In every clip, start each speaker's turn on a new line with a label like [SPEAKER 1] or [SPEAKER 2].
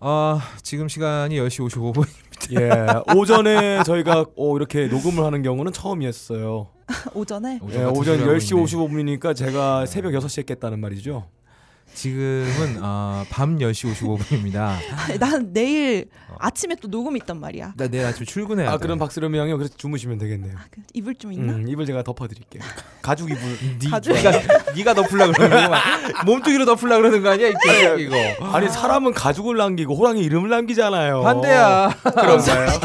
[SPEAKER 1] 아 지금 시간이 10시 55분.
[SPEAKER 2] 예, 오전에 저희가 어, 이렇게 녹음을 하는 경우는 처음이었어요.
[SPEAKER 3] 오전에
[SPEAKER 2] 예, 오전 10시 55분이니까 제가 새벽 6시에 깼다는 말이죠.
[SPEAKER 1] 지금은 아, 밤 10시 55분입니다.
[SPEAKER 3] 아니, 난 내일 아침에 또 녹음이 있단 말이야.
[SPEAKER 1] 나 내일 아침 출근해야 돼.
[SPEAKER 2] 아, 그럼 박스름이 형이 그래서 주무시면 되겠네요.
[SPEAKER 3] 아, 그 이불 좀 있나?
[SPEAKER 2] 음, 이불 제가 덮어드릴게요. 음. 가죽 이불.
[SPEAKER 1] 니,
[SPEAKER 3] 가죽-
[SPEAKER 1] 네가 네가 덮으려 그러는 거야. 몸뚱이로 덮으려 그러는 거 아니야? 이게 이거.
[SPEAKER 2] 아니 사람은 가죽을 남기고 호랑이 이름을 남기잖아요.
[SPEAKER 1] 반대야.
[SPEAKER 2] 그런가요?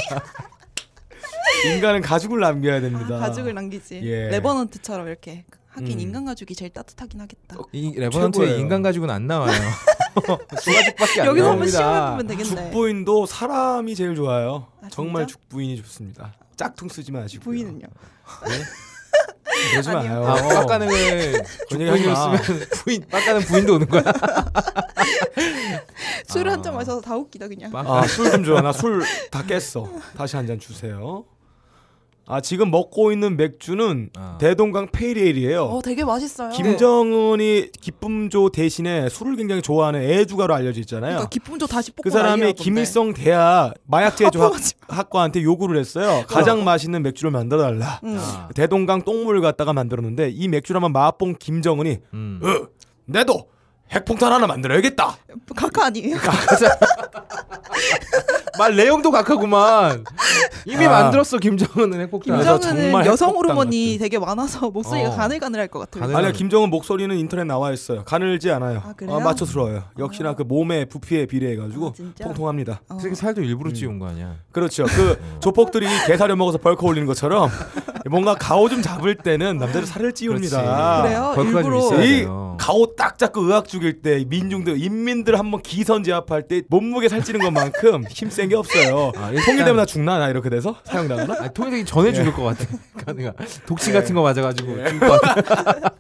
[SPEAKER 2] 인간은 가죽을 남겨야 됩니다.
[SPEAKER 3] 아, 가죽을 남기지.
[SPEAKER 2] 예.
[SPEAKER 3] 레버넌트처럼 이렇게
[SPEAKER 2] 음.
[SPEAKER 3] 하긴 인간 가죽이 제일 따뜻하긴 하겠다.
[SPEAKER 1] 이 레버넌트의
[SPEAKER 2] 최고예요.
[SPEAKER 1] 인간 가죽은 안 나와요. 두 가지밖에 안
[SPEAKER 3] 여기서 한번
[SPEAKER 1] 나옵니다.
[SPEAKER 3] 시험해보면 되겠네.
[SPEAKER 2] 죽부인도 사람이 제일 좋아요.
[SPEAKER 3] 아,
[SPEAKER 2] 정말
[SPEAKER 3] 진짜?
[SPEAKER 2] 죽부인이 좋습니다. 짝퉁 쓰지 마시고.
[SPEAKER 3] 부인은요?
[SPEAKER 2] 그러지
[SPEAKER 3] 아니요.
[SPEAKER 2] 마요. 그러니까 아,
[SPEAKER 1] 아, 빡가능을
[SPEAKER 2] 그냥 하지
[SPEAKER 1] 부인으로
[SPEAKER 2] 마.
[SPEAKER 1] 쓰면 부인 빡가능 부인도 오는 거야.
[SPEAKER 2] 아.
[SPEAKER 3] 술
[SPEAKER 1] 아.
[SPEAKER 3] 한 잔 마셔서 다 웃기다 그냥.
[SPEAKER 2] 아, 술 좀 줘. 나 술 다 깼어. 다시 한 잔 주세요. 아, 지금 먹고 있는 맥주는
[SPEAKER 1] 아.
[SPEAKER 2] 대동강 페이리에일이에요.
[SPEAKER 3] 어 되게 맛있어요.
[SPEAKER 2] 김정은이 기쁨조 대신에 술을 굉장히 좋아하는 애주가로 알려져 있잖아요.
[SPEAKER 3] 그러니까 기쁨 좀 다시 뽑고
[SPEAKER 2] 그 사람이
[SPEAKER 3] 난리라던데.
[SPEAKER 2] 김일성 대학 마약제조 학,
[SPEAKER 3] 아프지
[SPEAKER 2] 학과한테 요구를 했어요. 가장 맛있는 맥주를 만들어 달라.
[SPEAKER 3] 응.
[SPEAKER 1] 아,
[SPEAKER 2] 대동강 똥물을 갖다가 만들었는데 이 맥주를 한번 맛본 김정은이
[SPEAKER 1] 음.
[SPEAKER 2] 으, 내도 핵폭탄 하나 만들어야겠다.
[SPEAKER 3] 각하 아니에요?
[SPEAKER 1] 말 내용도 각하구만. 이미
[SPEAKER 2] 아.
[SPEAKER 1] 만들었어 김정은은 핵폭탄.
[SPEAKER 2] 그래서
[SPEAKER 3] 김정은은
[SPEAKER 2] 정말
[SPEAKER 3] 여성
[SPEAKER 2] 핵폭탄
[SPEAKER 3] 호르몬이 되게 많아서 목소리가
[SPEAKER 1] 어.
[SPEAKER 3] 가늘가늘할 것 같아요.
[SPEAKER 1] 가늘-
[SPEAKER 2] 아니요 김정은 목소리는 인터넷 나와 있어요. 가늘지 않아요.
[SPEAKER 3] 아, 그래요?
[SPEAKER 2] 맞춰스러워요. 역시나 그 몸의 부피에 비례해 가지고
[SPEAKER 3] 아, 진짜?
[SPEAKER 2] 통통합니다.
[SPEAKER 3] 어.
[SPEAKER 1] 그렇게 살도 일부러
[SPEAKER 2] 예.
[SPEAKER 1] 찌운 거 아니야?
[SPEAKER 2] 그렇죠. 그 조폭들이 게사려 먹어서 벌크 올리는 것처럼 뭔가 가오 좀 잡을 때는 남자들 살을 찌웁니다.
[SPEAKER 1] 그렇지.
[SPEAKER 3] 그래요?
[SPEAKER 1] 벌크가 좀
[SPEAKER 3] 일부러-
[SPEAKER 1] 있어야
[SPEAKER 2] 이
[SPEAKER 1] 돼요.
[SPEAKER 2] 가오 딱 잡고 의학 죽일 때 민중들 인민들 한번 기선 제압할 때 몸무게 살찌는 것만큼 힘센 게 없어요.
[SPEAKER 1] 아, 일단-
[SPEAKER 2] 통일되면 나 죽나 나 이렇게 돼서 사형당하나?
[SPEAKER 1] 아, 통일되기 전에
[SPEAKER 2] 예.
[SPEAKER 1] 죽을 것 같아. 가능한. 독신 같은 거 맞아가지고 죽을 것 같아.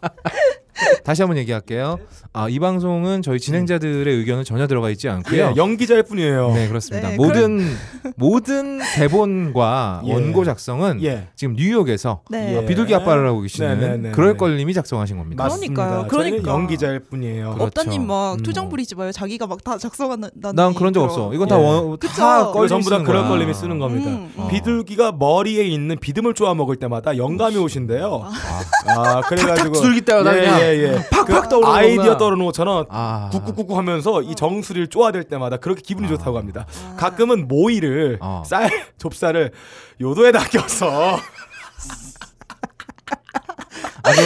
[SPEAKER 1] 다시 한번 얘기할게요. 아, 이 방송은 저희 진행자들의 의견은 전혀 들어가 있지 않고요.
[SPEAKER 2] 예, 연기자일 뿐이에요.
[SPEAKER 1] 네, 그렇습니다.
[SPEAKER 3] 네,
[SPEAKER 1] 모든 모든 대본과
[SPEAKER 2] 예.
[SPEAKER 1] 원고 작성은
[SPEAKER 2] 예.
[SPEAKER 1] 지금 뉴욕에서
[SPEAKER 3] 네.
[SPEAKER 2] 예.
[SPEAKER 1] 아, 비둘기 아빠를 하고 계시는
[SPEAKER 2] 네, 네, 네,
[SPEAKER 1] 그럴
[SPEAKER 2] 네.
[SPEAKER 1] 걸님이 작성하신 겁니다.
[SPEAKER 2] 맞습니다.
[SPEAKER 3] 그러니까요.
[SPEAKER 2] 저희는
[SPEAKER 3] 그러니까.
[SPEAKER 2] 연기자일 뿐이에요.
[SPEAKER 1] 그렇죠.
[SPEAKER 3] 업다님 막
[SPEAKER 2] 음.
[SPEAKER 3] 투정 부리지 마요. 자기가 막 다 작성한다는.
[SPEAKER 1] 난 그런 적 없어. 이건 다
[SPEAKER 2] 예.
[SPEAKER 1] 원,
[SPEAKER 3] 그쵸.
[SPEAKER 1] 다
[SPEAKER 2] 그걸
[SPEAKER 1] 걸
[SPEAKER 2] 전부 다 그럴 걸림이 쓰는 겁니다.
[SPEAKER 3] 음,
[SPEAKER 1] 음.
[SPEAKER 2] 비둘기가 머리에 있는 비듬을 쪼아 먹을 때마다 영감이 오신대요. 아, 그래가지고
[SPEAKER 1] 탁 두들기 때마다 그냥
[SPEAKER 2] 예예예.
[SPEAKER 1] 팍팍 떠오르는
[SPEAKER 2] 아이디어 떠오르는 것처럼
[SPEAKER 1] 아.
[SPEAKER 2] 꾹꾹꾹 하면서 이 정수리를 쪼아댈 때마다 그렇게 기분이
[SPEAKER 1] 아.
[SPEAKER 2] 좋다고 합니다. 가끔은 모이를
[SPEAKER 1] 어.
[SPEAKER 2] 쌀 좁쌀을 요도에다 껴서
[SPEAKER 1] 아주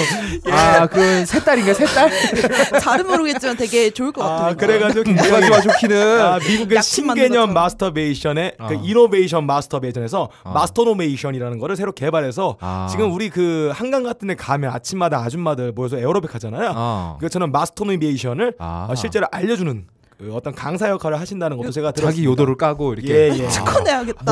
[SPEAKER 1] 아, 그런 새 딸인가 새 딸?
[SPEAKER 3] 잘은 모르겠지만 되게 좋을 것 같아요.
[SPEAKER 2] 아, 그래가지고
[SPEAKER 1] 뭐가
[SPEAKER 2] 굉장히
[SPEAKER 1] 좋아 음, 좋기는
[SPEAKER 2] 아, 미국의
[SPEAKER 3] 약침 만드는
[SPEAKER 2] 신개념
[SPEAKER 3] 것처럼.
[SPEAKER 2] 마스터베이션의
[SPEAKER 1] 네. 아.
[SPEAKER 2] 그 이노베이션 마스터베이션에서
[SPEAKER 1] 아.
[SPEAKER 2] 마스터노메이션이라는 거를 새로 개발해서
[SPEAKER 1] 아.
[SPEAKER 2] 지금 우리 그 한강 같은 데 가면 아침마다 아줌마들 모여서 에어로빅 하잖아요.
[SPEAKER 1] 어.
[SPEAKER 2] 그것처럼 마스터노메이션을
[SPEAKER 1] 아.
[SPEAKER 2] 어, 실제로 알려주는 그 어떤 강사 역할을 하신다는 것도 제가 들었습니다.
[SPEAKER 1] 자기 요도를 까고 이렇게
[SPEAKER 2] 예, 예.
[SPEAKER 3] 치코 내야겠다.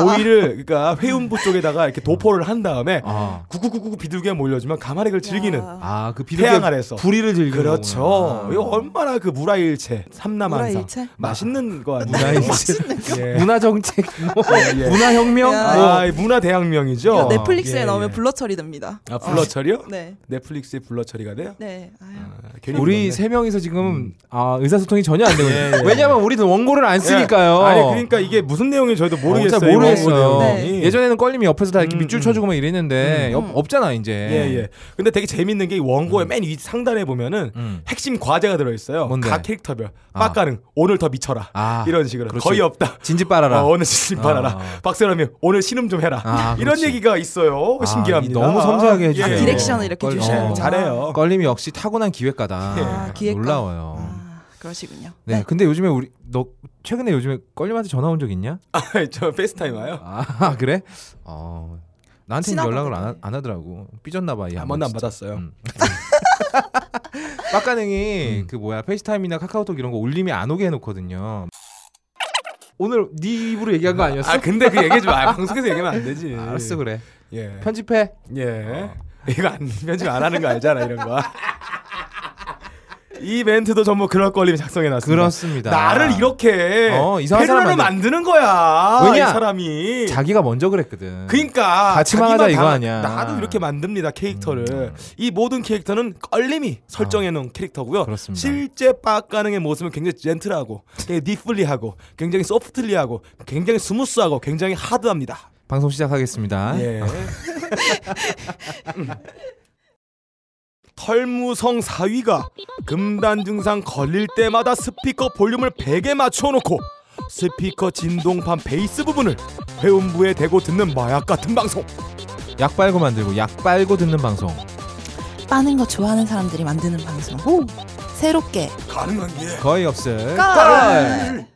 [SPEAKER 2] 모이를 그러니까 회음부 쪽에다가 이렇게 도포를 한 다음에
[SPEAKER 1] 아.
[SPEAKER 2] 구구구구 비둘기에 몰려지만 가마렉을 즐기는
[SPEAKER 3] 야.
[SPEAKER 1] 아, 그 비둘기
[SPEAKER 2] 태양 아래서
[SPEAKER 1] 불의를 즐기는 아.
[SPEAKER 2] 그렇죠. 이거 얼마나 그 무라일체 삼남한상
[SPEAKER 3] 무라일체?
[SPEAKER 2] 맛있는 거 아니에요?
[SPEAKER 1] 문화인식,
[SPEAKER 2] 예.
[SPEAKER 1] 문화 정책, 뭐,
[SPEAKER 2] 예.
[SPEAKER 1] 문화 혁명,
[SPEAKER 3] 야.
[SPEAKER 1] 뭐.
[SPEAKER 2] 아, 문화 대혁명이죠.
[SPEAKER 3] 이거 그러니까 넷플릭스에
[SPEAKER 2] 예, 예.
[SPEAKER 3] 나오면 블러 처리됩니다.
[SPEAKER 2] 아 블러 처리요?
[SPEAKER 3] 네.
[SPEAKER 2] 넷플릭스에 블러 처리가 돼요?
[SPEAKER 3] 네. 아유.
[SPEAKER 2] 아, 괜히
[SPEAKER 1] 우리
[SPEAKER 2] 그렇네. 음.
[SPEAKER 1] 세 명이서 지금 아, 의사소통이 전혀 안 되고
[SPEAKER 2] 예,
[SPEAKER 1] 있어요.
[SPEAKER 2] 예.
[SPEAKER 1] 왜냐면 우리는 원고를 안 쓰니까요.
[SPEAKER 2] 예. 아니 그러니까 이게 무슨 내용인지 저희도 모르겠어요.
[SPEAKER 1] 잘 모르겠어요.
[SPEAKER 2] 이거.
[SPEAKER 3] 네.
[SPEAKER 2] 예.
[SPEAKER 1] 예전에는 껄림이 옆에서 다 이렇게
[SPEAKER 2] 음,
[SPEAKER 1] 밑줄
[SPEAKER 2] 음.
[SPEAKER 1] 쳐주고 막 이랬는데 옆- 없잖아 이제.
[SPEAKER 2] 예, 예. 근데 되게 재밌는 게 이 원고의 맨 위 상단에 보면은
[SPEAKER 1] 음.
[SPEAKER 2] 핵심 과제가 들어 있어요.
[SPEAKER 1] 뭔데?
[SPEAKER 2] 각 캐릭터별.
[SPEAKER 1] 아.
[SPEAKER 2] 빡가능 오늘 더 미쳐라.
[SPEAKER 1] 아,
[SPEAKER 2] 이런 식으로
[SPEAKER 1] 그렇지.
[SPEAKER 2] 거의 없다.
[SPEAKER 1] 진지 빨아라.
[SPEAKER 2] 어, 오늘 진심 팔아라.
[SPEAKER 1] 아.
[SPEAKER 2] 박세람이 오늘 신음 좀 해라.
[SPEAKER 1] 아,
[SPEAKER 2] 이런
[SPEAKER 1] 그렇지.
[SPEAKER 2] 얘기가 있어요.
[SPEAKER 1] 아,
[SPEAKER 2] 신기합니다.
[SPEAKER 1] 이 너무 섬세하게 해주세요.
[SPEAKER 2] 예, 예.
[SPEAKER 3] 디렉션을 이렇게
[SPEAKER 1] 껄-
[SPEAKER 3] 주시는
[SPEAKER 2] 어, 잘해요.
[SPEAKER 1] 껄림이 역시 타고난 기획가다.
[SPEAKER 2] 예.
[SPEAKER 3] 아, 기획가.
[SPEAKER 2] 어.
[SPEAKER 1] 놀라워요.
[SPEAKER 3] 아, 그러시군요.
[SPEAKER 1] 네, 근데 요즘에 우리 너 최근에 요즘에 껄림한테 전화 온 적 있냐?
[SPEAKER 2] 아, 저 페이스타임 와요.
[SPEAKER 1] 아 그래? 어 나한테는
[SPEAKER 3] 친하거든.
[SPEAKER 1] 연락을 안, 하, 더라고 삐졌나 아, 봐.
[SPEAKER 2] 한 번도 안 받았어요.
[SPEAKER 1] 음. 빡가능이 그 뭐야 페이스타임이나 카카오톡 이런 거 울림이 안 오게 해놓거든요. 오늘 네 입으로 얘기한 거 아니었어?
[SPEAKER 2] 아 근데 그 얘기 좀 아, 방송에서 얘기하면 안 되지.
[SPEAKER 1] 아, 알았어 그래. 네.
[SPEAKER 2] 예.
[SPEAKER 1] 편집해.
[SPEAKER 2] 어. 예. 이거 안, 편집 안 하는 거 알잖아 이런 거. 이 멘트도 전부 그럴 걸림 작성해 놨습니다.
[SPEAKER 1] 그렇습니다.
[SPEAKER 2] 나를 이렇게
[SPEAKER 1] 어, 이상한 사람
[SPEAKER 2] 패러를
[SPEAKER 1] 만들-
[SPEAKER 2] 만드는 거야.
[SPEAKER 1] 왜냐?
[SPEAKER 2] 이 사람이.
[SPEAKER 1] 자기가 먼저 그랬거든.
[SPEAKER 2] 그러니까
[SPEAKER 1] 같이
[SPEAKER 2] 자기만
[SPEAKER 1] 망하자 이거
[SPEAKER 2] 다-
[SPEAKER 1] 아니야.
[SPEAKER 2] 나도 이렇게 만듭니다 캐릭터를.
[SPEAKER 1] 음. 어.
[SPEAKER 2] 이 모든 캐릭터는 걸림이 설정해 놓은 캐릭터고요.
[SPEAKER 1] 그렇습니다.
[SPEAKER 2] 실제 빡가능의 모습은 굉장히 젠틀하고, 굉장히 니플리하고, 굉장히 소프트리하고, 굉장히 스무스하고, 굉장히 하드합니다.
[SPEAKER 1] 방송 시작하겠습니다.
[SPEAKER 2] 예. 음. 털무성 사위가 금단 증상 걸릴 때마다 스피커 볼륨을 100에 맞춰놓고 스피커 진동판 베이스 부분을 회음부에 대고 듣는 마약 같은 방송.
[SPEAKER 1] 약 빨고 만들고 약 빨고 듣는 방송.
[SPEAKER 3] 빠는 거 좋아하는 사람들이 만드는 방송. 새롭게
[SPEAKER 2] 가능한 게
[SPEAKER 1] 거의 없을.
[SPEAKER 2] 예.
[SPEAKER 3] 깔!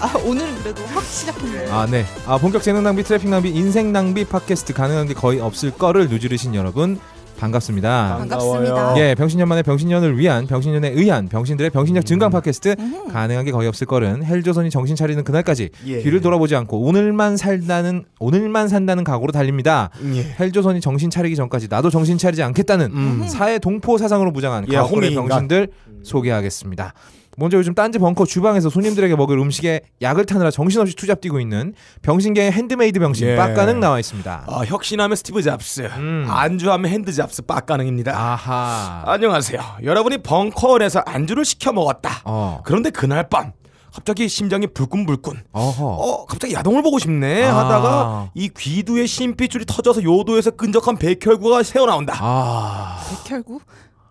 [SPEAKER 3] 아 오늘 그래도 확 시작했네요.
[SPEAKER 1] 아, 네. 아, 본격 재능 낭비, 트래핑 낭비, 인생 낭비 팟캐스트 가능한 게 거의 없을 거를 누지르신 여러분 반갑습니다.
[SPEAKER 2] 어.
[SPEAKER 3] 반갑습니다.
[SPEAKER 1] 예, 병신년만의 병신년을 위한 병신년에 의한 병신들의 병신력 증강 팟캐스트
[SPEAKER 3] 음.
[SPEAKER 1] 가능한 게 거의 없을 거는 헬조선이 정신 차리는 그날까지
[SPEAKER 2] 예.
[SPEAKER 1] 뒤를 돌아보지 않고 오늘만 살다는 오늘만 산다는 각오로 달립니다.
[SPEAKER 2] 예.
[SPEAKER 1] 헬조선이 정신 차리기 전까지 나도 정신 차리지 않겠다는
[SPEAKER 2] 음.
[SPEAKER 1] 사회 동포 사상으로 무장한
[SPEAKER 2] 예, 음.
[SPEAKER 1] 가옥골의
[SPEAKER 2] 홍익인간.
[SPEAKER 1] 병신들 소개하겠습니다. 먼저 요즘 딴지 벙커 주방에서 손님들에게 먹을 음식에 약을 타느라 정신없이 투잡 뛰고 있는 병신계의 핸드메이드 병신
[SPEAKER 2] 예.
[SPEAKER 1] 빡가능 나와 있습니다.
[SPEAKER 2] 아, 혁신하면 스티브 잡스,
[SPEAKER 1] 음.
[SPEAKER 2] 안주하면 핸드 잡스 빡가능입니다.
[SPEAKER 1] 아하.
[SPEAKER 2] 안녕하세요. 여러분이 벙커원에서 안주를 시켜 먹었다.
[SPEAKER 1] 어.
[SPEAKER 2] 그런데 그날 밤 갑자기 심장이 불끈불끈.
[SPEAKER 1] 어허.
[SPEAKER 2] 어 갑자기 야동을 보고 싶네
[SPEAKER 1] 아.
[SPEAKER 2] 하다가 이 귀두의 심핏줄이 터져서 요도에서 끈적한 백혈구가 새어 나온다.
[SPEAKER 1] 아.
[SPEAKER 3] 백혈구?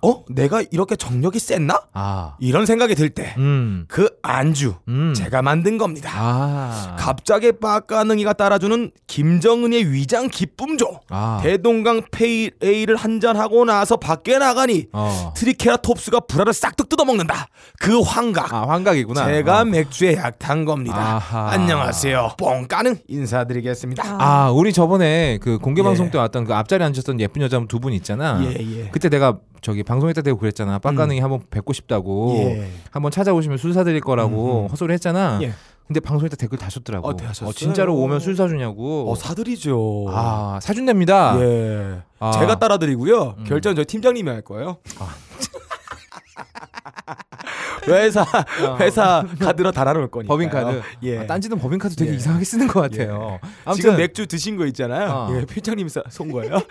[SPEAKER 2] 어 내가 이렇게 정력이 쎘나?
[SPEAKER 1] 아.
[SPEAKER 2] 이런 생각이 들 때 그
[SPEAKER 1] 음.
[SPEAKER 2] 안주
[SPEAKER 1] 음.
[SPEAKER 2] 제가 만든 겁니다.
[SPEAKER 1] 아.
[SPEAKER 2] 갑자기 빠까능이가 따라주는 김정은의 위장 기쁨조
[SPEAKER 1] 아.
[SPEAKER 2] 대동강 페이레이를 한잔 하고 나서 밖에 나가니
[SPEAKER 1] 어.
[SPEAKER 2] 트리케라톱스가 불화를 싹둑 뜯어먹는다. 그 환각.
[SPEAKER 1] 아, 환각이구나.
[SPEAKER 2] 제가
[SPEAKER 1] 어.
[SPEAKER 2] 맥주에 약탄 겁니다.
[SPEAKER 1] 아하.
[SPEAKER 2] 안녕하세요. 뻥까능 인사드리겠습니다.
[SPEAKER 1] 아, 우리 저번에 그 공개 방송
[SPEAKER 2] 예.
[SPEAKER 1] 때 왔던 그 앞자리에 앉았던 예쁜 여자 두 분 있잖아.
[SPEAKER 2] 예, 예.
[SPEAKER 1] 그때 내가 저기 방송에다 대고 그랬잖아. 빡가능이 한번 뵙고 싶다고.
[SPEAKER 2] 예.
[SPEAKER 1] 한번 찾아오시면 술 사드릴 거라고 헛소리 했잖아.
[SPEAKER 2] 예.
[SPEAKER 1] 근데 방송에다 댓글 다 줬더라고.
[SPEAKER 2] 어, 네, 하셨어요?
[SPEAKER 1] 진짜로 오면 술 사주냐고.
[SPEAKER 2] 어, 사드리죠.
[SPEAKER 1] 아, 사준답니다.
[SPEAKER 2] 예.
[SPEAKER 1] 아. 음.
[SPEAKER 2] 제가 따라드리고요. 결정은 저희 팀장님이 할 거예요. 회사 회사 카드로 달아놓을 거니까.
[SPEAKER 1] 어. 법인카드.
[SPEAKER 2] 예.
[SPEAKER 1] 아, 딴지는 법인카드 되게
[SPEAKER 2] 예.
[SPEAKER 1] 이상하게 쓰는 것 같아요. 아무튼
[SPEAKER 2] 지금 맥주 드신 거 있잖아요.
[SPEAKER 1] 어.
[SPEAKER 2] 예, 팀장님이 사- 쏜 거예요.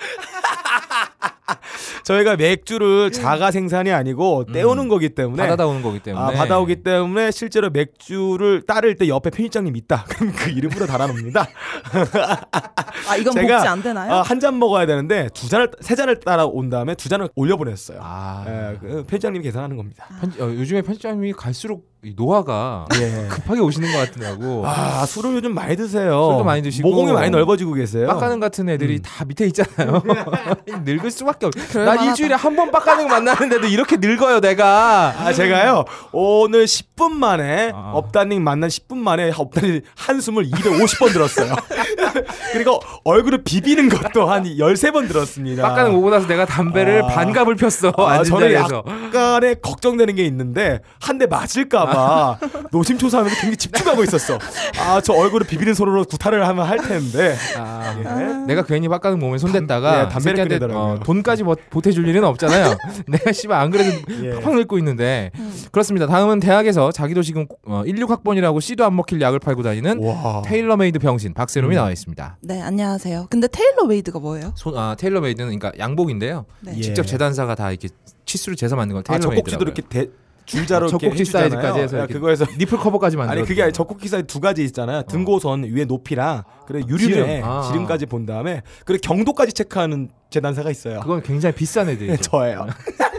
[SPEAKER 2] 저희가 맥주를 자가 생산이 아니고 떼오는 거기 때문에
[SPEAKER 1] 음. 받아다 오는 거기 때문에.
[SPEAKER 2] 네. 아, 받아오기 때문에 실제로 맥주를 따를 때 옆에 편집장님 있다. 그럼 그 이름으로 달아놓습니다.
[SPEAKER 3] 아 이건
[SPEAKER 2] 제가
[SPEAKER 3] 복지 안 되나요?
[SPEAKER 2] 한 잔 먹어야 되는데 두 잔을 세 잔을 따라 온 다음에 두 잔을 올려보냈어요.
[SPEAKER 1] 아.
[SPEAKER 2] 예, 그 편집장님이 계산하는 겁니다.
[SPEAKER 1] 편집- 어, 요즘에 편집장님이 갈수록 이 노화가
[SPEAKER 2] 예.
[SPEAKER 1] 급하게 오시는 것 같더라고.
[SPEAKER 2] 아 술을 요즘 많이 드세요.
[SPEAKER 1] 술도 많이 드시고.
[SPEAKER 2] 모공이 많이 넓어지고 계세요. 음.
[SPEAKER 1] 빡가는 같은 애들이 다 밑에 있잖아요. 늙을 수밖에 없어. 난
[SPEAKER 3] 그럴만하다.
[SPEAKER 1] 일주일에 한 번 빡가는 만나는데도 이렇게 늙어요, 내가.
[SPEAKER 2] 아 제가요 오늘 10분 만에
[SPEAKER 1] 아.
[SPEAKER 2] 업다님 만난 10분 만에 업다님 한숨을 250번 들었어요. 그리고 얼굴을 비비는 것도 한 13번 들었습니다.
[SPEAKER 1] 빡가는 오고 나서 내가 담배를
[SPEAKER 2] 아.
[SPEAKER 1] 반갑을 폈어.
[SPEAKER 2] 아,
[SPEAKER 1] 앉은
[SPEAKER 2] 저는
[SPEAKER 1] 자리에서.
[SPEAKER 2] 약간의 걱정되는 게 있는데 한 대 맞을까봐 노심초사하면서 굉장히 집중하고 있었어. 아 저 얼굴을 비비는 소리로 구타를 하면 할 텐데.
[SPEAKER 1] 아,
[SPEAKER 2] 예.
[SPEAKER 1] 내가 괜히 빡가는 몸에 손댔다가
[SPEAKER 2] 예, 담배를
[SPEAKER 1] 새끼한테,
[SPEAKER 2] 끊이더라고요.
[SPEAKER 1] 어, 돈까지 버- 보태줄 일은 없잖아요. 내가 씨발 안 그래도
[SPEAKER 2] 예.
[SPEAKER 1] 팍팍 늙고 있는데 그렇습니다. 다음은 대학에서 자기도 지금 어, 16학번이라고 씨도 안 먹힐 약을 팔고 다니는
[SPEAKER 2] 와.
[SPEAKER 1] 테일러메이드 병신 박세롬이 나와 있습니다.
[SPEAKER 3] 네 안녕하세요. 근데 테일러 웨이드가 뭐예요?
[SPEAKER 1] 손, 아, 테일러메이드는 그러니까 양복인데요.
[SPEAKER 3] 네.
[SPEAKER 2] 예.
[SPEAKER 1] 직접 재단사가 다 이렇게 치수를 재서 만든 걸
[SPEAKER 2] 아,
[SPEAKER 1] 테일러메이드라고요.
[SPEAKER 2] 젖꼭지도 이렇게 대, 줄자로 이렇게
[SPEAKER 1] 젖꼭지
[SPEAKER 2] 해주잖아요.
[SPEAKER 1] 사이즈까지 해서
[SPEAKER 2] 야,
[SPEAKER 1] 이렇게
[SPEAKER 2] 그거에서
[SPEAKER 1] 니플 커버까지 만들어.
[SPEAKER 2] 아니 그게 아니 젖꼭지 사이즈 두 가지 있잖아요. 등고선 위에 높이랑 그래 유리에
[SPEAKER 1] 지름. 아.
[SPEAKER 2] 어. 지름. 까지본 다음에 그래 경도까지 체크하는 재단사가 있어요.
[SPEAKER 1] 그건 굉장히 비싼 애들이죠.
[SPEAKER 2] 저예요.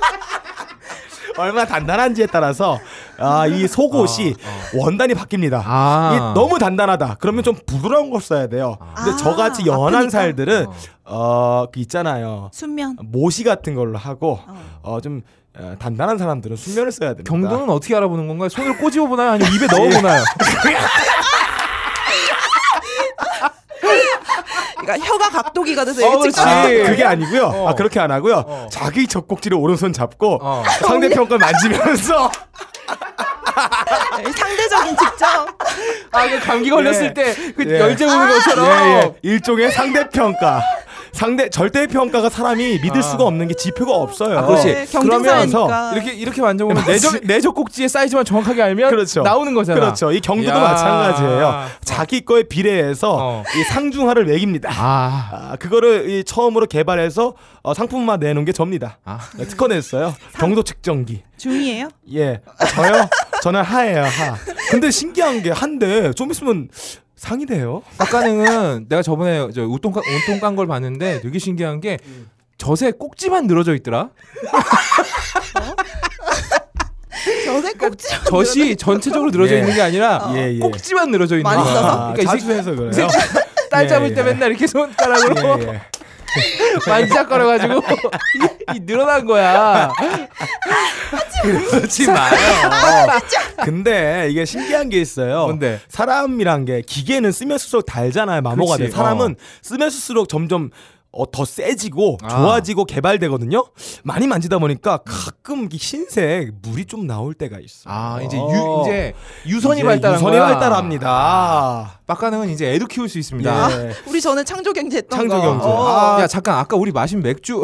[SPEAKER 2] 얼마나 단단한지에 따라서 아, 이 속옷이 원단이 바뀝니다.
[SPEAKER 1] 어. 아.
[SPEAKER 2] 이 너무 단단하다. 그러면 좀 부드러운 걸 써야 돼요. 근데
[SPEAKER 3] 아,
[SPEAKER 2] 저같이 연한
[SPEAKER 3] 아프니까?
[SPEAKER 2] 살들은 어, 그 있잖아요.
[SPEAKER 3] 순면.
[SPEAKER 2] 모시 같은 걸로 하고
[SPEAKER 3] 어.
[SPEAKER 2] 어, 좀 어, 단단한 사람들은 수면을 써야 됩니다.
[SPEAKER 1] 경도는 어떻게 알아보는 건가요? 손을 꼬집어 보나요? 아니면 입에 넣어 보나요?
[SPEAKER 3] 그러니까 혀가 각도기가 돼서
[SPEAKER 1] 어,
[SPEAKER 3] 이렇게 찍-
[SPEAKER 1] 그렇지.
[SPEAKER 2] 아,
[SPEAKER 1] 예.
[SPEAKER 2] 그게 아니고요.
[SPEAKER 1] 어.
[SPEAKER 2] 아 그렇게 안 하고요.
[SPEAKER 1] 어.
[SPEAKER 2] 자기 젖꼭지를 오른손 잡고
[SPEAKER 1] 어.
[SPEAKER 2] 상대편 걸 만지면서
[SPEAKER 3] 상대적인 직접.
[SPEAKER 1] 아, 그 감기
[SPEAKER 2] 예.
[SPEAKER 1] 걸렸을 때 그
[SPEAKER 2] 예.
[SPEAKER 1] 열제 우는 것처럼.
[SPEAKER 2] 예, 예. 일종의 상대 평가. 상대 절대 평가가 사람이 믿을
[SPEAKER 1] 아.
[SPEAKER 2] 수가 없는 게 지표가 없어요.
[SPEAKER 1] 아, 그렇지.
[SPEAKER 3] 네,
[SPEAKER 2] 그러면서
[SPEAKER 3] 경쟁사니까.
[SPEAKER 1] 이렇게 이렇게 만져보면
[SPEAKER 2] 맞지.
[SPEAKER 1] 내적 내적 꼭지의 사이즈만 정확하게 알면
[SPEAKER 2] 그렇죠.
[SPEAKER 1] 나오는 거잖아.
[SPEAKER 2] 그렇죠. 이 경도도
[SPEAKER 1] 야.
[SPEAKER 2] 마찬가지예요. 자기 거에 비례해서
[SPEAKER 1] 어.
[SPEAKER 2] 이 상중하를 매깁니다.
[SPEAKER 1] 아,
[SPEAKER 2] 아, 그거를 이 처음으로 개발해서 어, 상품만 내놓은 게 접니다.
[SPEAKER 1] 아.
[SPEAKER 2] 네, 특허 냈어요. 경도 측정기.
[SPEAKER 3] 중이에요?
[SPEAKER 2] 예. 저요? 저는 하예요, 하. 근데 신기한 게 한데 좀 있으면 상이 돼요.
[SPEAKER 1] 빡가능은 내가 저번에 저 웃통 깐- 운동 깐걸 봤는데 되게 신기한 게 젖에 꼭지만 늘어져 있더라.
[SPEAKER 3] 저새 꼭지.
[SPEAKER 1] 젖이 전체적으로 늘어져
[SPEAKER 2] 예.
[SPEAKER 1] 있는 게 아니라
[SPEAKER 2] 예, 예.
[SPEAKER 1] 꼭지만 늘어져 있는
[SPEAKER 3] 많이
[SPEAKER 1] 거야.
[SPEAKER 3] 써서?
[SPEAKER 1] 그러니까 이
[SPEAKER 2] 아, 자주
[SPEAKER 1] 새끼
[SPEAKER 2] 해서 그래요.
[SPEAKER 1] 딸
[SPEAKER 2] 예,
[SPEAKER 1] 잡을 때
[SPEAKER 2] 예.
[SPEAKER 1] 맨날 이렇게 손가락으로
[SPEAKER 2] 예, 예.
[SPEAKER 1] 만지작거려가지고 이, 이 늘어난 거야.
[SPEAKER 2] 그러지 마요. 근데 이게 신기한 게 있어요.
[SPEAKER 1] 뭔데?
[SPEAKER 2] 사람이란 게 기계는 쓰면 쓸수록 달잖아요. 마모가
[SPEAKER 1] 그렇지,
[SPEAKER 2] 돼. 사람은 쓰면 쓸수록 점점 어, 더 세지고
[SPEAKER 1] 어. 아.
[SPEAKER 2] 좋아지고 개발되거든요. 많이 만지다 보니까 가끔 이 흰색 물이 좀 나올 때가 있어.
[SPEAKER 1] 아 이제
[SPEAKER 2] 어.
[SPEAKER 1] 유 이제 유선이
[SPEAKER 2] 이제
[SPEAKER 1] 발달한
[SPEAKER 2] 유선이
[SPEAKER 1] 거야. 아.
[SPEAKER 2] 발달합니다.
[SPEAKER 1] 빡가능은 이제 애도 키울 수 있습니다.
[SPEAKER 2] 예.
[SPEAKER 3] 우리 전에 창조 경제했던
[SPEAKER 2] 창조
[SPEAKER 3] 거.
[SPEAKER 2] 경제.
[SPEAKER 3] 어.
[SPEAKER 2] 아.
[SPEAKER 1] 야 잠깐 아까 우리 마신 맥주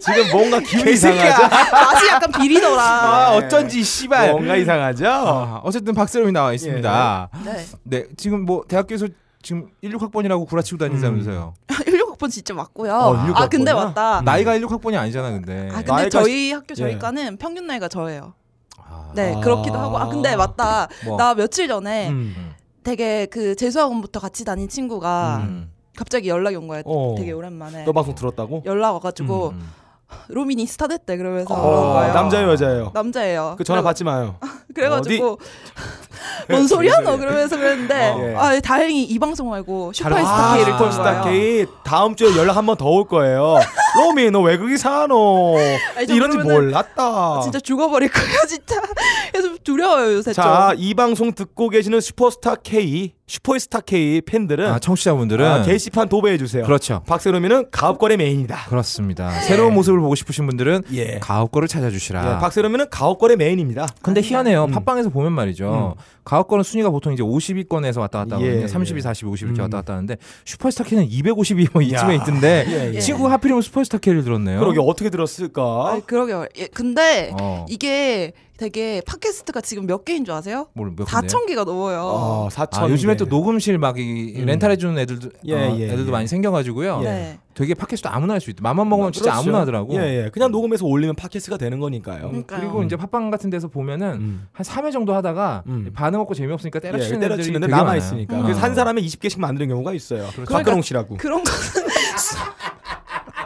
[SPEAKER 2] 지금 뭔가 기분이
[SPEAKER 1] 개새끼야.
[SPEAKER 2] 이상하죠?
[SPEAKER 3] 맛이 약간 비리더라.
[SPEAKER 1] 아 어쩐지 씨발
[SPEAKER 2] 뭔가 이상하죠?
[SPEAKER 1] 아, 어쨌든 박세롬이 나와 있습니다.
[SPEAKER 2] 예.
[SPEAKER 3] 네.
[SPEAKER 1] 네, 지금 뭐 대학교에서 지금 16학번이라고 구라치고 다니면서요.
[SPEAKER 2] 음.
[SPEAKER 3] 16학번 진짜 맞고요.
[SPEAKER 2] 어, 16
[SPEAKER 3] 아 근데
[SPEAKER 2] 학번이야?
[SPEAKER 3] 맞다.
[SPEAKER 1] 나이가 16학번이 아니잖아, 근데.
[SPEAKER 3] 아 근데
[SPEAKER 2] 나이가
[SPEAKER 3] 저희 학교 저희
[SPEAKER 2] 예.
[SPEAKER 3] 과는 평균 나이가 저예요.
[SPEAKER 1] 아,
[SPEAKER 3] 네 그렇기도 하고 아 근데 맞다.
[SPEAKER 1] 뭐.
[SPEAKER 3] 나 며칠 전에
[SPEAKER 2] 음.
[SPEAKER 3] 되게 그 재수학원부터 같이 다닌 친구가
[SPEAKER 1] 음.
[SPEAKER 3] 갑자기 연락이 온 거야.
[SPEAKER 2] 어.
[SPEAKER 3] 되게 오랜만에
[SPEAKER 2] 너 방송 들었다고?
[SPEAKER 3] 연락 와가지고
[SPEAKER 1] 음, 음.
[SPEAKER 3] 로민이 스타 됐대 그러면서
[SPEAKER 1] 어,
[SPEAKER 3] 그런 거예요.
[SPEAKER 1] 남-
[SPEAKER 2] 남자예요, 여자예요?
[SPEAKER 3] 남자예요.
[SPEAKER 2] 그 전화
[SPEAKER 3] 그래-
[SPEAKER 2] 받지 마요.
[SPEAKER 3] 그래가지고 뭔 소리야 너 그러면서 그랬는데
[SPEAKER 2] 어. 예.
[SPEAKER 3] 아 다행히 이 방송 말고 슈퍼스타
[SPEAKER 1] 아,
[SPEAKER 3] K를 본
[SPEAKER 2] 슈퍼스타
[SPEAKER 3] 거예요.
[SPEAKER 2] K 다음 주에 연락 한 번 더 올 거예요. 로미 너 왜 거기 사노?
[SPEAKER 3] 아니, 저
[SPEAKER 2] 이런지
[SPEAKER 3] 그러면은
[SPEAKER 2] 몰랐다.
[SPEAKER 3] 진짜 죽어버릴 거야 진짜. 그래서 두려워요 요새
[SPEAKER 2] 자,
[SPEAKER 3] 좀.
[SPEAKER 2] 이 방송 듣고 계시는 슈퍼스타 K, 슈퍼스타 K 팬들은
[SPEAKER 1] 아, 청취자분들은
[SPEAKER 2] 아, 게시판 도배해 주세요.
[SPEAKER 1] 그렇죠.
[SPEAKER 2] 박세롬이는 가업거래 메인이다. 네.
[SPEAKER 1] 그렇습니다. 새로운 모습을 보고 싶으신 분들은
[SPEAKER 2] 예.
[SPEAKER 1] 가옥거를 찾아주시라.
[SPEAKER 2] 예, 박세롬이는 가업거래 메인입니다.
[SPEAKER 1] 근데 희한해요.
[SPEAKER 2] 음.
[SPEAKER 1] 팟빵에서 보면 말이죠. 가옥거는 순위가 보통 이제 50위권에서 왔다 갔다 하거든요.
[SPEAKER 2] 예,
[SPEAKER 1] 32,
[SPEAKER 2] 예.
[SPEAKER 1] 40, 50
[SPEAKER 2] 음.
[SPEAKER 1] 이렇게 왔다 갔다 하는데 슈퍼스타 K는 250이 뭐 이쯤에
[SPEAKER 2] 야.
[SPEAKER 1] 있던데
[SPEAKER 2] 예, 예.
[SPEAKER 1] 친구가 하필이면 슈퍼스타 K를 들었네요.
[SPEAKER 2] 그러게 어떻게 들었을까?
[SPEAKER 3] 아, 그러게요. 예, 근데
[SPEAKER 1] 어.
[SPEAKER 3] 이게 되게 팟캐스트가 지금 몇 개인 줄 아세요?
[SPEAKER 1] 뭘 몇 군데요?
[SPEAKER 3] 4천 개가 넘어요.
[SPEAKER 2] 어, 4천.
[SPEAKER 1] 아, 요즘에 또 녹음실 막 이
[SPEAKER 2] 음.
[SPEAKER 1] 렌탈해 주는 애들도
[SPEAKER 2] 예,
[SPEAKER 1] 어,
[SPEAKER 2] 예,
[SPEAKER 1] 애들도
[SPEAKER 2] 예.
[SPEAKER 1] 많이 생겨가지고요.
[SPEAKER 2] 예.
[SPEAKER 3] 네.
[SPEAKER 1] 되게 팟캐스트 아무나 할 수 있다. 맘만 먹으면 진짜 아무나 하더라고.
[SPEAKER 2] 예, 예. 그냥 녹음해서 올리면 팟캐스트가 되는 거니까요.
[SPEAKER 3] 그러니까요.
[SPEAKER 1] 그리고 이제 팟빵 같은 데서 보면은
[SPEAKER 2] 음.
[SPEAKER 1] 한 3회 정도 하다가
[SPEAKER 2] 음.
[SPEAKER 1] 반응 없고 재미없으니까 때려치는
[SPEAKER 2] 예,
[SPEAKER 1] 애들이
[SPEAKER 2] 때려치는데
[SPEAKER 1] 되게
[SPEAKER 2] 남아
[SPEAKER 1] 많아요.
[SPEAKER 2] 있으니까.
[SPEAKER 1] 음.
[SPEAKER 2] 그래서 한 사람이 20개씩 만드는 경우가 있어요.
[SPEAKER 1] 그렇죠.
[SPEAKER 2] 박근홍 씨라고.
[SPEAKER 3] 그런 거는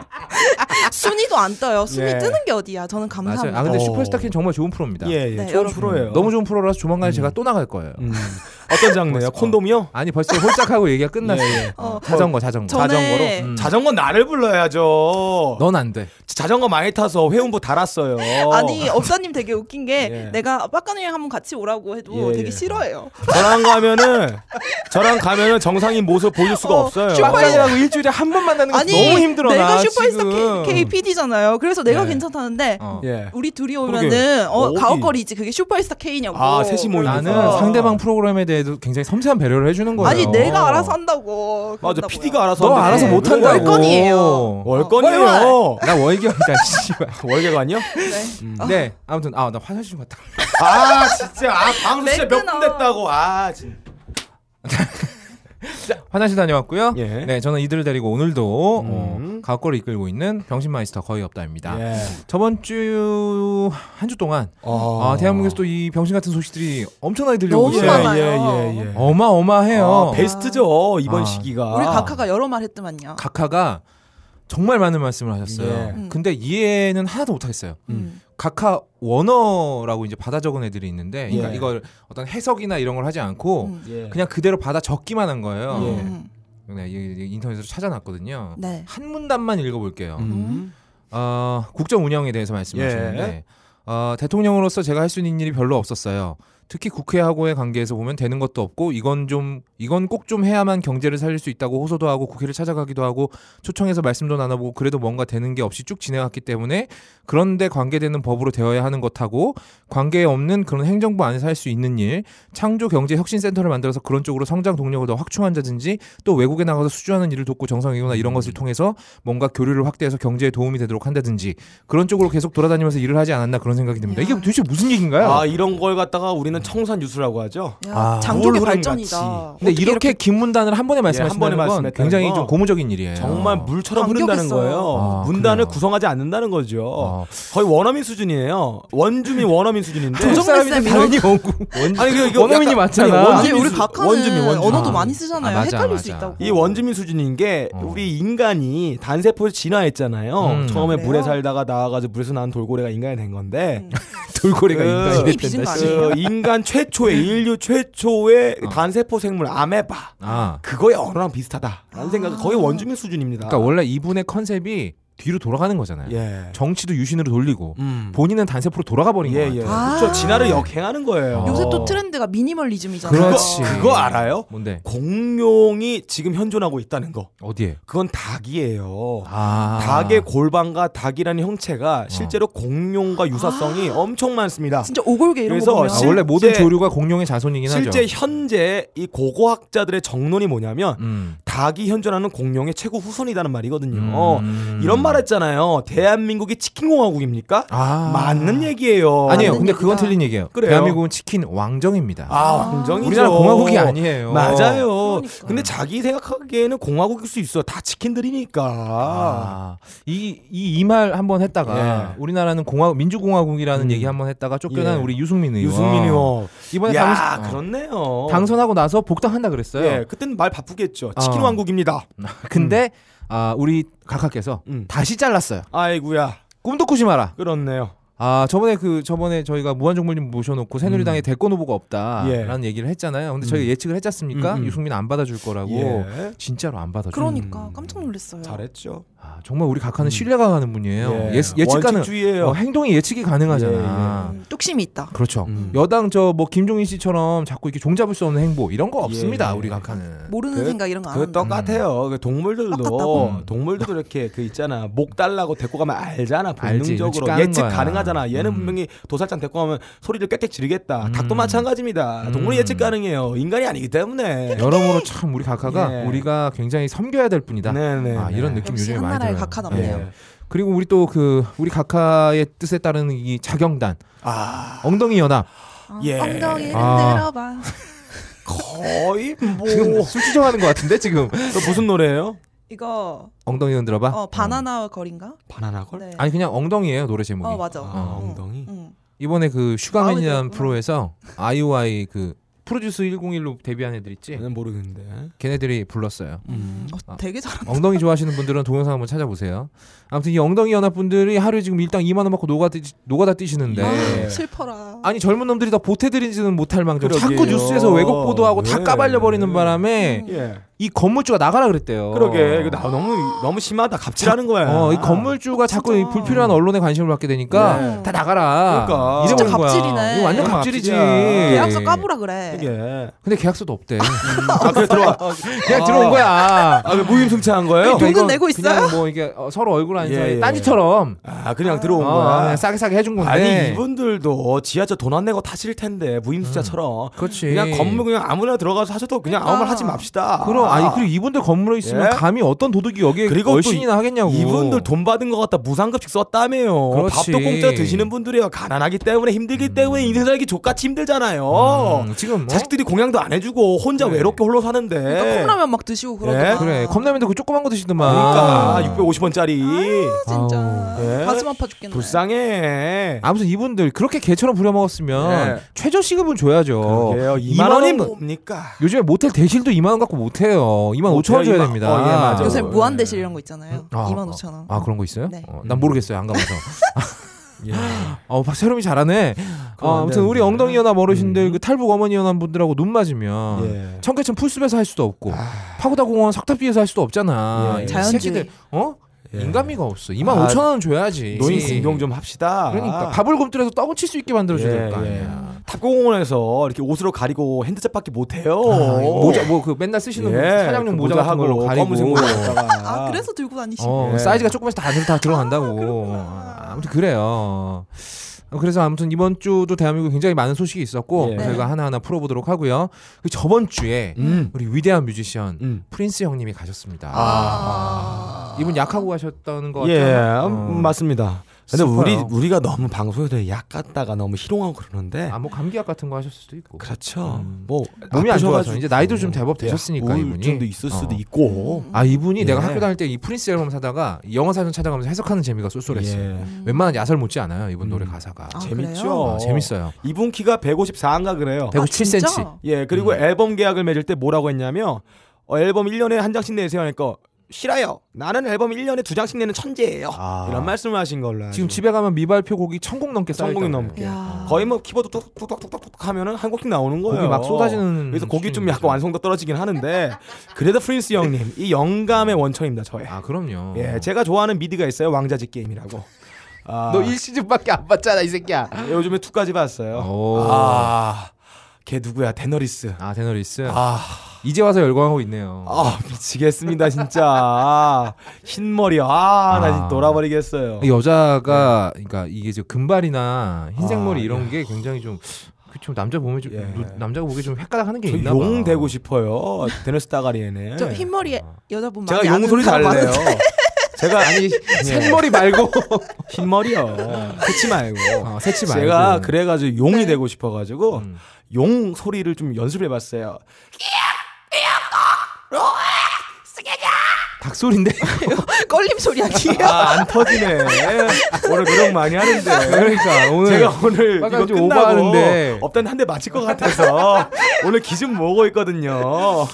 [SPEAKER 3] 순위도 안 떠요. 순위
[SPEAKER 2] 예.
[SPEAKER 3] 뜨는 게 어디야? 저는
[SPEAKER 1] 맞아요.
[SPEAKER 3] 감사합니다.
[SPEAKER 1] 아 근데
[SPEAKER 2] 어.
[SPEAKER 1] 슈퍼스타킹 정말 좋은 프로입니다.
[SPEAKER 2] 예, 예.
[SPEAKER 3] 네,
[SPEAKER 2] 좋은
[SPEAKER 3] 여러분.
[SPEAKER 2] 프로예요.
[SPEAKER 1] 너무 좋은 프로라서 조만간에 제가 또 나갈 거예요.
[SPEAKER 2] 음. 어떤 장르예요? 콘돔이요? 예,
[SPEAKER 1] 아니 벌써 홀짝하고 얘기가 끝났어요.
[SPEAKER 3] 어.
[SPEAKER 1] 자전거 자전거.
[SPEAKER 3] 전에
[SPEAKER 2] 자전거로.
[SPEAKER 1] 음.
[SPEAKER 2] 자전거 나를 불러야죠.
[SPEAKER 1] 넌 안 돼.
[SPEAKER 2] 자전거 많이 타서 회원부 달았어요.
[SPEAKER 3] 아니 업사님 되게 웃긴 게
[SPEAKER 2] 예.
[SPEAKER 3] 내가 빡가능이랑 한번 같이 오라고 해도
[SPEAKER 2] 예,
[SPEAKER 3] 되게
[SPEAKER 2] 예.
[SPEAKER 3] 싫어해요.
[SPEAKER 2] 저랑 가면은 저랑 가면은 정상인 모습 보여줄 수가
[SPEAKER 3] 어,
[SPEAKER 2] 없어요.
[SPEAKER 3] 슈퍼-
[SPEAKER 1] 빡가이랑 일주일에 한 번 만나는 거
[SPEAKER 3] 아니
[SPEAKER 1] 너무 힘들어.
[SPEAKER 3] 내가
[SPEAKER 1] 나
[SPEAKER 3] 슈퍼스타
[SPEAKER 1] 지금.
[SPEAKER 3] KPD잖아요. 그래서 내가
[SPEAKER 2] 예.
[SPEAKER 3] 괜찮다는데
[SPEAKER 1] 어.
[SPEAKER 2] 예.
[SPEAKER 3] 우리 둘이
[SPEAKER 2] 그러게.
[SPEAKER 3] 오면은 어,
[SPEAKER 2] 어디?
[SPEAKER 3] 가옥거리지 그게 슈퍼스타 K냐고.
[SPEAKER 2] 아, 셋이 모이니까.
[SPEAKER 1] 나는
[SPEAKER 2] 그러니까.
[SPEAKER 1] 상대방 프로그램에 대해서 굉장히 섬세한 배려를 해주는 거예요.
[SPEAKER 3] 아니 내가 알아서 한다고.
[SPEAKER 2] 어. 맞아.
[SPEAKER 3] 그런다고요.
[SPEAKER 2] PD가 알아서
[SPEAKER 1] 너
[SPEAKER 2] 한다고. 어.
[SPEAKER 1] 알아서
[SPEAKER 3] 네,
[SPEAKER 1] 못 한다고.
[SPEAKER 3] 월권이에요.
[SPEAKER 2] 월건이에요.
[SPEAKER 1] 나 월경이다. 씨발.
[SPEAKER 2] 월계관이요?
[SPEAKER 3] 네.
[SPEAKER 2] 음.
[SPEAKER 1] 네. 아무튼 아 나 화장실 좀 갔다.
[SPEAKER 2] 아 진짜 아 방송 진짜 몇
[SPEAKER 3] 매끈어.
[SPEAKER 2] 분 됐다고 아 진짜.
[SPEAKER 1] 화장실 다녀왔고요.
[SPEAKER 2] 예.
[SPEAKER 1] 네, 저는 이들을 데리고 오늘도
[SPEAKER 2] 음.
[SPEAKER 1] 어, 가옥걸을 이끌고 있는 병신 마이스터 거의 없다입니다.
[SPEAKER 2] 예.
[SPEAKER 1] 저번 주 한 주 동안
[SPEAKER 2] 어.
[SPEAKER 1] 아, 대한민국에서 또 이 병신 같은 소식들이 엄청나게 들려오고
[SPEAKER 3] 너무
[SPEAKER 2] 예,
[SPEAKER 1] 있어요.
[SPEAKER 3] 많아요.
[SPEAKER 2] 예, 예, 예.
[SPEAKER 1] 어마어마해요.
[SPEAKER 2] 아, 베스트죠 이번
[SPEAKER 1] 아.
[SPEAKER 2] 시기가.
[SPEAKER 3] 우리 각하가 여러 말 했더만요.
[SPEAKER 1] 각하가 정말 많은 말씀을 하셨어요.
[SPEAKER 2] 예.
[SPEAKER 3] 음.
[SPEAKER 1] 근데 이해는 하나도 못하겠어요.
[SPEAKER 3] 음.
[SPEAKER 1] 각하 원어라고 이제 받아 적은 애들이 있는데, 그러니까
[SPEAKER 2] 예.
[SPEAKER 1] 이걸 어떤 해석이나 이런 걸 하지 않고
[SPEAKER 3] 음.
[SPEAKER 2] 예.
[SPEAKER 1] 그냥 그대로 받아 적기만 한 거예요.
[SPEAKER 2] 예.
[SPEAKER 3] 음.
[SPEAKER 1] 네, 이- 이- 인터넷으로 찾아놨거든요.
[SPEAKER 3] 네.
[SPEAKER 1] 한 문단만 읽어볼게요.
[SPEAKER 2] 음.
[SPEAKER 1] 어, 국정 운영에 대해서 말씀하시는데 어, 대통령으로서 제가 할 수 있는 일이 별로 없었어요. 특히 국회하고의 관계에서 보면 되는 것도 없고 이건 좀 이건 꼭 좀 해야만 경제를 살릴 수 있다고 호소도 하고 국회를 찾아가기도 하고 초청해서 말씀도 나눠보고 그래도 뭔가 되는 게 없이 쭉 진행했기 때문에 그런데 관계되는 법으로 되어야 하는 것하고 관계 없는 그런 행정부 안에서 할 수 있는 일 창조 경제 혁신 센터를 만들어서 그런 쪽으로 성장 동력을 더 확충한다든지 또 외국에 나가서 수주하는 일을 돕고 정상회교나 이런 것을 통해서 뭔가 교류를 확대해서 경제에 도움이 되도록 한다든지 그런 쪽으로 계속 돌아다니면서 일을 하지 않았나 그런 생각이 듭니다. 이게 도대체 무슨 얘기인가요?
[SPEAKER 2] 아 이런 걸 갖다가 우리는 청산 유수라고 하죠.
[SPEAKER 3] 야,
[SPEAKER 1] 아,
[SPEAKER 3] 장족의
[SPEAKER 2] 뭘
[SPEAKER 3] 발전이다.
[SPEAKER 1] 근데
[SPEAKER 3] 어떻게
[SPEAKER 1] 이렇게, 긴 문단을 한 번에 말씀하신다는
[SPEAKER 2] 번에
[SPEAKER 1] 건
[SPEAKER 2] 말씀했다는
[SPEAKER 1] 굉장히
[SPEAKER 2] 거.
[SPEAKER 1] 좀 고무적인 일이에요.
[SPEAKER 2] 정말 물처럼 흐른다는
[SPEAKER 3] 감격했어요.
[SPEAKER 2] 거예요.
[SPEAKER 1] 네. 어. 아,
[SPEAKER 2] 문단을
[SPEAKER 1] 그래요.
[SPEAKER 2] 구성하지 않는다는 거죠.
[SPEAKER 1] 어.
[SPEAKER 2] 거의 원어민 수준이에요. 원주민 원어민 수준인데.
[SPEAKER 3] 조정-
[SPEAKER 1] 사람이
[SPEAKER 3] 쌤
[SPEAKER 1] 당연히 원구 원-
[SPEAKER 2] 아니 그 이거
[SPEAKER 1] 원어민이
[SPEAKER 2] 약간-
[SPEAKER 1] 맞잖아.
[SPEAKER 2] 아니,
[SPEAKER 3] 아니
[SPEAKER 2] 원주민
[SPEAKER 3] 우리
[SPEAKER 2] 수-
[SPEAKER 3] 각하는
[SPEAKER 2] 원주민 원주민.
[SPEAKER 3] 언어도
[SPEAKER 1] 아.
[SPEAKER 3] 많이 쓰잖아요.
[SPEAKER 1] 아, 맞아,
[SPEAKER 3] 헷갈릴 수
[SPEAKER 1] 맞아.
[SPEAKER 3] 있다고.
[SPEAKER 2] 이 원주민 수준인 게
[SPEAKER 1] 어.
[SPEAKER 2] 우리 인간이 단세포에서 진화했잖아요.
[SPEAKER 1] 음.
[SPEAKER 2] 처음에
[SPEAKER 3] 그래요?
[SPEAKER 2] 물에 살다가 나와가지고 물에서 난 돌고래가 인간이 된 건데
[SPEAKER 3] 음.
[SPEAKER 1] 돌고래가
[SPEAKER 2] 그-
[SPEAKER 1] 인간이
[SPEAKER 3] 힘이 빚은
[SPEAKER 1] 된다.
[SPEAKER 3] 거
[SPEAKER 1] 씨.
[SPEAKER 3] 아니에요?
[SPEAKER 2] 그 인간 최초의 인류 최초의
[SPEAKER 1] 어.
[SPEAKER 2] 단세포 생물 아메바
[SPEAKER 1] 아,
[SPEAKER 2] 그거의 언어랑 비슷하다라는 생각은 거의
[SPEAKER 3] 아.
[SPEAKER 2] 원주민 수준입니다.
[SPEAKER 1] 그러니까 원래 이분의 컨셉이 뒤로 돌아가는 거잖아요.
[SPEAKER 2] 예.
[SPEAKER 1] 정치도 유신으로 돌리고
[SPEAKER 2] 음.
[SPEAKER 1] 본인은 단세포로 돌아가 버린
[SPEAKER 2] 예,
[SPEAKER 1] 거예요.
[SPEAKER 2] 예.
[SPEAKER 3] 아.
[SPEAKER 2] 그렇죠. 진화를 역행하는 거예요.
[SPEAKER 3] 요새
[SPEAKER 1] 어.
[SPEAKER 3] 또 트렌드가 미니멀리즘이잖아요.
[SPEAKER 2] 그거,
[SPEAKER 1] 그렇지.
[SPEAKER 2] 그거 알아요?
[SPEAKER 1] 뭔데?
[SPEAKER 2] 공룡이 지금 현존하고 있다는 거.
[SPEAKER 1] 어디에?
[SPEAKER 2] 그건 닭이에요.
[SPEAKER 1] 아, 어.
[SPEAKER 2] 닭의 골반과 닭이라는 형체가 실제로 공룡과 유사성이
[SPEAKER 3] 아.
[SPEAKER 2] 엄청 많습니다.
[SPEAKER 3] 진짜 오골계 이런
[SPEAKER 2] 그래서
[SPEAKER 3] 거 보면
[SPEAKER 1] 아, 원래 모든
[SPEAKER 2] 실제-
[SPEAKER 1] 조류가 공룡의 자손이긴
[SPEAKER 2] 실제
[SPEAKER 1] 하죠.
[SPEAKER 2] 현재 이 고고학자들의 정론이 뭐냐면
[SPEAKER 1] 음.
[SPEAKER 2] 닭이 현존하는 공룡의 최고 후손이라는 말이거든요.
[SPEAKER 1] 음.
[SPEAKER 2] 어, 이런 말 했잖아요. 대한민국이 치킨공화국입니까?
[SPEAKER 1] 아.
[SPEAKER 2] 맞는 얘기예요.
[SPEAKER 1] 아니에요.
[SPEAKER 3] 맞는
[SPEAKER 1] 근데 그건
[SPEAKER 3] 얘기다.
[SPEAKER 1] 틀린 얘기예요.
[SPEAKER 2] 그래요.
[SPEAKER 1] 대한민국은 치킨 왕정입니다.
[SPEAKER 2] 아, 왕정이죠.
[SPEAKER 1] 우리나라 공화국이 아니에요.
[SPEAKER 2] 맞아요.
[SPEAKER 3] 그러니까.
[SPEAKER 2] 근데 자기 생각하기에는 공화국일 수 있어. 다 치킨들이니까.
[SPEAKER 1] 아. 이이 이 말 한번 했다가
[SPEAKER 2] 아. 예.
[SPEAKER 1] 우리나라는 공화 민주공화국이라는
[SPEAKER 2] 음.
[SPEAKER 1] 얘기 한번 했다가 쫓겨난
[SPEAKER 2] 예.
[SPEAKER 1] 우리 유승민 의원.
[SPEAKER 2] 유승민 의원.
[SPEAKER 1] 이번에 어,
[SPEAKER 2] 야, 아,
[SPEAKER 1] 당,
[SPEAKER 2] 그렇네요.
[SPEAKER 1] 선하고 나서 복당한다 그랬어요.
[SPEAKER 2] 예, 그땐 말 바쁘겠죠. 치킨
[SPEAKER 1] 어.
[SPEAKER 2] 왕국입니다.
[SPEAKER 1] 근데 아, 우리 각하께서
[SPEAKER 2] 음.
[SPEAKER 1] 다시 잘랐어요.
[SPEAKER 2] 아이구야.
[SPEAKER 1] 꿈도 꾸지 마라.
[SPEAKER 2] 그렇네요.
[SPEAKER 1] 아 저번에 그 저번에 저희가 무한정물님 모셔놓고 새누리당에 대권 후보가
[SPEAKER 2] 음. 예.
[SPEAKER 1] 없다라는 얘기를 했잖아요. 근데 저희가 예측을 했지 않습니까?
[SPEAKER 2] 음, 음.
[SPEAKER 1] 유승민 안 받아줄 거라고.
[SPEAKER 2] 예.
[SPEAKER 1] 진짜로 안 받아줘.
[SPEAKER 3] 그러니까
[SPEAKER 2] 음.
[SPEAKER 3] 깜짝 놀랐어요.
[SPEAKER 2] 잘했죠.
[SPEAKER 1] 아, 정말 우리 각하는 신뢰가 가는 분이에요. 예, 측 가능.
[SPEAKER 2] 음. 원칙주의예요. 예,
[SPEAKER 1] 어, 행동이 예측이 가능하잖아.
[SPEAKER 3] 음, 뚝심이 있다.
[SPEAKER 1] 그렇죠.
[SPEAKER 2] 음.
[SPEAKER 1] 여당 저 뭐 김종인 씨처럼 자꾸 이렇게 종잡을 수 없는 행보 이런 거 없습니다.
[SPEAKER 2] 예.
[SPEAKER 1] 우리 각하는.
[SPEAKER 3] 모르는
[SPEAKER 2] 그-
[SPEAKER 3] 생각 이런 거 안
[SPEAKER 2] 그
[SPEAKER 3] 한다.
[SPEAKER 1] 음.
[SPEAKER 2] 똑같아요. 그 동물들도
[SPEAKER 1] 똑같다고.
[SPEAKER 2] 동물들도 이렇게 그 있잖아. 목 달라고 데리고 가면 알잖아.
[SPEAKER 1] 알지.
[SPEAKER 2] 본능적으로
[SPEAKER 1] 눈치 까는
[SPEAKER 2] 예측
[SPEAKER 1] 거야.
[SPEAKER 2] 가능하잖아. 얘는
[SPEAKER 1] 음.
[SPEAKER 2] 분명히 도살장 데리고 가면 소리를 꽥꽥 지르겠다.
[SPEAKER 1] 음.
[SPEAKER 2] 닭도 마찬가지입니다. 동물이
[SPEAKER 1] 음.
[SPEAKER 2] 예측 가능해요. 인간이 아니기 때문에.
[SPEAKER 1] 여러모로 참 우리 각하가
[SPEAKER 2] 예.
[SPEAKER 1] 우리가 굉장히 섬겨야 될 분이다.
[SPEAKER 2] 네네.
[SPEAKER 1] 아, 이런 느낌
[SPEAKER 3] 역시
[SPEAKER 1] 요즘에
[SPEAKER 3] 한
[SPEAKER 1] 많이
[SPEAKER 3] 나라의
[SPEAKER 1] 들어요.
[SPEAKER 3] 각하답네요.
[SPEAKER 1] 예. 그리고 우리 또 그 우리 각하의 뜻에 따르는 이 자경단
[SPEAKER 2] 아
[SPEAKER 1] 엉덩이 연합
[SPEAKER 3] 아,
[SPEAKER 2] 예.
[SPEAKER 3] 엉덩이를
[SPEAKER 1] 아.
[SPEAKER 3] 흔들어봐.
[SPEAKER 2] 거의 뭐
[SPEAKER 1] 지금 술 추정하는 것 같은데 지금
[SPEAKER 2] 저 무슨 노래예요?
[SPEAKER 3] 이거
[SPEAKER 1] 엉덩이 흔들어봐.
[SPEAKER 3] 어, 바나나 걸인가?
[SPEAKER 2] 바나나 걸?
[SPEAKER 3] 네. 음.
[SPEAKER 1] 아니 그냥 엉덩이에요 노래 제목이.
[SPEAKER 3] 어 맞아.
[SPEAKER 2] 아,
[SPEAKER 3] 응,
[SPEAKER 2] 엉덩이.
[SPEAKER 3] 응.
[SPEAKER 1] 이번에 그 슈가맨이라는
[SPEAKER 3] 마음에 어. 들었구나.
[SPEAKER 1] 프로에서 아이오아이 그 프로듀스 101로 데뷔한 애들 있지.
[SPEAKER 2] 저는 모르겠는데.
[SPEAKER 1] 걔네들이 불렀어요.
[SPEAKER 2] 음.
[SPEAKER 3] 어, 되게 잘.
[SPEAKER 1] 엉덩이 좋아하시는 분들은 동영상 한번 찾아보세요. 아무튼 이 엉덩이 연합 분들이 하루에 지금 일당 2만 원 받고 노가다, 뛰- 노가다 뛰시는데
[SPEAKER 2] 네.
[SPEAKER 3] 아, 슬퍼라.
[SPEAKER 1] 아니 젊은 놈들이 다 보태드리지는 못할 망정 자꾸
[SPEAKER 2] 그러게요.
[SPEAKER 1] 뉴스에서 왜곡 보도하고 다
[SPEAKER 2] 네.
[SPEAKER 1] 까발려 버리는 바람에
[SPEAKER 3] 음.
[SPEAKER 2] 예.
[SPEAKER 1] 이 건물주가 나가라 그랬대요.
[SPEAKER 2] 그러게 이거 나 아, 너무 너무 심하다. 갑질하는 거야.
[SPEAKER 1] 어, 이 건물주가
[SPEAKER 3] 어,
[SPEAKER 1] 자꾸
[SPEAKER 3] 진짜.
[SPEAKER 1] 이 불필요한 언론에 관심을 받게 되니까
[SPEAKER 3] 네.
[SPEAKER 1] 다 나가라.
[SPEAKER 2] 그러니까.
[SPEAKER 1] 이래
[SPEAKER 3] 진짜
[SPEAKER 1] 버린 거야.
[SPEAKER 3] 갑질이네.
[SPEAKER 1] 이거 완전
[SPEAKER 2] 이건
[SPEAKER 1] 갑질이지.
[SPEAKER 2] 갑질이야.
[SPEAKER 3] 계약서 까보라 그래.
[SPEAKER 2] 이게.
[SPEAKER 1] 근데 계약서도 없대.
[SPEAKER 2] 아 그래 들어와.
[SPEAKER 1] 그냥 들어온 거야.
[SPEAKER 2] 아그 무임승차한 거예요?
[SPEAKER 3] 돈은
[SPEAKER 1] 이건
[SPEAKER 3] 내고 있어요?
[SPEAKER 1] 그냥 뭐 이게 어, 서로 얼굴 안에서
[SPEAKER 2] 예, 예.
[SPEAKER 1] 딴지처럼
[SPEAKER 2] 아 그냥 들어온
[SPEAKER 1] 어,
[SPEAKER 2] 거야.
[SPEAKER 1] 그냥 싸게 싸게 해준 건데.
[SPEAKER 2] 아니 이분들도 지하철 돈 안 내고 타실 텐데 무임승차처럼
[SPEAKER 1] 음. 그렇지.
[SPEAKER 2] 그냥 건물 그냥 아무나 들어가서 하셔도 그냥 아무 말 하지 맙시다.
[SPEAKER 1] 그러니까. 그럼 아니 그리고 이분들 건물에 있으면
[SPEAKER 2] 예?
[SPEAKER 1] 감히 어떤 도둑이 여기에
[SPEAKER 2] 그리고 또
[SPEAKER 1] 얼씬이나 하겠냐고.
[SPEAKER 2] 이분들 돈 받은 것 같다 무상급식 썼다며요.
[SPEAKER 1] 그렇지.
[SPEAKER 2] 밥도 공짜 드시는 분들이에요. 가난하기 때문에 힘들기 때문에 인생 살기 족같이 힘들잖아요.
[SPEAKER 1] 음, 지금 뭐? 네.
[SPEAKER 2] 자식들이 공양도 안 해주고 혼자
[SPEAKER 1] 그래.
[SPEAKER 2] 외롭게 홀로 사는데.
[SPEAKER 3] 그러니까 콩라면 막 드시고
[SPEAKER 2] 예?
[SPEAKER 3] 그러더라.
[SPEAKER 1] 그래 컵라면도 그 조그만 거 드시더만.
[SPEAKER 2] 그러니까
[SPEAKER 1] 아.
[SPEAKER 2] 650원짜리
[SPEAKER 3] 진짜
[SPEAKER 2] 아우. 네.
[SPEAKER 3] 가슴 아파 죽겠네.
[SPEAKER 2] 불쌍해.
[SPEAKER 1] 네. 아무튼 이분들 그렇게 개처럼 부려먹었으면
[SPEAKER 2] 네.
[SPEAKER 1] 최저 시급은 줘야죠.
[SPEAKER 2] 그러게요. 2만
[SPEAKER 1] 뭐. 이만
[SPEAKER 2] 원이
[SPEAKER 1] 원은
[SPEAKER 2] 뭡니까?
[SPEAKER 1] 요즘에 모텔 대실도 2만 원 갖고 못 해요. 2만 5천 원
[SPEAKER 2] 모텔
[SPEAKER 1] 줘야
[SPEAKER 2] 이만-
[SPEAKER 1] 됩니다.
[SPEAKER 2] 어, 예, 맞아.
[SPEAKER 3] 요새
[SPEAKER 2] 어,
[SPEAKER 3] 무한
[SPEAKER 2] 예.
[SPEAKER 3] 대실 이런 거 있잖아요.
[SPEAKER 1] 아,
[SPEAKER 3] 25,000원.
[SPEAKER 1] 아 그런 거 있어요?
[SPEAKER 3] 네.
[SPEAKER 1] 어, 난 모르겠어요. 안 가봐서.
[SPEAKER 2] 예.
[SPEAKER 1] 어, 박 세롬이 잘하네.
[SPEAKER 2] 그건
[SPEAKER 1] 어,
[SPEAKER 2] 안
[SPEAKER 1] 아무튼 우리
[SPEAKER 2] 되는데.
[SPEAKER 1] 엉덩이 연합 어르신들
[SPEAKER 2] 음.
[SPEAKER 1] 그 탈북 어머니 연합 분들하고 눈 맞으면
[SPEAKER 2] 예.
[SPEAKER 1] 청계천 풀숲에서 할 수도 없고
[SPEAKER 2] 아,
[SPEAKER 1] 파고다 공원 석탑 뒤에서 할 수도 없잖아.
[SPEAKER 2] 예.
[SPEAKER 1] 이
[SPEAKER 3] 자연주의.
[SPEAKER 1] 새끼들 어?
[SPEAKER 2] 예.
[SPEAKER 1] 인간미가 없어. 2만
[SPEAKER 2] 아,
[SPEAKER 1] 5천 원 줘야지.
[SPEAKER 2] 노인 공경 좀 합시다.
[SPEAKER 1] 그러니까 밥을 굶들여서 떡을 칠 수 있게 예. 그러니까 만들어 줘야 될 거
[SPEAKER 2] 예, 예.
[SPEAKER 1] 아니야.
[SPEAKER 2] 탑공원에서 이렇게 옷으로 가리고 핸드셋밖에 못해요.
[SPEAKER 1] 아, 모자 뭐 그 맨날 쓰시는 사냥용
[SPEAKER 2] 그
[SPEAKER 1] 모자 같은 걸로 가리고
[SPEAKER 2] 검은색 모자에다가.
[SPEAKER 3] 아, 그래서 들고 다니시는
[SPEAKER 1] 어,
[SPEAKER 2] 예.
[SPEAKER 1] 사이즈가 조금씩 다 안으로 다 들어간다고. 아, 무튼 그래요. 어, 그래서 아무튼 이번 주도 대한민국 굉장히 많은 소식이 있었고
[SPEAKER 2] 예.
[SPEAKER 1] 저희가 하나하나 풀어보도록 하고요. 그 저번 주에
[SPEAKER 2] 음.
[SPEAKER 1] 우리 위대한 뮤지션
[SPEAKER 2] 음.
[SPEAKER 1] 프린스 형님이 가셨습니다.
[SPEAKER 2] 아.
[SPEAKER 1] 이분 약하고 가셨다는 것 같아요.
[SPEAKER 2] 예,
[SPEAKER 1] 어.
[SPEAKER 2] 음, 맞습니다. 근데
[SPEAKER 1] 슬퍼요.
[SPEAKER 2] 우리 우리가 너무 방송에서 약 같다가 너무 희롱하고 그러는데
[SPEAKER 1] 아, 뭐 감기약 같은 거 하셨을 수도 있고.
[SPEAKER 2] 그렇죠.
[SPEAKER 1] 음.
[SPEAKER 2] 뭐
[SPEAKER 1] 몸이 안 좋아서
[SPEAKER 2] 아프셔가지고.
[SPEAKER 1] 이제 나이도 좀 대법 되셨으니까
[SPEAKER 2] 예,
[SPEAKER 1] 이분이.
[SPEAKER 2] 우울증도 있을 수도
[SPEAKER 1] 어.
[SPEAKER 2] 있고.
[SPEAKER 1] 아 이분이
[SPEAKER 2] 예.
[SPEAKER 1] 내가 학교 다닐 때 이 프린스 앨범 사다가 이 영어 사전 찾아가면서 해석하는 재미가 쏠쏠했어요.
[SPEAKER 2] 예.
[SPEAKER 1] 웬만한 야설 못지 않아요 이분 노래
[SPEAKER 2] 음.
[SPEAKER 1] 가사가.
[SPEAKER 3] 아,
[SPEAKER 2] 재밌죠.
[SPEAKER 3] 그래요?
[SPEAKER 1] 아, 재밌어요.
[SPEAKER 2] 이분 키가 154인가 그래요.
[SPEAKER 1] 157cm.
[SPEAKER 3] 아, 진짜?
[SPEAKER 2] 예, 그리고
[SPEAKER 1] 음.
[SPEAKER 2] 앨범 계약을 맺을 때 뭐라고 했냐면 어, 앨범 1년에 한 장씩 내세요 하니까 싫어요. 나는 앨범 1년에 두 장씩 내는 천재예요.
[SPEAKER 1] 아.
[SPEAKER 2] 이런 말씀을 하신 걸로 아주.
[SPEAKER 1] 지금 집에 가면 미발표 곡이 천곡 넘게
[SPEAKER 2] 천곡이
[SPEAKER 1] 써있다고
[SPEAKER 2] 넘게.
[SPEAKER 3] 야.
[SPEAKER 2] 거의 뭐 키보드 뚝뚝뚝뚝뚝 하면은 한 곡씩 나오는 거예요.
[SPEAKER 1] 곡이 막 쏟아지는
[SPEAKER 2] 그래서 곡이 좀
[SPEAKER 1] 수준이죠.
[SPEAKER 2] 약간 완성도 떨어지긴 하는데 그래도 프린스 형님 이 영감의 원천입니다 저의.
[SPEAKER 1] 아 그럼요.
[SPEAKER 2] 예, 제가 좋아하는 미드가 있어요 왕자지 게임이라고. 아,
[SPEAKER 1] 너 1시즌밖에 안 봤잖아 이 새끼야.
[SPEAKER 2] 요즘에 2까지 봤어요.
[SPEAKER 1] 오.
[SPEAKER 2] 아, 걔 누구야? 데너리스.
[SPEAKER 1] 아 데너리스
[SPEAKER 2] 아,
[SPEAKER 1] 이제 와서 열광하고 있네요.
[SPEAKER 2] 아 미치겠습니다 진짜. 아, 흰 머리. 아, 나
[SPEAKER 1] 아.
[SPEAKER 2] 진짜 돌아버리겠어요.
[SPEAKER 1] 이 여자가 그러니까 이게 저 금발이나 흰색
[SPEAKER 2] 예. 아,
[SPEAKER 1] 머리 이런 게 굉장히 좀. 그좀 남자 보면 좀
[SPEAKER 2] 예.
[SPEAKER 1] 노- 남자가 보기 좀 헷갈하는 게
[SPEAKER 2] 저
[SPEAKER 1] 있나 봐.
[SPEAKER 2] 용 되고 싶어요. 데너스 다가리에네.
[SPEAKER 3] 저 흰머리 여자분 많이
[SPEAKER 2] 예. 아. 제가 용
[SPEAKER 3] 아는
[SPEAKER 2] 소리
[SPEAKER 3] 사람
[SPEAKER 2] 잘래요.
[SPEAKER 3] 많은데.
[SPEAKER 2] 제가 아니
[SPEAKER 1] 생머리 말고
[SPEAKER 2] 흰 머리요. 그치 말고.
[SPEAKER 1] 어, 새치 말고.
[SPEAKER 2] 제가 그래가지고 용이
[SPEAKER 3] 네.
[SPEAKER 2] 되고 싶어가지고
[SPEAKER 1] 음.
[SPEAKER 2] 용 소리를 좀 연습해봤어요.
[SPEAKER 1] 닭소리인데
[SPEAKER 3] 껄림 소리 아니에요?
[SPEAKER 2] 아 안 터지네. 오늘 노력 많이 하는데.
[SPEAKER 1] 그러니까 오늘
[SPEAKER 2] 제가 오늘 이거
[SPEAKER 1] 약간 좀
[SPEAKER 2] 끝나고
[SPEAKER 1] 오버하는데.
[SPEAKER 2] 업단 한 대 맞을 것 같아서 오늘 기준 모으고 있거든요.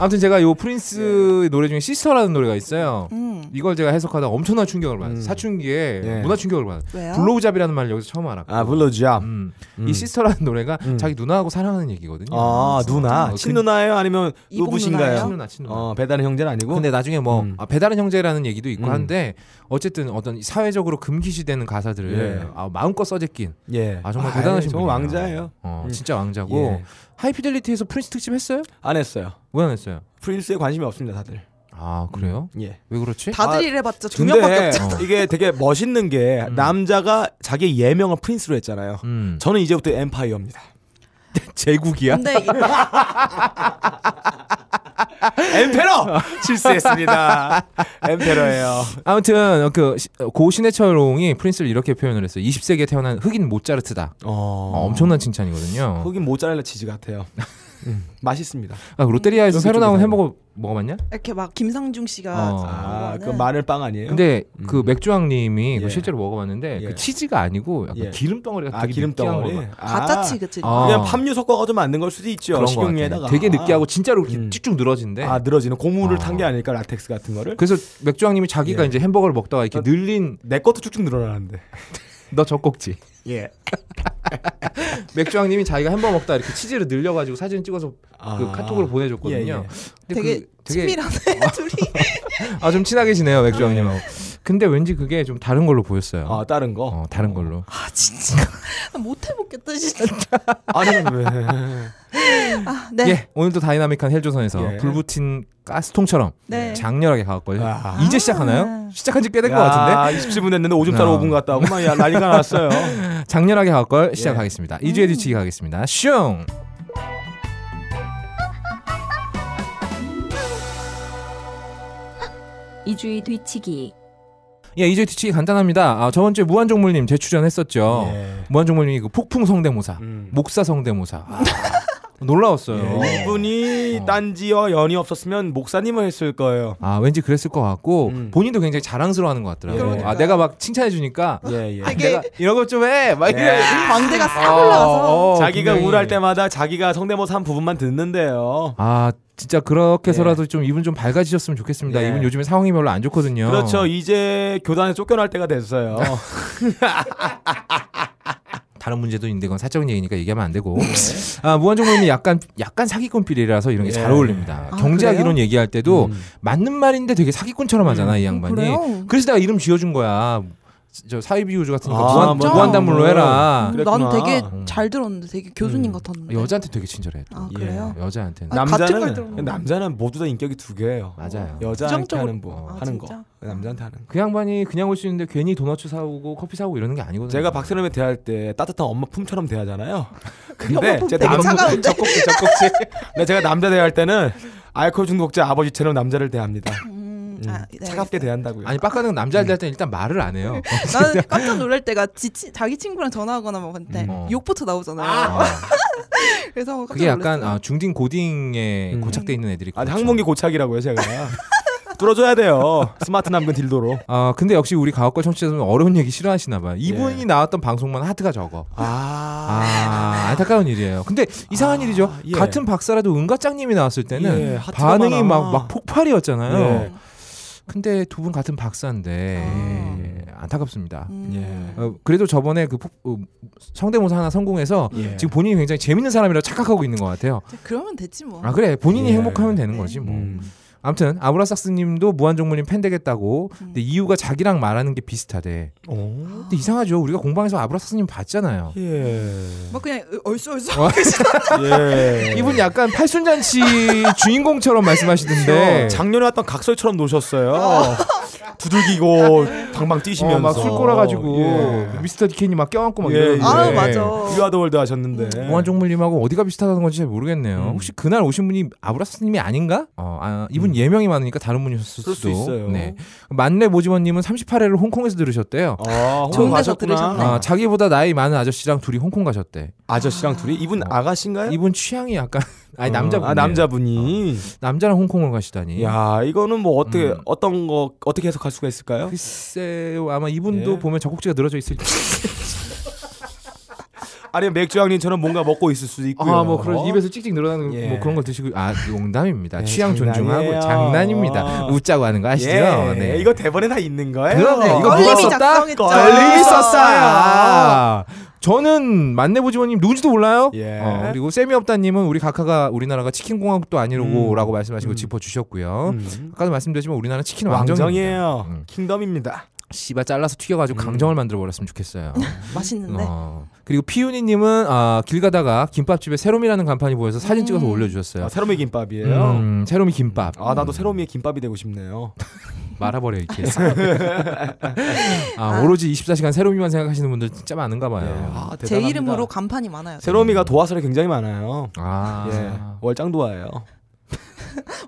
[SPEAKER 1] 아무튼 제가 요 프린스
[SPEAKER 2] 네.
[SPEAKER 1] 노래 중에 시스터라는 노래가 있어요.
[SPEAKER 3] 음.
[SPEAKER 1] 이걸 제가 해석하다 가 엄청난 충격을 받았어요.
[SPEAKER 2] 음.
[SPEAKER 1] 사춘기에
[SPEAKER 2] 예.
[SPEAKER 1] 문화 충격을 받았어요.
[SPEAKER 3] 왜요?
[SPEAKER 1] 블로우잡이라는 말을 여기서 처음 알았고.
[SPEAKER 2] 아 블루잡.
[SPEAKER 1] 음.
[SPEAKER 2] 음.
[SPEAKER 1] 이 시스터라는 노래가
[SPEAKER 2] 음.
[SPEAKER 1] 자기 누나하고 사랑하는 얘기거든요.
[SPEAKER 2] 아 누나,
[SPEAKER 1] 어,
[SPEAKER 2] 친 누나예요 아니면
[SPEAKER 3] 이복
[SPEAKER 1] 그,
[SPEAKER 2] 누부신가요?
[SPEAKER 3] 누나예요?
[SPEAKER 1] 친누나 친누나.
[SPEAKER 2] 어 배달은 형제는 아니고.
[SPEAKER 1] 근데 나중에 뭐
[SPEAKER 2] 음.
[SPEAKER 1] 아, 배달은 형제라는 얘기도 있고
[SPEAKER 2] 음.
[SPEAKER 1] 한데 어쨌든 어떤 사회적으로 금기시되는 가사들을
[SPEAKER 2] 예.
[SPEAKER 1] 아, 마음껏 써제낀
[SPEAKER 2] 예.
[SPEAKER 1] 아 정말 대단하신
[SPEAKER 2] 정말
[SPEAKER 1] 분이에요.
[SPEAKER 2] 왕자예요.
[SPEAKER 1] 어,
[SPEAKER 2] 음.
[SPEAKER 1] 진짜 왕자고
[SPEAKER 2] 예.
[SPEAKER 1] 하이피델리티에서 프린스 특집 했어요?
[SPEAKER 2] 안 했어요.
[SPEAKER 1] 왜 안 했어요?
[SPEAKER 2] 프린스에 관심이 없습니다 다들.
[SPEAKER 1] 아 그래요?
[SPEAKER 2] 예.
[SPEAKER 1] 왜 그렇지?
[SPEAKER 3] 다들
[SPEAKER 2] 아,
[SPEAKER 3] 이래봤자 두 명밖에
[SPEAKER 2] 근데
[SPEAKER 3] 없죠.
[SPEAKER 2] 이게 되게 멋있는 게
[SPEAKER 1] 음.
[SPEAKER 2] 남자가 자기 예명을 프린스로 했잖아요.
[SPEAKER 1] 음.
[SPEAKER 2] 저는 이제부터 엠파이어입니다.
[SPEAKER 1] 제국이야?
[SPEAKER 3] 근데 이-
[SPEAKER 2] 엠페러 실수했습니다. 엠페러예요.
[SPEAKER 1] 아무튼 어, 그고 신해철옹이 프린스를 이렇게 표현을 했어요. 20세기에 태어난 흑인 모차르트다. 어,
[SPEAKER 2] 아.
[SPEAKER 1] 엄청난 칭찬이거든요.
[SPEAKER 2] 거긴 어, 모짜렐라 치즈 같아요. 음, 맛있습니다.
[SPEAKER 1] 아, 롯데리아에서
[SPEAKER 2] 여기
[SPEAKER 1] 새로
[SPEAKER 2] 좀
[SPEAKER 1] 나온
[SPEAKER 2] 이상해.
[SPEAKER 1] 햄버거 먹어봤냐?
[SPEAKER 3] 이렇게 막 김상중 씨가 뭐
[SPEAKER 1] 어.
[SPEAKER 2] 아, 그
[SPEAKER 3] 광고하는
[SPEAKER 2] 마늘 빵 아니에요?
[SPEAKER 1] 근데
[SPEAKER 2] 음.
[SPEAKER 1] 그 맥주왕님이
[SPEAKER 2] 예.
[SPEAKER 1] 그 실제로 먹어봤는데
[SPEAKER 2] 예.
[SPEAKER 1] 그 치즈가 아니고 약간
[SPEAKER 2] 예.
[SPEAKER 1] 기름 덩어리가
[SPEAKER 2] 아
[SPEAKER 1] 되게
[SPEAKER 2] 기름
[SPEAKER 1] 느끼한 거
[SPEAKER 2] 덩어리.
[SPEAKER 1] 같아요.
[SPEAKER 2] 아,
[SPEAKER 3] 가짜치 그치?
[SPEAKER 1] 아,
[SPEAKER 2] 그냥 팜유 섞어가지고 만든 걸 수도 있죠.
[SPEAKER 1] 그런 거
[SPEAKER 2] 식용유에다가.
[SPEAKER 1] 같아요. 되게 느끼하고 진짜로 이렇게
[SPEAKER 2] 음.
[SPEAKER 1] 쭉쭉 늘어진대.
[SPEAKER 2] 아 늘어지는 고무를
[SPEAKER 1] 아.
[SPEAKER 2] 탄 게 아닐까 라텍스 같은 거를.
[SPEAKER 1] 그래서 맥주왕님이 자기가 이제 햄버거를 먹다가 이렇게
[SPEAKER 2] 아.
[SPEAKER 1] 늘린
[SPEAKER 2] 내 것도 쭉쭉 늘어나는데.
[SPEAKER 1] 너 젖꼭지.
[SPEAKER 2] 예. 맥주왕님이
[SPEAKER 1] 맥주왕님이 자기가 햄버거 먹다 이렇게 치즈를 늘려가지고 사진 찍어서 그 카톡으로 보내줬거든요.
[SPEAKER 2] 아. 예, 예.
[SPEAKER 1] 근데
[SPEAKER 3] 되게
[SPEAKER 1] 그-
[SPEAKER 3] 친밀하네 둘이
[SPEAKER 1] 아 좀 친하게 지내요 맥주왕님하고. 근데 왠지 그게 좀 다른 걸로 보였어요.
[SPEAKER 2] 네. 아 다른 거.
[SPEAKER 1] 어, 다른 걸로.
[SPEAKER 3] 아 진짜 못 해먹겠다 진짜
[SPEAKER 2] 아니 왜?
[SPEAKER 3] 아, 네
[SPEAKER 1] 예, 오늘도 다이나믹한 헬조선에서
[SPEAKER 2] 예.
[SPEAKER 1] 불붙인 가스통처럼
[SPEAKER 3] 네.
[SPEAKER 1] 장렬하게 가갔거든요.
[SPEAKER 2] 아.
[SPEAKER 1] 이제 시작하나요? 시작한 지 꽤 된 것
[SPEAKER 2] 야,
[SPEAKER 1] 같은데.
[SPEAKER 2] 27분 했는데 오줌 따라
[SPEAKER 1] 어.
[SPEAKER 2] 5분 갔다 오고 막 야, 난리가 났어요.
[SPEAKER 1] 장렬하게 갈
[SPEAKER 2] 예.
[SPEAKER 1] 걸 시작하겠습니다. 이주에 뒤치기 가겠습니다. 슝.
[SPEAKER 4] 이주의 뒤치기
[SPEAKER 1] 예, 이주에 뒤치기 간단합니다. 아, 저번 주에 무한종물님 재출연했었죠.
[SPEAKER 2] 예.
[SPEAKER 1] 무한종물님이 그 폭풍 성대모사,
[SPEAKER 2] 음.
[SPEAKER 1] 목사 성대모사. 아, 놀라웠어요.
[SPEAKER 2] 예, 이분이
[SPEAKER 1] 어.
[SPEAKER 2] 딴지와 연이 없었으면 목사님을 했을 거예요.
[SPEAKER 1] 아, 왠지 그랬을 것 같고
[SPEAKER 2] 음.
[SPEAKER 1] 본인도 굉장히 자랑스러워하는 것 같더라고요.
[SPEAKER 2] 예.
[SPEAKER 1] 아, 내가 막 칭찬해 주니까
[SPEAKER 2] 예, 예.
[SPEAKER 3] 되게-
[SPEAKER 1] 내가 이런 것 좀 해. 막 이래.
[SPEAKER 2] 예.
[SPEAKER 3] 광대가 싹 올라와서
[SPEAKER 1] 네. 어, 어,
[SPEAKER 2] 자기가
[SPEAKER 1] 분명히.
[SPEAKER 2] 우울할 때마다 자기가 성대모사 한 부분만 듣는데요.
[SPEAKER 1] 아 진짜 그렇게서라도
[SPEAKER 3] 예.
[SPEAKER 1] 좀 이분 좀 밝아지셨으면 좋겠습니다.
[SPEAKER 2] 예.
[SPEAKER 1] 이분 요즘에 상황이 별로 안 좋거든요. 네.
[SPEAKER 2] 그렇죠. 이제 교단에 쫓겨날 때가 됐어요.
[SPEAKER 1] 다른 문제도 있는데 그건 사적인 얘기니까 얘기하면 안 되고. 아, 무한정모임이 약간 약간 사기꾼 필이라서 이런 게 잘
[SPEAKER 2] 네. 예.
[SPEAKER 1] 어울립니다.
[SPEAKER 3] 아,
[SPEAKER 1] 경제학
[SPEAKER 3] 그래요?
[SPEAKER 1] 이론 얘기할 때도
[SPEAKER 2] 음.
[SPEAKER 1] 맞는 말인데 되게 사기꾼처럼 하잖아 이 양반이.
[SPEAKER 3] 어, 음, 그래요?
[SPEAKER 1] 그래서 내가 이름 지어준 거야. 저 사이비 우주 같은 거
[SPEAKER 2] 아,
[SPEAKER 1] 무한
[SPEAKER 2] 맞아.
[SPEAKER 1] 무한담물로 해라.
[SPEAKER 2] 그래.
[SPEAKER 3] 난
[SPEAKER 2] 그랬구나.
[SPEAKER 3] 되게
[SPEAKER 1] 음.
[SPEAKER 3] 잘 들었는데 되게 교수님
[SPEAKER 1] 음.
[SPEAKER 3] 같았는데.
[SPEAKER 1] 여자한테 되게 친절해. 또.
[SPEAKER 3] 아
[SPEAKER 2] 예.
[SPEAKER 3] 그래요?
[SPEAKER 1] 여자한테는
[SPEAKER 3] 아, 같은 걸
[SPEAKER 2] 남자는
[SPEAKER 3] 들어보면.
[SPEAKER 2] 남자는 모두 다 인격이 두 개예요.
[SPEAKER 1] 맞아요.
[SPEAKER 2] 여자한테
[SPEAKER 3] 부정적으로-
[SPEAKER 2] 하는 거,
[SPEAKER 1] 아,
[SPEAKER 2] 하는 거,
[SPEAKER 3] 진짜?
[SPEAKER 2] 남자한테 하는 거.
[SPEAKER 1] 그 양반이 그냥 올 수 있는데 괜히 도넛 사오고 커피 사오고 이러는 게 아니거든요.
[SPEAKER 2] 제가 박세롬이 대할 때 따뜻한 엄마 품처럼 대하잖아요.
[SPEAKER 3] 엄마
[SPEAKER 2] 근데
[SPEAKER 3] 품
[SPEAKER 2] 제
[SPEAKER 3] 되게
[SPEAKER 2] 남
[SPEAKER 3] 차가운데?
[SPEAKER 2] 적꼭지 적꼭지. 근데 제가 남자 대할 때는 알코올 중독자 아버지처럼 남자를 대합니다.
[SPEAKER 1] 예.
[SPEAKER 3] 음,
[SPEAKER 2] 음,
[SPEAKER 3] 아, 네,
[SPEAKER 2] 차갑게 대한다고요.
[SPEAKER 1] 그 아니 빡가는 남자를 대할 땐 일단 말을 안 해요.
[SPEAKER 3] 알겠어요. 나는 깜짝 놀랄 때가 지, 친- 자기 친구랑 전화하거나 막 근데
[SPEAKER 1] 음.
[SPEAKER 3] 욕부터 나오잖아요.
[SPEAKER 1] 어.
[SPEAKER 3] 그래서 깜짝
[SPEAKER 1] 그게 약간
[SPEAKER 3] 놀랐어요.
[SPEAKER 1] 아, 중딩 고딩에
[SPEAKER 2] 음.
[SPEAKER 1] 고착돼 있는 애들이.
[SPEAKER 2] 아니
[SPEAKER 1] 그렇죠.
[SPEAKER 2] 항문기 고착이라고요 제가. 뚫어줘야 돼요. 스마트 남근 딜도로.
[SPEAKER 1] 아 근데 역시 우리 가옥걸 청취자분 어려운 얘기 싫어하시나 봐요. 이분이
[SPEAKER 2] 예.
[SPEAKER 1] 나왔던 방송만 하트가 적어.
[SPEAKER 2] 아.
[SPEAKER 1] 아 안타까운 일이에요. 근데 이상한
[SPEAKER 2] 아,
[SPEAKER 1] 일이죠.
[SPEAKER 2] 예.
[SPEAKER 1] 같은 박사라도 은가짱님이 나왔을 때는
[SPEAKER 2] 예, 하트가
[SPEAKER 1] 반응이
[SPEAKER 2] 많아.
[SPEAKER 1] 막 막 폭발이었잖아요.
[SPEAKER 2] 예.
[SPEAKER 1] 근데 두 분 같은 박사인데
[SPEAKER 3] 아.
[SPEAKER 1] 예, 안타깝습니다.
[SPEAKER 3] 음.
[SPEAKER 2] 예.
[SPEAKER 1] 어, 그래도 저번에 그 폭- 어, 성대모사 하나 성공해서
[SPEAKER 2] 예.
[SPEAKER 1] 지금 본인이 굉장히 재밌는 사람이라고 착각하고 있는 것 같아요.
[SPEAKER 3] 이제 그러면 됐지 뭐.
[SPEAKER 1] 아 그래 본인이
[SPEAKER 2] 예.
[SPEAKER 1] 행복하면 되는 거지 뭐.
[SPEAKER 2] 음.
[SPEAKER 1] 아무튼 아브라삭스님도 무한정물님 팬 되겠다고.
[SPEAKER 3] 음.
[SPEAKER 1] 근데 이유가 자기랑 말하는 게 비슷하대.
[SPEAKER 2] 어.
[SPEAKER 3] 아.
[SPEAKER 1] 근데 이상하죠. 우리가 공방에서 아브라삭스님 봤잖아요.
[SPEAKER 2] 예.
[SPEAKER 3] 막뭐 그냥 얼쑤 얼쑤.
[SPEAKER 1] 아,
[SPEAKER 2] 예.
[SPEAKER 1] 이분 약간 팔순잔치 주인공처럼 말씀하시던데.
[SPEAKER 2] 네. 작년에 왔던 각설처럼 노셨어요. 두들기고 당방 뛰시면서
[SPEAKER 1] 어, 막 술꼬라 가지고
[SPEAKER 2] 예.
[SPEAKER 1] 미스터 디켄이 막 껴안고 막
[SPEAKER 2] 예,
[SPEAKER 1] 이러는데.
[SPEAKER 3] 아 맞아.
[SPEAKER 2] 유아더월드 하셨는데
[SPEAKER 1] 네. 무한종물님하고 어디가 비슷하다는 건지 잘 모르겠네요.
[SPEAKER 2] 음.
[SPEAKER 1] 혹시 그날 오신 분이 아브라스님이 아닌가? 어, 아, 이분
[SPEAKER 2] 음.
[SPEAKER 1] 예명이 많으니까 다른 분이셨을 수도.
[SPEAKER 2] 그럴 수 있어요.
[SPEAKER 1] 네. 만렙 모지원님은 38회를 홍콩에서 들으셨대요.
[SPEAKER 2] 아, 홍콩
[SPEAKER 3] 좋은 데서
[SPEAKER 2] 가셨구나.
[SPEAKER 3] 들으셨네.
[SPEAKER 1] 아, 자기보다 나이 많은 아저씨랑 둘이 홍콩 가셨대.
[SPEAKER 2] 아, 저씨랑 둘이 이분
[SPEAKER 1] 어.
[SPEAKER 2] 아가씨인가요?
[SPEAKER 1] 이분 취향이 약간 음. 아니 남자분
[SPEAKER 2] 아, 남자분이.
[SPEAKER 1] 남자랑 홍콩을 가시다니.
[SPEAKER 2] 야, 이거는 뭐 어떻게
[SPEAKER 1] 음.
[SPEAKER 2] 어떤 거 어떻게 해석할 수가 있을까요?
[SPEAKER 1] 글쎄요 아마 이분도
[SPEAKER 2] 예.
[SPEAKER 1] 보면 젖꼭지가 늘어져 있을 텐데
[SPEAKER 2] 아니면 맥주왕님처럼 뭔가 먹고 있을 수도 있고요.
[SPEAKER 1] 아뭐 그런 입에서 찍찍 늘어나는
[SPEAKER 2] 예.
[SPEAKER 1] 뭐 그런 거 드시고 아 농담입니다
[SPEAKER 2] 예,
[SPEAKER 1] 취향 존중하고
[SPEAKER 2] 장난이에요.
[SPEAKER 1] 장난입니다 웃자고 하는 거 아시죠?
[SPEAKER 2] 예,
[SPEAKER 1] 네.
[SPEAKER 2] 이거 대본에 다 있는 거예요. 어.
[SPEAKER 1] 그럼요. 이거 누가
[SPEAKER 3] 걸림이
[SPEAKER 1] 썼다?
[SPEAKER 3] 작성했죠.
[SPEAKER 1] 걸림이
[SPEAKER 2] 아.
[SPEAKER 1] 썼어요. 저는 만내보지원님 누군지도 몰라요.
[SPEAKER 2] 예.
[SPEAKER 1] 어, 그리고 쌤이 없다님은 우리 각하가 우리나라가 치킨 공화국도
[SPEAKER 2] 음.
[SPEAKER 1] 아니라고라고 말씀하시고
[SPEAKER 2] 음.
[SPEAKER 1] 짚어주셨고요.
[SPEAKER 2] 음.
[SPEAKER 1] 아까도 말씀드렸지만 우리나라는 치킨 왕정이에요.
[SPEAKER 2] 왕정이에요.
[SPEAKER 1] 음.
[SPEAKER 2] 킹덤입니다.
[SPEAKER 1] 씨발 잘라서 튀겨가지고
[SPEAKER 2] 음. 네.
[SPEAKER 1] 강정을 만들어 버렸으면 좋겠어요.
[SPEAKER 3] 맛있는데.
[SPEAKER 1] 어. 그리고 피윤이님은 아, 길 가다가 김밥집에 새롬이라는 간판이 보여서 사진 찍어서
[SPEAKER 3] 음.
[SPEAKER 1] 올려주셨어요.
[SPEAKER 2] 아, 새로미 김밥이에요.
[SPEAKER 1] 음, 새롬이 김밥.
[SPEAKER 2] 아 나도 새로미의 김밥이 되고 싶네요.
[SPEAKER 1] 말아버려 이렇게. 아, 오로지 24시간 새롬이만 생각하시는 분들 진짜 많은가 봐요.
[SPEAKER 2] 예. 아,
[SPEAKER 3] 제
[SPEAKER 2] 대단합니다.
[SPEAKER 3] 이름으로 간판이 많아요.
[SPEAKER 2] 새로미가 도화살이 굉장히 많아요.
[SPEAKER 1] 아,
[SPEAKER 2] 예, 월장 도화예요.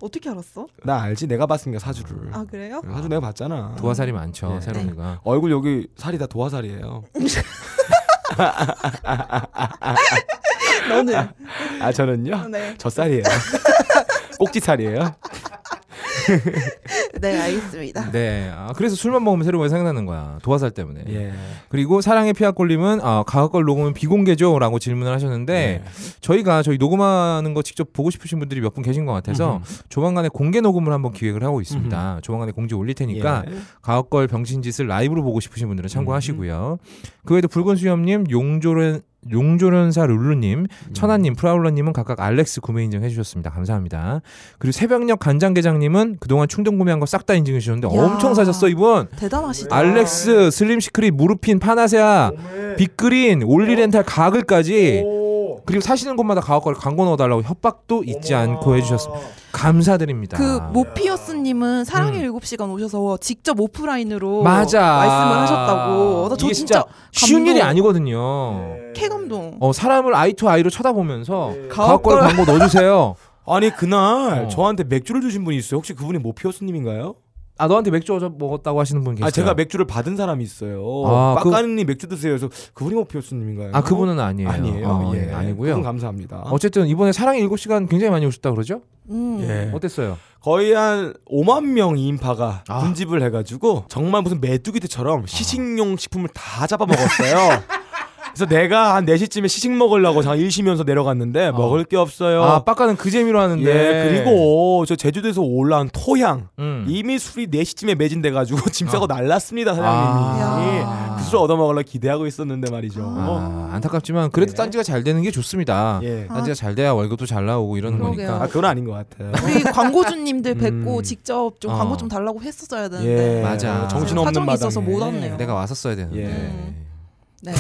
[SPEAKER 3] 어떻게 알았어?
[SPEAKER 2] 나 알지? 내가 봤으니까 사주를. 예,
[SPEAKER 3] 아 그래요?
[SPEAKER 2] 사주 내가 봤잖아.
[SPEAKER 1] 도화살이 많죠,
[SPEAKER 2] 예.
[SPEAKER 1] 새롬이가.
[SPEAKER 2] 얼굴 여기 살이 다 도화살이에요.
[SPEAKER 3] 너는
[SPEAKER 2] 아 저는요?
[SPEAKER 3] 네.
[SPEAKER 2] 젖살이에요. 꼭지살이에요.
[SPEAKER 3] 네 알겠습니다.
[SPEAKER 1] 네, 아, 그래서 술만 먹으면 새롬이 생각나는 거야. 도화살 때문에.
[SPEAKER 2] 예.
[SPEAKER 1] 그리고 사랑의 피아꼴님은 아, 가학걸 녹음은 비공개죠라고 질문을
[SPEAKER 2] 예. 네.
[SPEAKER 1] 하셨는데 저희가 저희 녹음하는 거 직접 보고 싶으신 분들이 몇 분 계신 것 같아서 조만간에 공개 녹음을 한번 기획을 하고 있습니다. 조만간에 공지 올릴 테니까
[SPEAKER 2] 예.
[SPEAKER 1] 가옥걸 병신짓을 라이브로 보고 싶으신 분들은 참고하시고요. 그 외에도 붉은 수염님, 용조련 용조련사 룰루님, 천하님, 프라울러님은 각각 알렉스 구매 인증 해주셨습니다. 감사합니다. 그리고 새벽녘 간장게장님은 그동안 충동 구매한 거 싹 다 인증해 주셨는데
[SPEAKER 3] 야.
[SPEAKER 1] 엄청 사셨어 이분.
[SPEAKER 3] 대단하시다.
[SPEAKER 1] 알렉스, 슬림 시크릿, 무르핀, 파나세아, 빅그린, 올리렌탈 가글까지 그리고 사시는 곳마다 가옥걸 광고 넣어달라고 협박도 잊지 않고 해주셨습니다. 감사드립니다.
[SPEAKER 3] 그 모피어스님은 사랑의 일곱 시간 오셔서 직접 오프라인으로
[SPEAKER 1] 맞아.
[SPEAKER 3] 말씀을 하셨다고. 어, 나저
[SPEAKER 1] 이게
[SPEAKER 3] 진짜,
[SPEAKER 1] 쉬운
[SPEAKER 3] 감동.
[SPEAKER 1] 일이 아니거든요.
[SPEAKER 3] 쾌감동.
[SPEAKER 1] 어, 사람을 아이 투 아이로 쳐다보면서
[SPEAKER 2] 예.
[SPEAKER 3] 가옥걸
[SPEAKER 1] 가옥걸 광고 넣어주세요.
[SPEAKER 2] 아니 그날
[SPEAKER 1] 어.
[SPEAKER 2] 저한테 맥주를 주신 분이 있어요. 혹시 그분이 뭐 모피어스님인가요?
[SPEAKER 1] 아 너한테 맥주 어저 먹었다고 하시는 분 계세요?
[SPEAKER 2] 아 제가 맥주를 받은 사람이 있어요.
[SPEAKER 1] 아, 그-
[SPEAKER 2] 빡가는님 맥주 드세요. 그래서 그분이 뭐 모피어스님인가요?
[SPEAKER 1] 아 그분은 아니에요.
[SPEAKER 2] 아니에요.
[SPEAKER 1] 어,
[SPEAKER 2] 예.
[SPEAKER 1] 아니고요.
[SPEAKER 2] 그분 감사합니다.
[SPEAKER 1] 어쨌든 이번에 사랑의 7시간 굉장히 많이 오셨다 그러죠?
[SPEAKER 3] 음.
[SPEAKER 2] 예.
[SPEAKER 1] 어땠어요?
[SPEAKER 2] 거의 한 5만 명 인파가
[SPEAKER 1] 아.
[SPEAKER 2] 군집을 해가지고 정말 무슨 메뚜기들처럼 시식용 식품을 다 잡아먹었어요. 그래서 내가 한 4시쯤에 시식 먹으려고 잠깐 일 쉬면서 내려갔는데
[SPEAKER 1] 어.
[SPEAKER 2] 먹을 게 없어요.
[SPEAKER 1] 아, 빡가는 그 재미로 하는데.
[SPEAKER 2] 예, 그리고 저 제주도에서 올라온 토양
[SPEAKER 1] 음.
[SPEAKER 2] 이미 술이 4시쯤에 매진돼가지고 짐 싸고 날랐습니다 사장님이
[SPEAKER 1] 아.
[SPEAKER 2] 그 술 얻어먹으려 기대하고 있었는데 말이죠
[SPEAKER 1] 아, 안타깝지만 그래도
[SPEAKER 2] 뭐. 예.
[SPEAKER 1] 딴지가 잘 되는 게 좋습니다.
[SPEAKER 2] 예.
[SPEAKER 3] 아.
[SPEAKER 1] 딴지가 잘 돼야 월급도 잘 나오고 이러는
[SPEAKER 3] 그러게요.
[SPEAKER 1] 거니까.
[SPEAKER 2] 아 그건 아닌 것 같아요
[SPEAKER 3] 우리 광고주님들 뵙고
[SPEAKER 2] 음.
[SPEAKER 3] 직접 좀
[SPEAKER 1] 어.
[SPEAKER 3] 광고 좀 달라고 했었어야 되는데
[SPEAKER 1] 맞아.
[SPEAKER 2] 예. 정신없는
[SPEAKER 3] 네. 사정이
[SPEAKER 2] 마당에
[SPEAKER 3] 있어서 못
[SPEAKER 2] 아,
[SPEAKER 3] 왔네요.
[SPEAKER 1] 내가 왔었어야 되는데.
[SPEAKER 3] 예. 네.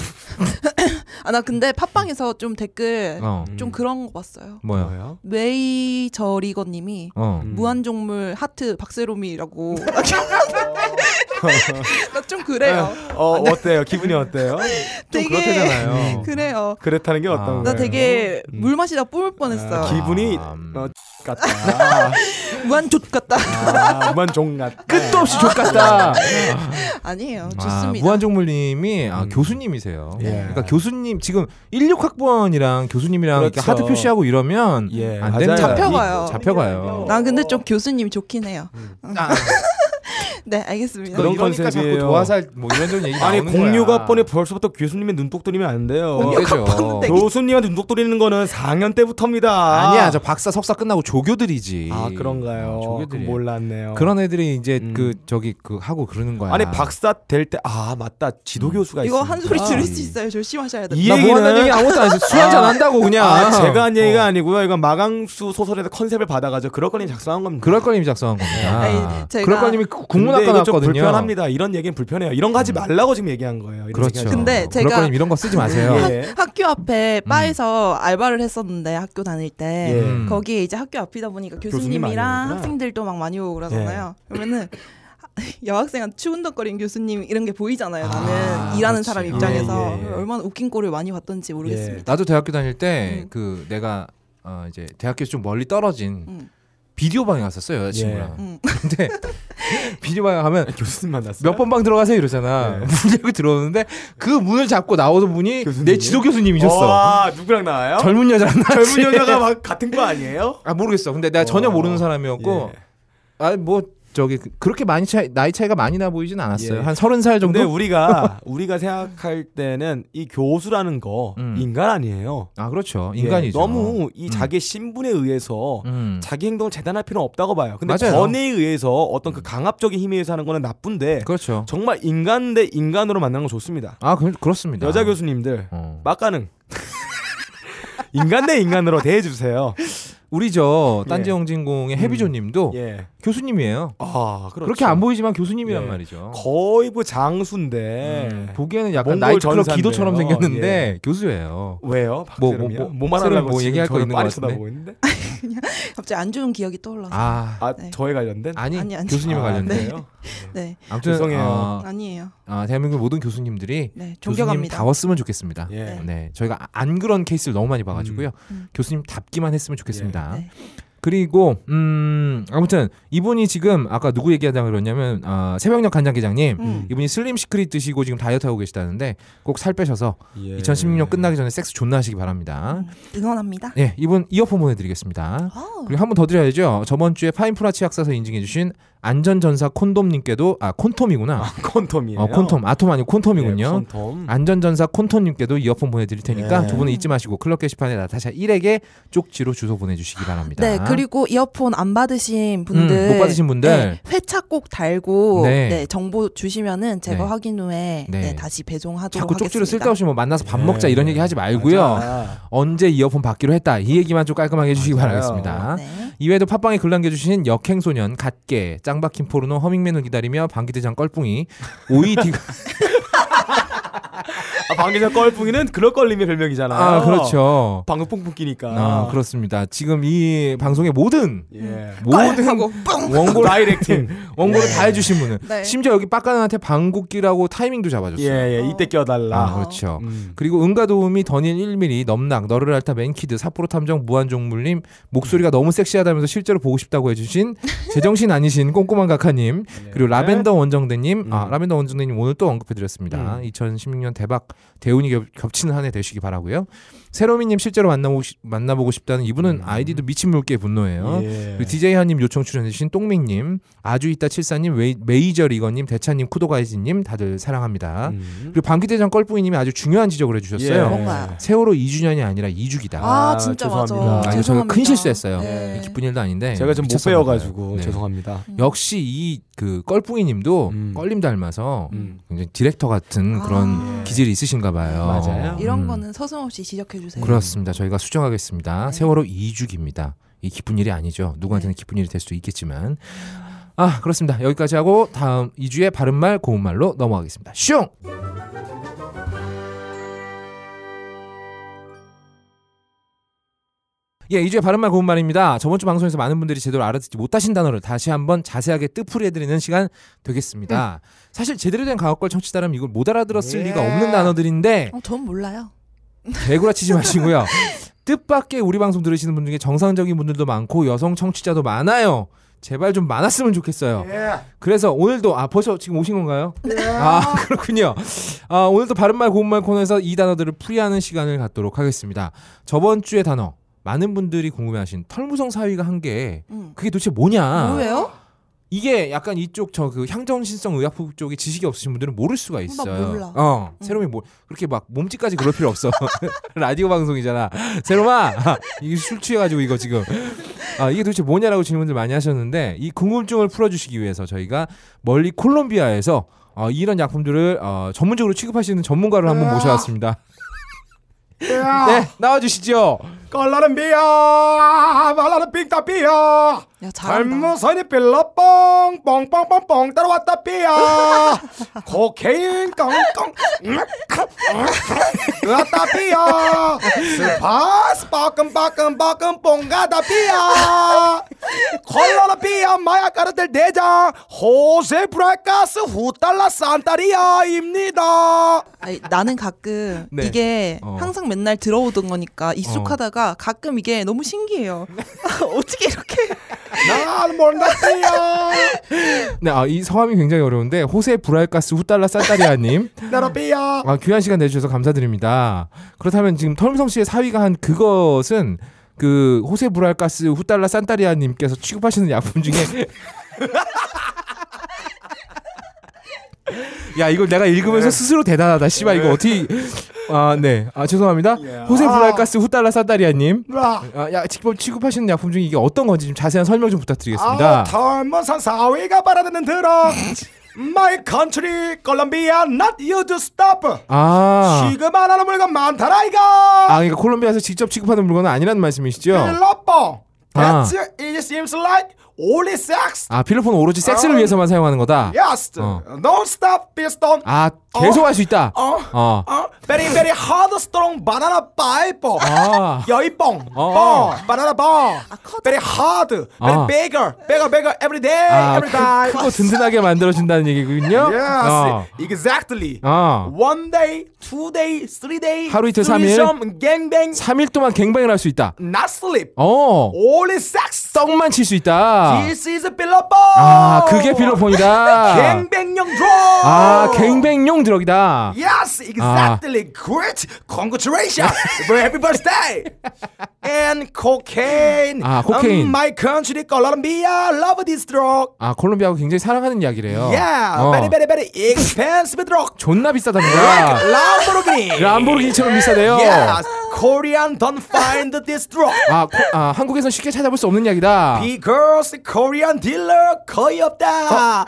[SPEAKER 3] 아 나 근데 팟빵에서 좀 댓글
[SPEAKER 1] 어.
[SPEAKER 2] 음.
[SPEAKER 3] 좀 그런 거 봤어요.
[SPEAKER 1] 뭐야?
[SPEAKER 2] 뭐요?
[SPEAKER 3] 메이저리거님이
[SPEAKER 1] 어.
[SPEAKER 2] 음.
[SPEAKER 3] 무한종물 하트 박세롬이라고 나 좀 그래요.
[SPEAKER 2] 어 어때요? 기분이 어때요?
[SPEAKER 3] 되게-
[SPEAKER 2] 좀 그렇대잖아요.
[SPEAKER 3] 그래요.
[SPEAKER 2] 그렇다는 게 어떤
[SPEAKER 1] 아.
[SPEAKER 2] 거예요?
[SPEAKER 3] 나 되게
[SPEAKER 2] 음.
[SPEAKER 3] 물 마시다 뽑을
[SPEAKER 2] 아,
[SPEAKER 3] 뻔했어요.
[SPEAKER 2] 기분이
[SPEAKER 1] 음.
[SPEAKER 2] 어, X 같다.
[SPEAKER 3] 무한족 같다.
[SPEAKER 2] 아, 무한종 같다. 아,
[SPEAKER 1] 끝도 없이 족같다.
[SPEAKER 3] 아니에요.
[SPEAKER 1] 아,
[SPEAKER 3] 좋습니다.
[SPEAKER 1] 무한종물님이 아,
[SPEAKER 2] 음.
[SPEAKER 1] 교수님이세요.
[SPEAKER 2] 예.
[SPEAKER 1] 그러니까 교수님 지금 16학번이랑 교수님이랑 이렇게
[SPEAKER 2] 그렇죠.
[SPEAKER 1] 하드 표시하고 이러면
[SPEAKER 2] 예,
[SPEAKER 1] 안
[SPEAKER 2] 맞아요.
[SPEAKER 1] 됩니다.
[SPEAKER 3] 잡혀가요.
[SPEAKER 1] 잡혀가요.
[SPEAKER 3] 난 근데 좀 교수님이 좋긴 해요.
[SPEAKER 1] 아,
[SPEAKER 3] 네, 알겠습니다.
[SPEAKER 2] 그런
[SPEAKER 1] 이러니까
[SPEAKER 2] 컨셉이에요.
[SPEAKER 1] 자꾸 도화살 뭐 이런 저런 얘기
[SPEAKER 2] 아니
[SPEAKER 1] 나오는
[SPEAKER 2] 공유학번에 벌써부터 교수님의 눈독 들이면 안 돼요.
[SPEAKER 1] 거야. 되죠.
[SPEAKER 2] 교수님한테 눈독 들이는 거는 4학년 때부터입니다.
[SPEAKER 1] 아니야 저 박사 석사 끝나고 조교들이지.
[SPEAKER 2] 아 그런가요?
[SPEAKER 1] 조교들이.
[SPEAKER 2] 그건 몰랐네요.
[SPEAKER 1] 그런 애들이 이제
[SPEAKER 2] 음.
[SPEAKER 1] 그 저기 그 하고 그러는 거야. 음.
[SPEAKER 2] 아니 박사 될 때 아 맞다 지도 교수가
[SPEAKER 3] 이거
[SPEAKER 2] 있습니다. 음.
[SPEAKER 3] 한 소리 들을
[SPEAKER 1] 아.
[SPEAKER 3] 수 있어요. 조심하셔야 돼요.
[SPEAKER 2] 이
[SPEAKER 1] 나뭐
[SPEAKER 2] 얘기는-
[SPEAKER 1] 한다는 얘기 아무것도 안 했어. 술 한잔 한다고 그냥.
[SPEAKER 2] 아, 제가 한
[SPEAKER 1] 어.
[SPEAKER 2] 얘기가 아니고요. 이건 마강수 소설에서 컨셉을 받아가지고 그럴 거니 작성한 겁니다.
[SPEAKER 1] 그럴 걸님이 작성한 겁니다.
[SPEAKER 3] 아니, 제가-
[SPEAKER 1] 그럴 걸님이
[SPEAKER 2] 근데
[SPEAKER 1] 국문학과
[SPEAKER 2] 이거 좀
[SPEAKER 1] 나왔거든요. 음.
[SPEAKER 2] 불편합니다. 이런 얘기는 불편해요. 이런 거 하지 말라고 지금 얘기한 거예요. 뭐 이런
[SPEAKER 1] 그렇죠.
[SPEAKER 2] 얘기하지
[SPEAKER 3] 근데
[SPEAKER 2] 말라고.
[SPEAKER 3] 제가-
[SPEAKER 1] 그럴 걸님 이런 거 쓰지 마세요.
[SPEAKER 2] 예.
[SPEAKER 3] 학- 학교 앞에 바에서 알바를 했었는데 학교 다닐 때
[SPEAKER 2] 음. 예.
[SPEAKER 1] 음. 아,
[SPEAKER 3] 거기에 이제 학교 앞이다 보니까
[SPEAKER 2] 교수님 많이
[SPEAKER 3] 교수님이랑
[SPEAKER 2] 오는구나.
[SPEAKER 3] 학생들도 막 많이 오고 그러잖아요.
[SPEAKER 1] 네.
[SPEAKER 3] 그러면은 여학생한 추운덕거리는 교수님 이런 게 보이잖아요. 나는 일하는
[SPEAKER 1] 그렇지.
[SPEAKER 3] 사람
[SPEAKER 1] 예,
[SPEAKER 3] 입장에서
[SPEAKER 2] 예, 예.
[SPEAKER 3] 얼마나 웃긴 꼴을 많이 봤던지 모르겠습니다.
[SPEAKER 1] 나도 대학교 다닐 때
[SPEAKER 2] 음.
[SPEAKER 1] 그 내가 어 이제 대학교에서 좀 멀리 떨어진
[SPEAKER 3] 음.
[SPEAKER 1] 비디오 방에 갔었어요 여자친구랑.
[SPEAKER 2] 예.
[SPEAKER 3] 음.
[SPEAKER 1] 근데 비디오 방에 가면
[SPEAKER 2] 교수님 만났어요.
[SPEAKER 1] 몇 번 방 들어가세요 이러잖아.
[SPEAKER 2] 네.
[SPEAKER 1] 문 열고 들어오는데 그 문을 잡고 나오던 분이 내
[SPEAKER 2] 교수님이요?
[SPEAKER 1] 지도 교수님이셨어.
[SPEAKER 2] 와 누구랑 나와요?
[SPEAKER 1] 젊은 여자랑 나
[SPEAKER 2] 젊은 여자가 막 같은 거 아니에요?
[SPEAKER 1] 아 모르겠어. 근데 내가 전혀
[SPEAKER 2] 어.
[SPEAKER 1] 모르는 사람이었고
[SPEAKER 2] 예.
[SPEAKER 1] 아 뭐 저기 그- 그렇게 많이 차이, 나이 차이가 많이 나 보이진 않았어요.
[SPEAKER 2] 예.
[SPEAKER 1] 한 서른 살 정도.
[SPEAKER 2] 근데 우리가 우리가 생각할 때는 이 교수라는 거
[SPEAKER 1] 음.
[SPEAKER 2] 인간 아니에요.
[SPEAKER 1] 아 그렇죠.
[SPEAKER 2] 예,
[SPEAKER 1] 인간이죠.
[SPEAKER 2] 너무 이
[SPEAKER 1] 음.
[SPEAKER 2] 자기 신분에 의해서
[SPEAKER 1] 음.
[SPEAKER 2] 자기 행동을 재단할 필요는 없다고 봐요. 근데
[SPEAKER 1] 맞아요. 음.
[SPEAKER 2] 번에 의해서 어떤 그 강압적인 힘에 의해서 하는 거는 나쁜데
[SPEAKER 1] 그렇죠.
[SPEAKER 2] 정말 인간 대 인간으로 만나는 건 좋습니다.
[SPEAKER 1] 아 그, 그렇습니다.
[SPEAKER 2] 여자 교수님들
[SPEAKER 1] 어.
[SPEAKER 2] 막가능 인간 대 인간으로 대해 주세요.
[SPEAKER 1] 우리 저
[SPEAKER 2] 예.
[SPEAKER 1] 딴지 영진공의 해비조님도
[SPEAKER 2] 예.
[SPEAKER 1] 교수님이에요.
[SPEAKER 2] 아,
[SPEAKER 1] 그렇
[SPEAKER 2] 그렇죠.
[SPEAKER 1] 게안 보이지만 교수님이란
[SPEAKER 2] 예.
[SPEAKER 1] 말이죠.
[SPEAKER 2] 거의 뭐 장수인데.
[SPEAKER 1] 음, 보기에는 약간
[SPEAKER 2] 몽골
[SPEAKER 1] 나이트클럽
[SPEAKER 2] 전사인데요.
[SPEAKER 1] 기도처럼 생겼는데
[SPEAKER 2] 예.
[SPEAKER 1] 교수예요.
[SPEAKER 2] 왜요?
[SPEAKER 1] 뭐,
[SPEAKER 2] 박재름이요?
[SPEAKER 1] 뭐, 뭐,
[SPEAKER 2] 뭐 말하려고
[SPEAKER 1] 뭐
[SPEAKER 2] 지금
[SPEAKER 1] 얘기할 거
[SPEAKER 2] 저를
[SPEAKER 1] 있는 것
[SPEAKER 2] 빤히
[SPEAKER 1] 같은데.
[SPEAKER 2] 쳐다보고 있는데?
[SPEAKER 3] 갑자기 안 좋은 기억이
[SPEAKER 1] 예.
[SPEAKER 3] 떠올라서.
[SPEAKER 1] 아
[SPEAKER 2] 아,
[SPEAKER 3] 네.
[SPEAKER 2] 저에 관련된?
[SPEAKER 1] 아니,
[SPEAKER 3] 아니, 아니.
[SPEAKER 1] 교수님에
[SPEAKER 2] 아,
[SPEAKER 1] 관련된.
[SPEAKER 2] 그래요?
[SPEAKER 3] 네,
[SPEAKER 1] 아무튼
[SPEAKER 2] 죄송해요.
[SPEAKER 1] 어,
[SPEAKER 3] 아니에요.
[SPEAKER 1] 아, 대한민국 모든 교수님들이
[SPEAKER 3] 네,
[SPEAKER 1] 교수님
[SPEAKER 3] 존경합니다.
[SPEAKER 1] 다웠으면 좋겠습니다.
[SPEAKER 2] 예.
[SPEAKER 3] 네.
[SPEAKER 1] 네, 저희가 아- 안 그런 케이스를 너무 많이 봐가지고요.
[SPEAKER 3] 음.
[SPEAKER 1] 교수님 답기만 했으면 좋겠습니다.
[SPEAKER 3] 예. 네.
[SPEAKER 1] 그리고 음 아무튼 이분이 지금 아까 누구 얘기하자고 그러냐면 아, 새벽녘 간장게장님
[SPEAKER 3] 음.
[SPEAKER 1] 이분이 슬림 시크릿 드시고 지금 다이어트 하고 계시다는데 꼭 살 빼셔서
[SPEAKER 2] 예.
[SPEAKER 1] 2016년 끝나기 전에 섹스 존나 하시기 바랍니다.
[SPEAKER 3] 응원합니다. 어.
[SPEAKER 1] 예, 이분 이어폰 보내드리겠습니다.
[SPEAKER 3] 아우.
[SPEAKER 1] 그리고 한 번 더 드려야죠. 저번 주에 파인프라 치약사서 인증해주신 안전전사 콘돔님께도 아 콘톰이구나.
[SPEAKER 2] 아, 콘톰이에요.
[SPEAKER 1] 어 콘톰 아톰 아니고 콘톰이군요.
[SPEAKER 2] 예, 콘톰.
[SPEAKER 1] 안전전사 콘톤님께도 이어폰 보내드릴 테니까
[SPEAKER 2] 예.
[SPEAKER 1] 두 분은 잊지 마시고 클럽 게시판에 나타샤 1에게 쪽지로 주소 보내주시기 바랍니다.
[SPEAKER 3] 네, 그리고 이어폰 안 받으신 분들,
[SPEAKER 1] 음, 못 받으신 분들.
[SPEAKER 3] 네, 회차 꼭 달고
[SPEAKER 1] 네.
[SPEAKER 3] 네. 정보 주시면은 제가
[SPEAKER 1] 네.
[SPEAKER 3] 확인 후에
[SPEAKER 1] 네.
[SPEAKER 3] 네. 다시 배송하도록
[SPEAKER 1] 자꾸 쪽지로
[SPEAKER 3] 하겠습니다.
[SPEAKER 1] 쓸데없이 뭐 만나서 밥 먹자
[SPEAKER 2] 예.
[SPEAKER 1] 이런 얘기 하지 말고요.
[SPEAKER 2] 맞아.
[SPEAKER 1] 언제 이어폰 받기로 했다 이 얘기만 좀 깔끔하게 해주시기
[SPEAKER 2] 맞아요.
[SPEAKER 1] 바라겠습니다.
[SPEAKER 3] 네.
[SPEAKER 1] 이외에도 팟빵에 글 남겨주신 역행소년, 갓게, 짱박힌 포르노, 허밍맨을 기다리며 방귀대장 껄뿡이, 오이디가
[SPEAKER 2] 아, 방귀자 껄뿡이는 그럴 걸림의 별명이잖아요.
[SPEAKER 1] 아 그렇죠.
[SPEAKER 2] 방금 뿡뿡 끼니까.
[SPEAKER 1] 아 그렇습니다. 지금 이 방송의 모든
[SPEAKER 2] 예.
[SPEAKER 1] 모든
[SPEAKER 3] 네, 하고 뿡.
[SPEAKER 1] 원고
[SPEAKER 2] 다이렉팅.
[SPEAKER 1] 원고를 다 해주신 분은
[SPEAKER 3] 네.
[SPEAKER 1] 심지어 여기 빡가능한테 방귀끼라고 타이밍도 잡아줬어요.
[SPEAKER 2] 예, 예. 이때
[SPEAKER 1] 아,
[SPEAKER 2] 껴달라.
[SPEAKER 1] 그렇죠.
[SPEAKER 2] 음.
[SPEAKER 1] 그리고 응가 도우미 더닐 1mm 넘락 너를 앓다 맨키드 사포로 탐정 무한종물님 목소리가 너무 섹시하다면서 실제로 보고 싶다고 해주신 제정신 아니신 꼼꼼한 각하님 그리고 라벤더 원정대님 아
[SPEAKER 2] 네. 음.
[SPEAKER 1] 라벤더 원정대님 오늘 또 언급해드렸습니다.
[SPEAKER 2] 음.
[SPEAKER 1] 2016년 대박 대운이 겹, 겹치는 한 해 되시기 바라고요. 세로미님 실제로 만나보고, 싶- 만나보고 싶다는 이분은
[SPEAKER 2] 음.
[SPEAKER 1] 아이디도 미친 물개 분노예요.
[SPEAKER 2] 예.
[SPEAKER 1] 그리고 DJ 한님 요청 출연해주신 똥밍님, 아주 있다 칠사님, 웨이- 메이저 리거님, 대차님, 쿠도가이지님 다들 사랑합니다.
[SPEAKER 2] 음.
[SPEAKER 1] 그리고 방귀대장 껄뿡이님이 아주 중요한 지적을 해주셨어요.
[SPEAKER 3] 예. 뭔가.
[SPEAKER 1] 세월호 2주년이 아니라 2주기다.
[SPEAKER 3] 아,
[SPEAKER 2] 아,
[SPEAKER 3] 진짜
[SPEAKER 2] 죄송합니다.
[SPEAKER 3] 맞아.
[SPEAKER 1] 아, 이거 저희가
[SPEAKER 3] 죄송합니다.
[SPEAKER 1] 큰 실수했어요.
[SPEAKER 3] 네.
[SPEAKER 1] 기쁜 일도 아닌데
[SPEAKER 2] 제가 좀 못
[SPEAKER 1] 미쳤나
[SPEAKER 2] 배워가지고
[SPEAKER 1] 봐요. 네.
[SPEAKER 2] 죄송합니다.
[SPEAKER 1] 역시 이 그 껄뿡이님도
[SPEAKER 2] 음.
[SPEAKER 1] 껄림 닮아서
[SPEAKER 2] 음.
[SPEAKER 1] 굉장히 디렉터 같은
[SPEAKER 3] 아.
[SPEAKER 1] 그런
[SPEAKER 3] 예.
[SPEAKER 1] 기질이 있으신가 봐요.
[SPEAKER 2] 맞아요.
[SPEAKER 3] 이런
[SPEAKER 1] 음.
[SPEAKER 3] 거는 서슴없이 지적해 주세요.
[SPEAKER 1] 그렇습니다. 저희가 수정하겠습니다.
[SPEAKER 3] 네.
[SPEAKER 1] 세월호 2주기입니다. 이 기쁜 일이 아니죠. 누구한테는 기쁜 일이 될 수도 있겠지만. 아, 그렇습니다. 여기까지 하고 다음 2주에 바른말 고운말로 넘어가겠습니다. 슝! 예, 2주에 바른말 고운말입니다. 저번 주 방송에서 많은 분들이 제대로 알아듣지 못하신 단어를 다시 한번 자세하게 뜻풀이해드리는 시간
[SPEAKER 3] 음.
[SPEAKER 1] 되겠습니다. 사실 제대로 된 과학걸 청취자라면 이걸 못 알아들었을
[SPEAKER 2] 예.
[SPEAKER 1] 리가 없는 단어들인데
[SPEAKER 3] 어, 전 몰라요.
[SPEAKER 1] 개구라치지 마시고요. 뜻밖의 우리 방송 들으시는 분 중에 정상적인 분들도 많고 여성 청취자도 많아요. 제발 좀 많았으면 좋겠어요.
[SPEAKER 3] 예.
[SPEAKER 1] 그래서 오늘도 아 벌써 지금 오신 건가요?
[SPEAKER 3] 네.
[SPEAKER 2] 네.
[SPEAKER 1] 아 그렇군요. 아 오늘도 바른말 고운말 코너에서 이 단어들을 풀이하는 시간을 갖도록 하겠습니다. 저번 주의 단어 많은 분들이 궁금해하신 털무성 사위가 한 게
[SPEAKER 3] 음.
[SPEAKER 1] 그게 도대체
[SPEAKER 2] 아.
[SPEAKER 1] 뭐냐?
[SPEAKER 3] 뭐예요?
[SPEAKER 1] 이게 약간 이쪽 저 그 향정신성 의학부 쪽에 지식이 없으신 분들은 모를 수가 있어요.
[SPEAKER 3] 몰라.
[SPEAKER 1] 어,
[SPEAKER 3] 음.
[SPEAKER 1] 세롬이 뭐 그렇게 막 몸짓까지 그럴 필요 없어. 라디오 방송이잖아. 세롬아, 이술 취해가지고 이거 지금. 아 이게 도대체 뭐냐라고 질문들 많이 하셨는데 이 궁금증을 풀어주시기 위해서 저희가 멀리 콜롬비아에서 어, 이런 약품들을 어, 전문적으로 취급하시는 전문가를 한번
[SPEAKER 2] 으아.
[SPEAKER 1] 모셔왔습니다.
[SPEAKER 2] 네.
[SPEAKER 1] 네, 나와주시죠.
[SPEAKER 2] 꼴라는 비야 말라는 빙다 비야
[SPEAKER 3] 야, 잘한다.
[SPEAKER 2] 잘못선이 빌러 뻥 뻥뻥뻥뻥 따라왔다 비야 코케인 음, 꽁꽁 으았다 비야 스파 스파끔 빠끔 빠끔 뽕가다 비야 콜라는 비야 마약 가르들 대장 호세 브라카스 후달라 산타리아입니다
[SPEAKER 3] 아니, 나는 가끔
[SPEAKER 1] 네.
[SPEAKER 3] 이게
[SPEAKER 1] 어.
[SPEAKER 3] 항상 맨날 들어오던 거니까 익숙하다가 가끔 이게 너무 신기해요.
[SPEAKER 1] 네.
[SPEAKER 3] 아, 어떻게 이렇게
[SPEAKER 2] 난 모른다 비야
[SPEAKER 1] 네, 아, 이 성함이 굉장히 어려운데 호세 브랄가스 후달라 산타리아님.
[SPEAKER 2] 나라 비야
[SPEAKER 1] 아, 귀한 시간 내주셔서 감사드립니다. 그렇다면 지금 털무성 씨의 사위가 한 그것은 그 호세 브랄가스 후달라 산타리아님께서 취급하시는 약품 중에 야 이걸 내가 읽으면서
[SPEAKER 2] 네.
[SPEAKER 1] 스스로 대단하다 씨발 이거 어떻게 아네 아 죄송합니다
[SPEAKER 2] 예.
[SPEAKER 1] 호세 브랄가스 후달라 산타리아님
[SPEAKER 2] 라
[SPEAKER 1] 아, 야 직접 취급하시는 약품 중에 이게 어떤 건지 좀 자세한 설명 좀 부탁드리겠습니다
[SPEAKER 2] 아, 털문산 사위가 바라드는 드럭 My country, Colombia, not you to stop
[SPEAKER 1] 아,
[SPEAKER 2] 지금 안 하는 물건 많다라 이거
[SPEAKER 1] 아 그러니까 콜롬비아에서 직접 취급하는 물건은 아니라는
[SPEAKER 2] 네.
[SPEAKER 1] 말씀이시죠
[SPEAKER 2] 빌러뽕
[SPEAKER 1] 아.
[SPEAKER 2] That's it seems like only sex
[SPEAKER 1] 아 필로폰 오로지 섹스를
[SPEAKER 2] 아.
[SPEAKER 1] 위해서만 사용하는 거다.
[SPEAKER 2] Yes,
[SPEAKER 1] 어.
[SPEAKER 2] don't stop, be strong
[SPEAKER 1] 아 계속 할 수 있다.
[SPEAKER 2] 어?
[SPEAKER 1] 어.
[SPEAKER 2] 어? Very, very hard, strong, banana pipe
[SPEAKER 1] 아.
[SPEAKER 2] 여이뽕,
[SPEAKER 1] 어.
[SPEAKER 2] 뽕, 바나나 뽕 Very hard, very
[SPEAKER 1] 아.
[SPEAKER 2] bigger, bigger, bigger every day,
[SPEAKER 1] 아,
[SPEAKER 2] every time
[SPEAKER 1] 크, 크고 든든하게 만들어준다는 얘기군요.
[SPEAKER 2] Yes,
[SPEAKER 1] 어.
[SPEAKER 2] exactly
[SPEAKER 1] 어.
[SPEAKER 2] One day, two day, three day,
[SPEAKER 1] 하루 이틀,
[SPEAKER 2] threesome, gangbang,
[SPEAKER 1] 3일 동안 갱방을 할 수 있다.
[SPEAKER 2] not sleep,
[SPEAKER 1] 어.
[SPEAKER 2] only sex.
[SPEAKER 1] 떡만 칠 수 있다.
[SPEAKER 2] This is a 빌러보.
[SPEAKER 1] 아, 그게 필로폰이다.
[SPEAKER 2] 갱뱅용 어. 예. 드로.
[SPEAKER 1] 아, 갱뱅용 드럭이다.
[SPEAKER 2] Yes, exactly. Great. Congratulations for everybody stay. And cocaine.
[SPEAKER 1] 아, cocaine.
[SPEAKER 2] Um, my country, Colombia, love this drug.
[SPEAKER 1] 아, 콜롬비아가 굉장히 사랑하는 이야기래요.
[SPEAKER 2] Yeah,
[SPEAKER 1] 어.
[SPEAKER 2] very, very, very expensive drug.
[SPEAKER 1] 존나 비싸답니다.
[SPEAKER 2] Lamborghini.
[SPEAKER 1] 람보르기니처럼 비싸대요.
[SPEAKER 2] Yes, Korean don't find this drug.
[SPEAKER 1] 아, 코, 아, 한국에선 쉽게 찾아볼 수 없는 이야기다.
[SPEAKER 2] Because Korean dealer 거의
[SPEAKER 1] 어.
[SPEAKER 2] 없다.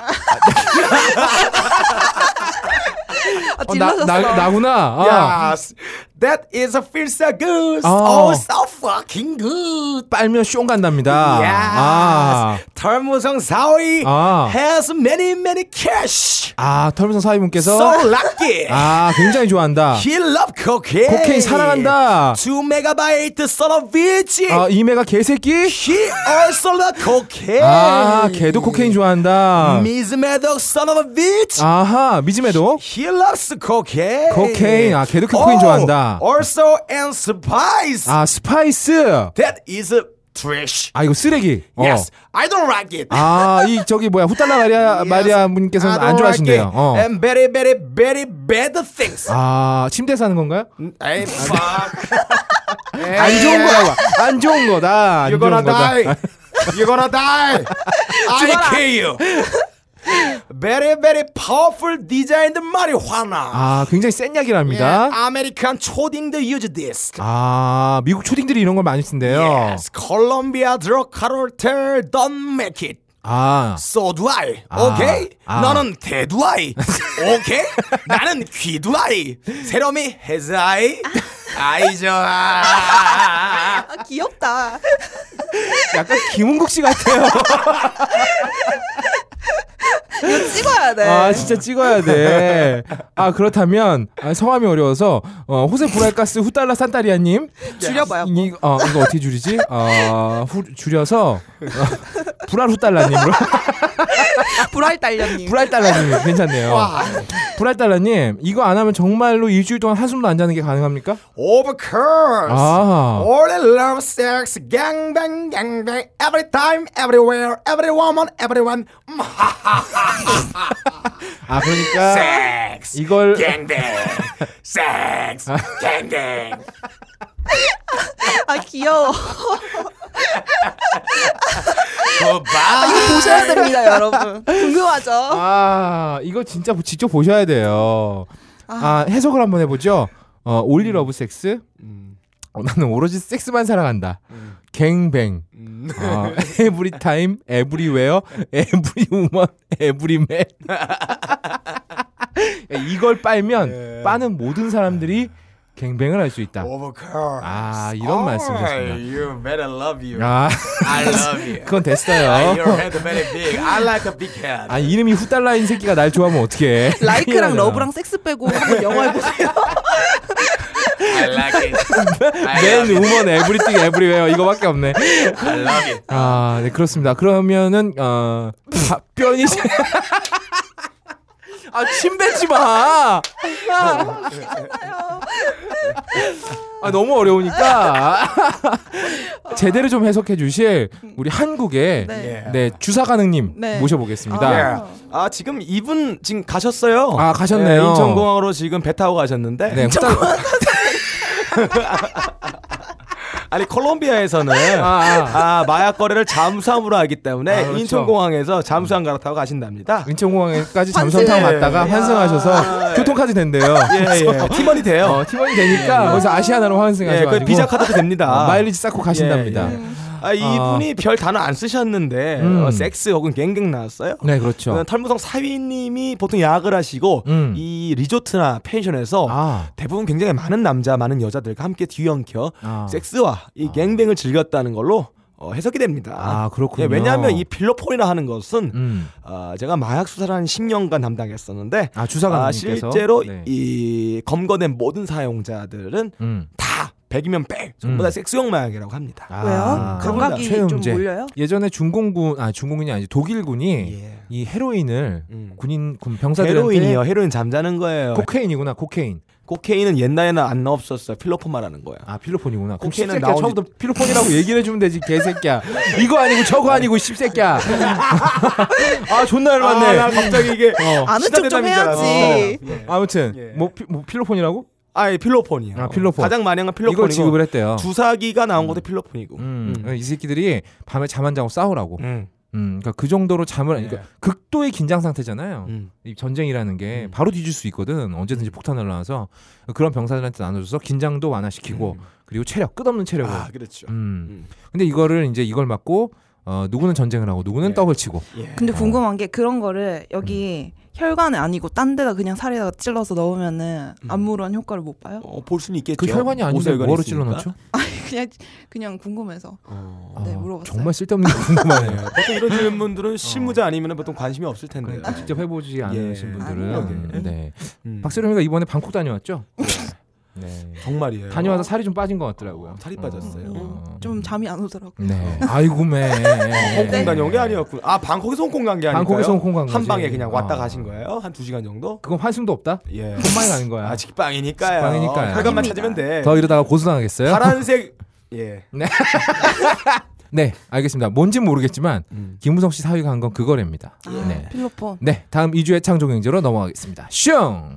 [SPEAKER 3] 아,
[SPEAKER 1] 어, 나,
[SPEAKER 3] 질러졌어.
[SPEAKER 1] 나, 나구나. 아.
[SPEAKER 2] Yes, that is a feels so good.
[SPEAKER 1] 아.
[SPEAKER 2] Oh, so fucking good.
[SPEAKER 1] 빨면 쇼 간답니다. 아.
[SPEAKER 2] Yes, 털무성 사위
[SPEAKER 1] 아.
[SPEAKER 2] has many many cash.
[SPEAKER 1] 아, 털무성 사위분께서
[SPEAKER 2] So lucky.
[SPEAKER 1] 아, 굉장히 좋아한다.
[SPEAKER 2] He love cocaine.
[SPEAKER 1] 코케인 사랑한다.
[SPEAKER 2] 2 메가바이트 son of bitch.
[SPEAKER 1] 아, 이메가 개새끼?
[SPEAKER 2] He also love cocaine.
[SPEAKER 1] 아, 걔도 코케인 좋아한다.
[SPEAKER 2] Miss Maddox son of a bitch.
[SPEAKER 1] 아하, 미즈메도?
[SPEAKER 2] He loves cocaine.
[SPEAKER 1] Cocaine. 아, 걔도 cocaine 좋아한다.
[SPEAKER 2] Also and spice.
[SPEAKER 1] 아, 스파이스.
[SPEAKER 2] That is a trash.
[SPEAKER 1] 아 이거 쓰레기. 어.
[SPEAKER 2] Yes, I don't like it.
[SPEAKER 1] 아이 저기 뭐야 후달라 마리아
[SPEAKER 2] Yes. 음.
[SPEAKER 1] 마리아 분께서는
[SPEAKER 2] I don't
[SPEAKER 1] 안 좋아하신대요.
[SPEAKER 2] Like it.
[SPEAKER 1] 어.
[SPEAKER 2] And very, very, very bad things.
[SPEAKER 1] 아 네. 침대 사는 건가요?
[SPEAKER 2] 에이, fuck.
[SPEAKER 1] 안 좋은 거야. 안 좋은 거다. 안
[SPEAKER 2] 네. You're
[SPEAKER 1] 좋은
[SPEAKER 2] gonna
[SPEAKER 1] 거다.
[SPEAKER 2] die. You're gonna die. I kill you. Very, very powerful designed marijuana.
[SPEAKER 1] 아 굉장히 센 약이랍니다.
[SPEAKER 2] Yeah, American 초딩들 use this.
[SPEAKER 1] 아 어. 미국 초딩들이 이런 걸 많이 쓴대요.
[SPEAKER 2] Yes, Colombia drug cartel don't make it.
[SPEAKER 1] 아
[SPEAKER 2] So do I.
[SPEAKER 1] 아,
[SPEAKER 2] okay?
[SPEAKER 1] 아.
[SPEAKER 2] 너는 대 do I. okay? 나는 귀 do I. 세롬이 has I. 아이 좋아.
[SPEAKER 3] 아 귀엽다.
[SPEAKER 1] 약간 김은국 씨 같아요.
[SPEAKER 3] 이거 찍어야 돼.
[SPEAKER 1] 아 진짜 찍어야 돼. 아 그렇다면 아, 성함이 어려워서 어, 호세 브랄카스 후달라 산타리아님
[SPEAKER 3] 줄여봐요.
[SPEAKER 1] 이, 어, 이거 어떻게 줄이지? 어, 후, 줄여서 어, 불알 후달라님으로
[SPEAKER 3] 불알 딸려님.
[SPEAKER 1] 불알 달라님 괜찮네요. 불알 달라님 이거 안 하면 정말로 일주일 동안 한숨도 안 자는 게 가능합니까?
[SPEAKER 2] Of course.
[SPEAKER 1] 아
[SPEAKER 2] All in love, sex, gangbang, gangbang, every time, everywhere, every woman, everyone.
[SPEAKER 1] 아 그러니까
[SPEAKER 2] sex.
[SPEAKER 1] Ah. 이걸
[SPEAKER 2] gangbang. sex. gangbang.
[SPEAKER 3] 아 귀여워.
[SPEAKER 2] Goodbye.
[SPEAKER 3] 보셔야 됩니다, 여러분. 궁금하죠?
[SPEAKER 1] 아 이거 진짜 직접 보셔야 돼요. 아 해석을 한번 해보죠. 어 올리
[SPEAKER 3] 음.
[SPEAKER 1] 러브 섹스. 어, 나는 오로지 섹스만 사랑한다.
[SPEAKER 3] 음.
[SPEAKER 1] 갱뱅. 어, 에브리 타임, 에브리 웨어, 에브리 우먼, 에브리 맨. 이걸 빨면
[SPEAKER 3] 예.
[SPEAKER 1] 빠는 모든 사람들이 갱뱅을 할 수 있다.
[SPEAKER 2] Of course.
[SPEAKER 1] 아, 이런 말씀이셨구나.
[SPEAKER 2] Oh,
[SPEAKER 3] 예.
[SPEAKER 2] You better love you.
[SPEAKER 1] 아,
[SPEAKER 2] I love you.
[SPEAKER 1] 그건
[SPEAKER 3] 아,
[SPEAKER 5] 아,
[SPEAKER 2] Ah, Your
[SPEAKER 1] 아, 됐어요.
[SPEAKER 2] head very big. I like a big head.
[SPEAKER 1] 아, 이름이 후달라인 새끼가 날 좋아하면 어떡해.
[SPEAKER 3] 라이크랑 러브랑 섹스 빼고 한번 영어 해보세요.
[SPEAKER 2] I like it. I
[SPEAKER 1] 맨
[SPEAKER 2] love it.
[SPEAKER 1] 우먼 에브리띵 에브리웨어 이거밖에 없네.
[SPEAKER 2] I love it.
[SPEAKER 1] 아, 네 그렇습니다. 그러면은 어 답변이 아, 침 뱉지 마. 아, 너무 어려우니까 제대로 좀 해석해 주실 우리 한국의 네,
[SPEAKER 3] 네.
[SPEAKER 1] 주사 가능님
[SPEAKER 3] 네.
[SPEAKER 1] 모셔보겠습니다.
[SPEAKER 3] 아.
[SPEAKER 2] Yeah. 아 지금 이분 지금 가셨어요.
[SPEAKER 1] 아, 가셨네요.
[SPEAKER 2] 예, 인천공항으로 지금 배 타고 가셨는데.
[SPEAKER 1] 네, 후달,
[SPEAKER 2] 아니 콜롬비아에서는
[SPEAKER 1] 아,
[SPEAKER 2] 아,
[SPEAKER 1] 아,
[SPEAKER 2] 마약 거래를 잠수함으로 하기 때문에
[SPEAKER 1] 아, 그렇죠. 음.
[SPEAKER 2] 인천공항에서 잠수함 갈아타고 가신답니다.
[SPEAKER 1] 인천공항까지 잠수함 타고
[SPEAKER 2] 환승.
[SPEAKER 1] 갔다가
[SPEAKER 2] 예.
[SPEAKER 1] 환승하셔서
[SPEAKER 2] 아.
[SPEAKER 1] 교통카드 된대요.
[SPEAKER 2] 예예. 아, 팀원이 돼요.
[SPEAKER 1] 어, 팀원이 되니까 거기서 아시아나로
[SPEAKER 2] 예,
[SPEAKER 1] 환승하셔가지고
[SPEAKER 2] 그 비자 카드도 됩니다.
[SPEAKER 1] 어, 마일리지 쌓고 가신답니다.
[SPEAKER 2] 예, 예. 아, 이분이 별 단어 안 쓰셨는데
[SPEAKER 1] 음.
[SPEAKER 2] 어, 섹스 혹은 갱갱 나왔어요.
[SPEAKER 1] 네, 그렇죠.
[SPEAKER 2] 어, 털무성 사위님이 보통 약을 하시고
[SPEAKER 1] 음.
[SPEAKER 2] 이 리조트나 펜션에서
[SPEAKER 1] 아,
[SPEAKER 2] 대부분 굉장히 많은 남자, 많은 여자들과 함께 뒤엉켜
[SPEAKER 1] 아.
[SPEAKER 2] 섹스와 이 갱뱅을 즐겼다는 걸로 어, 해석이 됩니다.
[SPEAKER 1] 아, 그렇군요.
[SPEAKER 2] 예, 왜냐하면 이 필로폰이라 하는 것은
[SPEAKER 1] 음.
[SPEAKER 2] 어, 제가 마약 수사를 한 10년간 담당했었는데
[SPEAKER 1] 아 주사관
[SPEAKER 2] 아,
[SPEAKER 1] 님께서
[SPEAKER 2] 실제로
[SPEAKER 1] 네.
[SPEAKER 2] 이 검거된 모든 사용자들은
[SPEAKER 1] 음.
[SPEAKER 2] 다 100이면 100 전부
[SPEAKER 1] 음.
[SPEAKER 2] 다 섹스용 마약이라고 합니다.
[SPEAKER 1] 아,
[SPEAKER 3] 왜요? 감각이 좀
[SPEAKER 1] 최음제.
[SPEAKER 3] 몰려요?
[SPEAKER 1] 예전에 중공군 아 중공군이 아니지 독일군이
[SPEAKER 2] 예.
[SPEAKER 1] 이 헤로인을
[SPEAKER 2] 음.
[SPEAKER 1] 군인 군 병사들한테
[SPEAKER 2] 헤로인이요. 헤로인 잠자는 거예요.
[SPEAKER 1] 코케인이구나 코케인
[SPEAKER 2] 코케인은 옛날에는 안 없었어요. 필로폰 말하는 거야.
[SPEAKER 1] 아 필로폰이구나 그럼
[SPEAKER 2] 코케인은
[SPEAKER 1] 씹새끼야
[SPEAKER 2] 나오지-
[SPEAKER 1] 처음부터 필로폰이라고 얘기를 해주면 되지 개새끼야 이거 아니고 저거 아니고 십새끼야 아 존나 열받네
[SPEAKER 2] 아, 나 갑자기 이게
[SPEAKER 1] 어.
[SPEAKER 3] 아는 척 좀
[SPEAKER 2] 시사대담인 줄 알았어.
[SPEAKER 3] 해야지.
[SPEAKER 2] 예.
[SPEAKER 1] 아무튼
[SPEAKER 2] 예.
[SPEAKER 1] 뭐, 피, 뭐 필로폰이라고
[SPEAKER 2] 아, 예, 필로폰이요.
[SPEAKER 1] 아, 필로폰.
[SPEAKER 2] 가장 많이 한건 필로폰이고
[SPEAKER 1] 이걸 지급을 했대요
[SPEAKER 2] 주사기가 나온 것도 필로폰이고.
[SPEAKER 1] 어. 음,
[SPEAKER 2] 음.
[SPEAKER 1] 이 새끼들이 밤에 잠 안 자고 싸우라고
[SPEAKER 2] 음.
[SPEAKER 1] 음, 그러니까 그 정도로 잠을
[SPEAKER 2] 예.
[SPEAKER 1] 그러니까 극도의 긴장 상태잖아요.
[SPEAKER 2] 음.
[SPEAKER 1] 이 전쟁이라는 게
[SPEAKER 2] 음.
[SPEAKER 1] 바로 뒤질 수 있거든. 언제든지 폭탄 날라와서 그런 병사들한테 나눠줘서 긴장도 완화시키고 그리고 체력 끝없는 체력을.
[SPEAKER 2] 음. 아, 그렇죠.
[SPEAKER 1] 음.
[SPEAKER 2] 음.
[SPEAKER 1] 근데 이거를 이제 이걸 맞고 어, 누구는 전쟁을 하고 누구는
[SPEAKER 2] 예.
[SPEAKER 1] 떡을 치고. 그
[SPEAKER 2] 예.
[SPEAKER 3] 근데 궁금한 게 그런 거를 여기 혈관이 아니고 딴 데다 그냥 살에다가 찔러서 넣으면은 안무런 효과를 못 봐요?
[SPEAKER 2] 어, 볼 수는 있겠죠.
[SPEAKER 1] 그 혈관이 아닌데
[SPEAKER 2] 오세혈관이
[SPEAKER 1] 뭐로
[SPEAKER 2] 있으니까.
[SPEAKER 1] 찔러 넣죠?
[SPEAKER 3] 그냥 그냥 궁금해서.
[SPEAKER 2] 어.
[SPEAKER 1] 아,
[SPEAKER 3] 네, 물어봤어요.
[SPEAKER 1] 정말 쓸데없는 거 궁금하네요.
[SPEAKER 2] 보통 이런 질문들은 실무자 아니면 보통 관심이 없을 텐데.
[SPEAKER 1] 어. 그러니까 직접 해보지 않으신
[SPEAKER 2] 예.
[SPEAKER 1] 분들은.
[SPEAKER 2] 아니요.
[SPEAKER 1] 네.
[SPEAKER 2] 음.
[SPEAKER 1] 박세롬이가 이번에 방콕 다녀왔죠? 네.
[SPEAKER 2] 정말이에요.
[SPEAKER 1] 다녀와서 살이 좀 빠진 것 같더라고요.
[SPEAKER 2] 어, 살이 빠졌어요.
[SPEAKER 1] 어.
[SPEAKER 3] 음. 좀 잠이 안 오더라고.
[SPEAKER 1] 네. 아이고 매.
[SPEAKER 2] 홍콩 다녀온 게 아니었구나. 아, 방콕에서 홍콩 간 게 아니고요.
[SPEAKER 1] 네. 방콕에서 홍콩 간
[SPEAKER 2] 한
[SPEAKER 1] 거지.
[SPEAKER 2] 방에 그냥 왔다
[SPEAKER 1] 아.
[SPEAKER 2] 가신 거예요. 한 두 시간 정도.
[SPEAKER 1] 그건 환승도 없다.
[SPEAKER 2] 예.
[SPEAKER 1] 돈만 가는 거야.
[SPEAKER 2] 아, 네. 직방이니까요.
[SPEAKER 1] 음. 직방이니까요.
[SPEAKER 2] 혈관만
[SPEAKER 3] 아닙니다.
[SPEAKER 2] 찾으면 돼.
[SPEAKER 1] 더 이러다가 고소당하겠어요?
[SPEAKER 2] 파란색 예.
[SPEAKER 1] 네. 네, 알겠습니다. 뭔진 모르겠지만
[SPEAKER 5] 음.
[SPEAKER 1] 김무성 씨 사위가 한 건 그거랍니다.
[SPEAKER 3] 아,
[SPEAKER 1] 네.
[SPEAKER 3] 필로폰.
[SPEAKER 1] 네, 다음 2주의 창조경제로 넘어가겠습니다. 슝!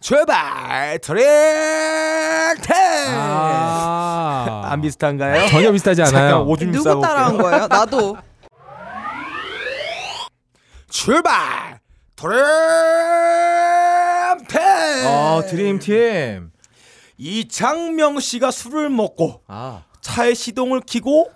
[SPEAKER 5] 출발 트랙
[SPEAKER 2] 네.
[SPEAKER 5] 텐.
[SPEAKER 1] 아,
[SPEAKER 5] 안 비슷한가요?
[SPEAKER 1] 전혀 비슷하지
[SPEAKER 5] 잠깐
[SPEAKER 1] 않아요.
[SPEAKER 5] 오줌 싸고
[SPEAKER 3] 누구 따라한
[SPEAKER 5] 올게요.
[SPEAKER 3] 거예요? 나도.
[SPEAKER 5] 출발 트랙 텐.
[SPEAKER 1] 어, 드림팀.
[SPEAKER 5] 이창명 씨가 술을 먹고
[SPEAKER 1] 아,
[SPEAKER 5] 차의 시동을 켜고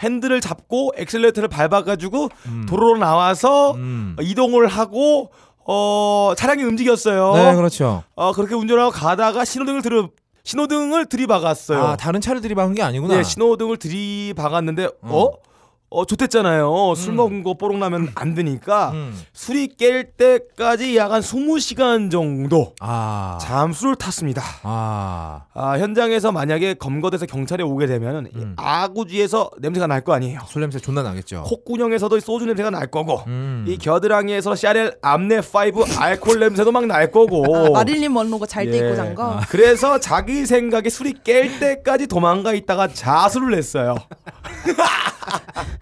[SPEAKER 5] 핸들을 잡고 엑셀레이터를 밟아가지고
[SPEAKER 1] 음.
[SPEAKER 5] 도로로
[SPEAKER 2] 어?
[SPEAKER 5] 나와서
[SPEAKER 1] 음.
[SPEAKER 5] 이동을 하고 어 차량이 움직였어요.
[SPEAKER 1] 네, 그렇죠.
[SPEAKER 5] 어, 그렇게 운전하고 가다가 신호등을 들이 신호등을 들이박았어요.
[SPEAKER 1] 아, 다른 차를 들이박은 게 아니구나.
[SPEAKER 2] 예,
[SPEAKER 5] 네, 신호등을 들이박았는데 어?
[SPEAKER 1] 음.
[SPEAKER 5] 어, 좋댔잖아요. 술
[SPEAKER 1] 음.
[SPEAKER 5] 먹은 거 뽀록 나면 안 되니까
[SPEAKER 1] 음.
[SPEAKER 5] 술이 깰 때까지 약 한 20시간 정도
[SPEAKER 1] 아,
[SPEAKER 5] 잠수를 탔습니다.
[SPEAKER 1] 아,
[SPEAKER 5] 아, 현장에서 만약에 검거돼서 경찰에 오게 되면
[SPEAKER 1] 음.
[SPEAKER 5] 아구지에서 냄새가 날 거 아니에요.
[SPEAKER 1] 술 냄새 존나 나겠죠.
[SPEAKER 5] 콧구녕에서도 소주 냄새가 날 거고
[SPEAKER 1] 음.
[SPEAKER 5] 이 겨드랑이에서 샤넬 암네 5 알코올 냄새도 막 날 거고
[SPEAKER 3] 아, 마릴린 먼로가 잘때
[SPEAKER 5] 어. 예.
[SPEAKER 3] 입고 잔 거.
[SPEAKER 5] 그래서 자기 생각에 술이 깰 때까지 도망가 있다가 자수를 냈어요.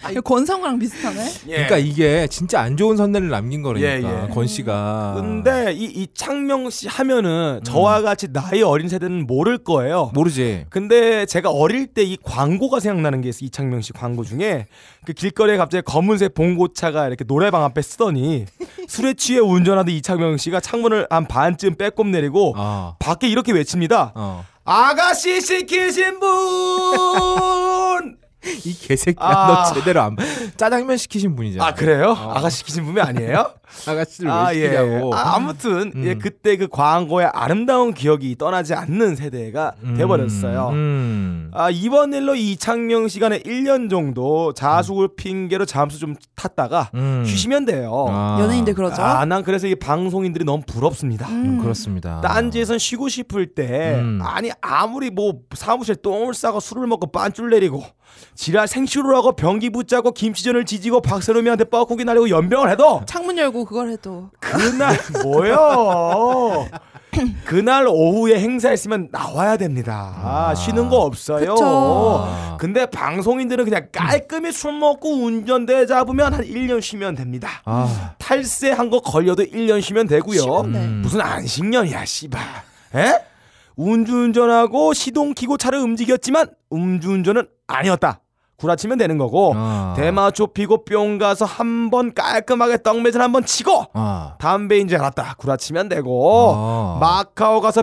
[SPEAKER 3] 아, 이거 권성우랑 비슷하네.
[SPEAKER 1] 그러니까 이게 진짜 안 좋은 선례를 남긴 거라니까
[SPEAKER 5] 예, 예.
[SPEAKER 1] 권 씨가.
[SPEAKER 5] 근데 이 이창명 씨 하면은 저와 같이 나이 어린 세대는 모를 거예요.
[SPEAKER 1] 모르지.
[SPEAKER 5] 근데 제가 어릴 때 이 광고가 생각나는 게 있어요. 이창명 씨 광고 중에 그 길거리에 갑자기 검은색 봉고차가 이렇게 노래방 앞에 쓰더니 술에 취해 운전하던 이창명 씨가 창문을 한 반쯤 빼꼼 내리고
[SPEAKER 1] 아,
[SPEAKER 5] 밖에 이렇게 외칩니다.
[SPEAKER 1] 어.
[SPEAKER 5] 아가씨 시키신 분!
[SPEAKER 1] 이 개새끼야
[SPEAKER 5] 아.
[SPEAKER 1] 너 제대로 안 짜장면 시키신 분이잖아.
[SPEAKER 5] 아 그래요? 아가씨 시키신 분이 아니에요?
[SPEAKER 1] 아가씨를
[SPEAKER 5] 아,
[SPEAKER 1] 왜 시키냐고.
[SPEAKER 5] 아, 아무튼
[SPEAKER 1] 음.
[SPEAKER 5] 예, 그때 그 광고의 아름다운 기억이 떠나지 않는 세대가
[SPEAKER 1] 음,
[SPEAKER 5] 돼버렸어요.
[SPEAKER 1] 음.
[SPEAKER 5] 아, 이번 일로 이창명 시간에 1년 정도 자숙을 핑계로 잠수 좀 탔다가
[SPEAKER 1] 음.
[SPEAKER 5] 쉬시면 돼요. 아,
[SPEAKER 1] 아.
[SPEAKER 3] 연예인들 그러죠.
[SPEAKER 5] 난 그래서 이 방송인들이 너무 부럽습니다.
[SPEAKER 1] 음,
[SPEAKER 3] 음.
[SPEAKER 1] 그렇습니다.
[SPEAKER 5] 딴지에선 쉬고 싶을 때
[SPEAKER 1] 음.
[SPEAKER 5] 아니 아무리 뭐 사무실 똥을 싸고 술을 먹고 빤줄 내리고 지랄 생쇼를 하고 변기 붙잡고 김치전을 지지고 박세롬이한테 뻐꾸기 날리고 연병을 해도
[SPEAKER 3] 창문 열고 그걸 해도
[SPEAKER 5] 그날 뭐요? 그날 오후에 행사 있으면 나와야 됩니다.
[SPEAKER 1] 아.
[SPEAKER 5] 쉬는 거 없어요.
[SPEAKER 3] 그쵸.
[SPEAKER 1] 아.
[SPEAKER 5] 근데 방송인들은 그냥 깔끔히 술 먹고 운전대 잡으면 한 1년 쉬면 됩니다.
[SPEAKER 1] 아.
[SPEAKER 5] 탈세한 거 걸려도 1년 쉬면 되고요.
[SPEAKER 3] 쉬면 네. 돼.
[SPEAKER 1] 음.
[SPEAKER 5] 무슨 안식년이야, 씨발. 에? 운주운전하고 시동 키고 차를 움직였지만 음주운전은 아니었다. 구라치면 되는 거고
[SPEAKER 1] 아.
[SPEAKER 5] 대마초 피고 뿅 가서 한 번 깔끔하게 떡매질 한 번 치고
[SPEAKER 1] 아.
[SPEAKER 5] 담배인 줄 알았다. 구라치면 되고
[SPEAKER 1] 아.
[SPEAKER 5] 어, 마카오 가서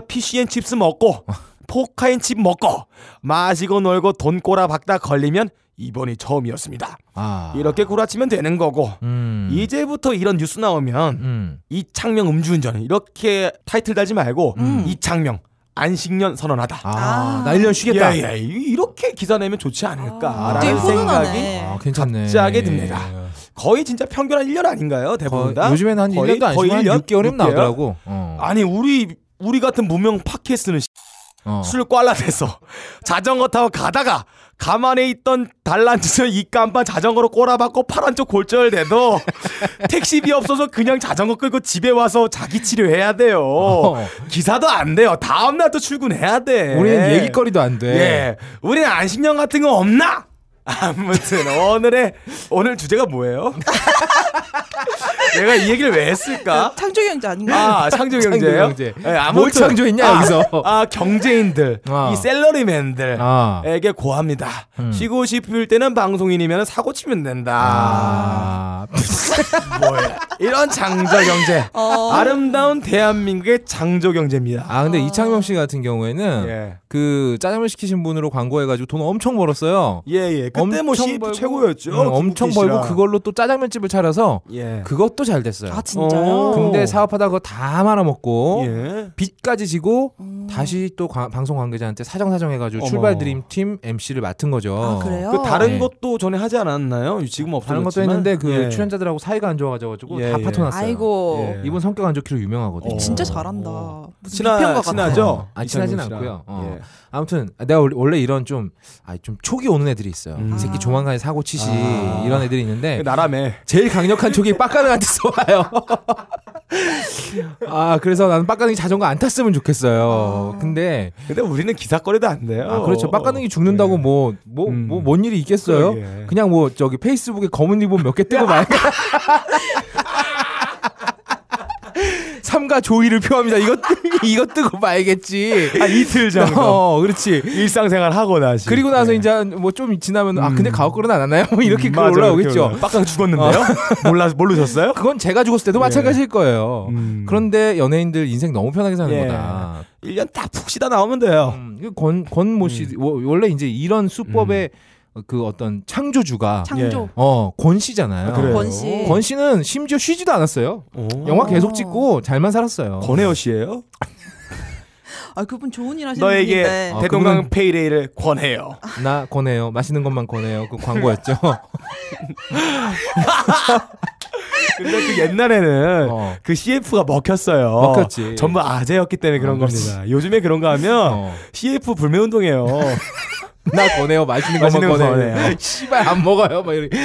[SPEAKER 5] 피쉬앤칩스 먹고 포카인칩 먹고 마시고 놀고 돈 꼬라 박다 걸리면 이번이 처음이었습니다.
[SPEAKER 1] 아.
[SPEAKER 5] 이렇게 구라치면 되는 거고
[SPEAKER 1] 음.
[SPEAKER 5] 이제부터 이런 뉴스 나오면
[SPEAKER 1] 음.
[SPEAKER 5] 이창명 음주운전 이렇게 타이틀 달지 말고
[SPEAKER 1] 음.
[SPEAKER 5] 이창명 안식년 선언하다.
[SPEAKER 1] 아.
[SPEAKER 3] 아.
[SPEAKER 1] 나 1년 쉬겠다.
[SPEAKER 5] 예, 예. 이- 이렇게 기사 내면 좋지
[SPEAKER 3] 되게
[SPEAKER 5] 않을까라는
[SPEAKER 1] 아.
[SPEAKER 5] 생각이
[SPEAKER 3] 훈훈하네.
[SPEAKER 1] 아, 괜찮네.
[SPEAKER 5] 갑자기 듭니다. 거의 진짜 평균 한 1년 아닌가요? 대부분
[SPEAKER 1] 거의,
[SPEAKER 5] 다.
[SPEAKER 1] 요즘에는 한
[SPEAKER 5] 거의-
[SPEAKER 1] 1년도 안
[SPEAKER 5] 거의
[SPEAKER 1] 쉬고 한
[SPEAKER 5] 일 년?
[SPEAKER 1] 6개월이면
[SPEAKER 5] 육 개월?
[SPEAKER 1] 나오더라고. 어.
[SPEAKER 5] 아니 우리 우리 같은 무명 팟캐스트는
[SPEAKER 1] 어.
[SPEAKER 5] 술 꽐라대서 자전거 타고 가다가 가만히 있던 달란지서 이 깜반 자전거로 꼬라박고 파란쪽 골절돼도 택시비 없어서 그냥 자전거 끌고 집에 와서 자기 치료해야 돼요.
[SPEAKER 1] 어.
[SPEAKER 5] 기사도 안 돼요. 다음 날 또 출근해야 돼.
[SPEAKER 1] 우리는 얘기거리도 네. 안 돼.
[SPEAKER 5] 예, 우리는 안식년 같은 거 없나? 아무튼 오늘의 오늘 주제가 뭐예요? 내가 이 얘기를 왜 했을까?
[SPEAKER 3] 창조경제 아닌가?
[SPEAKER 5] 아 창조 경제예요?
[SPEAKER 1] 창조 경제.
[SPEAKER 5] 예, 아무튼-
[SPEAKER 1] 뭘 창조했냐,
[SPEAKER 5] 아,
[SPEAKER 1] 여기서?
[SPEAKER 5] 아 경제인들,
[SPEAKER 1] 아.
[SPEAKER 5] 이 셀러리맨들.
[SPEAKER 1] 아.
[SPEAKER 5] 에게 고합니다.
[SPEAKER 1] 음.
[SPEAKER 5] 쉬고 싶을 때는 방송인이면 사고 치면 된다.
[SPEAKER 1] 아.
[SPEAKER 5] 뭐야? 이런 장조 경제.
[SPEAKER 3] 어.
[SPEAKER 5] 아름다운 대한민국의 장조 경제입니다.
[SPEAKER 1] 아 근데 이창명 씨 같은 경우에는
[SPEAKER 5] 예.
[SPEAKER 1] 그 짜장면 시키신 분으로 광고해가지고 돈 엄청 벌었어요.
[SPEAKER 5] 예예. 그때 뭐
[SPEAKER 1] 엄청
[SPEAKER 5] CF
[SPEAKER 1] 벌고-
[SPEAKER 5] 최고였죠.
[SPEAKER 1] 응, 엄청
[SPEAKER 5] 김국진
[SPEAKER 1] 벌고
[SPEAKER 5] 씨랑.
[SPEAKER 1] 그걸로 또 짜장면 집을 차려서
[SPEAKER 5] 예.
[SPEAKER 1] 그것도 잘 됐어요.
[SPEAKER 3] 아 진짜요?
[SPEAKER 5] 어.
[SPEAKER 1] 근데 사업하다 그거 다 말아먹고
[SPEAKER 5] 예.
[SPEAKER 1] 빚까지 지고
[SPEAKER 3] 음.
[SPEAKER 1] 다시 또 과- 방송 관계자한테 사정사정해가지고
[SPEAKER 5] 어머.
[SPEAKER 1] 출발 드림팀 MC를 맡은 거죠.
[SPEAKER 3] 아 그래요?
[SPEAKER 5] 그
[SPEAKER 1] 네.
[SPEAKER 5] 다른 것도 전에 하지 않았나요? 지금 없어졌지만.
[SPEAKER 1] 다른 것도 했는데 그
[SPEAKER 5] 예.
[SPEAKER 1] 출연자들하고 사이가 안 좋아가지고
[SPEAKER 5] 예,
[SPEAKER 1] 다
[SPEAKER 5] 예.
[SPEAKER 1] 파토났어요.
[SPEAKER 3] 아이고
[SPEAKER 5] 예.
[SPEAKER 1] 이분 성격 안 좋기로 유명하거든요.
[SPEAKER 5] 어.
[SPEAKER 3] 진짜 잘한다.
[SPEAKER 5] 어.
[SPEAKER 3] 무슨
[SPEAKER 5] 친하
[SPEAKER 3] 비평가 같아.
[SPEAKER 5] 친하죠?
[SPEAKER 1] 아, 친하진
[SPEAKER 5] 이창용 씨랑.
[SPEAKER 1] 않고요. 어.
[SPEAKER 5] 예.
[SPEAKER 1] 아무튼 내가 원래- 원래 이런 좀, 아, 좀 촉이 오는 애들이 있어요.
[SPEAKER 5] 음.
[SPEAKER 1] 이 새끼 조만간에 사고 치시
[SPEAKER 5] 아.
[SPEAKER 1] 이런 애들이 있는데
[SPEAKER 5] 나라매.
[SPEAKER 1] 제일 강력한 촉이 빡가능한테 쏘아요. 아 그래서 나는 빡가능이 자전거 안 탔으면 좋겠어요.
[SPEAKER 3] 아.
[SPEAKER 1] 근데
[SPEAKER 5] 근데 우리는 기사거리도 안 돼요.
[SPEAKER 1] 아 그렇죠. 빡가능이 죽는다고
[SPEAKER 5] 어, 예.
[SPEAKER 1] 뭐 뭐 뭐
[SPEAKER 5] 음.
[SPEAKER 1] 뭔 일이 있겠어요?
[SPEAKER 5] 그러게.
[SPEAKER 1] 그냥 뭐 저기 페이스북에 검은 리본 몇 개 뜨고 말까. 삼가 조의를 표합니다. 이거 뜨- 이거 뜨고 말겠지.
[SPEAKER 5] 아 이틀 정도.
[SPEAKER 1] 어, 그렇지.
[SPEAKER 5] 일상생활 하고 다시.
[SPEAKER 1] 그리고 나서
[SPEAKER 5] 예.
[SPEAKER 1] 이제 뭐 좀 지나면 아
[SPEAKER 5] 음.
[SPEAKER 1] 근데 가옥걸은 안 하나요? 뭐 이렇게 글
[SPEAKER 5] 맞아요. 이렇게
[SPEAKER 1] 올라오겠죠.
[SPEAKER 5] 올라와요. 빡강 죽었는데요? 몰라 모르셨어요?
[SPEAKER 1] 그건 제가 죽었을 때도
[SPEAKER 5] 예.
[SPEAKER 1] 마찬가지일 거예요.
[SPEAKER 5] 음.
[SPEAKER 1] 그런데 연예인들 인생 너무 편하게 사는
[SPEAKER 5] 예.
[SPEAKER 1] 거다.
[SPEAKER 5] 1년 딱 푹 쉬다 나오면 돼요.
[SPEAKER 1] 음, 이거 권, 권모 씨,
[SPEAKER 5] 음.
[SPEAKER 1] 워- 원래 이제 이런 수법의 그 어떤 창조주가,
[SPEAKER 3] 창조.
[SPEAKER 1] 어, 권 씨잖아요.
[SPEAKER 5] 아, 예. 그래요?
[SPEAKER 3] 권 씨.
[SPEAKER 1] 권 씨는 심지어 쉬지도 않았어요.
[SPEAKER 5] 오.
[SPEAKER 1] 영화 계속 찍고 잘만 살았어요.
[SPEAKER 5] 권혜호 씨예요?
[SPEAKER 3] 아 그분 좋은 일 하시는 분인데.
[SPEAKER 5] 너에게
[SPEAKER 1] 아,
[SPEAKER 5] 대동강
[SPEAKER 1] 그분은-
[SPEAKER 5] 페이레이를 권해요.
[SPEAKER 1] 나 권해요. 맛있는 것만 권해요. 그 광고였죠.
[SPEAKER 5] 근데 그 옛날에는
[SPEAKER 1] 어.
[SPEAKER 5] 그 CF가 먹혔어요.
[SPEAKER 1] 먹혔지.
[SPEAKER 5] 전부 아재였기 때문에 그런
[SPEAKER 1] 아,
[SPEAKER 5] 겁니다. 요즘에 그런가 하면
[SPEAKER 1] 어.
[SPEAKER 5] CF 불매운동이에요.
[SPEAKER 1] 나 권해요. 맛있는
[SPEAKER 5] 맛있는
[SPEAKER 1] 것만
[SPEAKER 5] 거
[SPEAKER 1] 권해요.
[SPEAKER 5] 권해요.
[SPEAKER 1] 씨발 안 먹어요. 막 이렇게.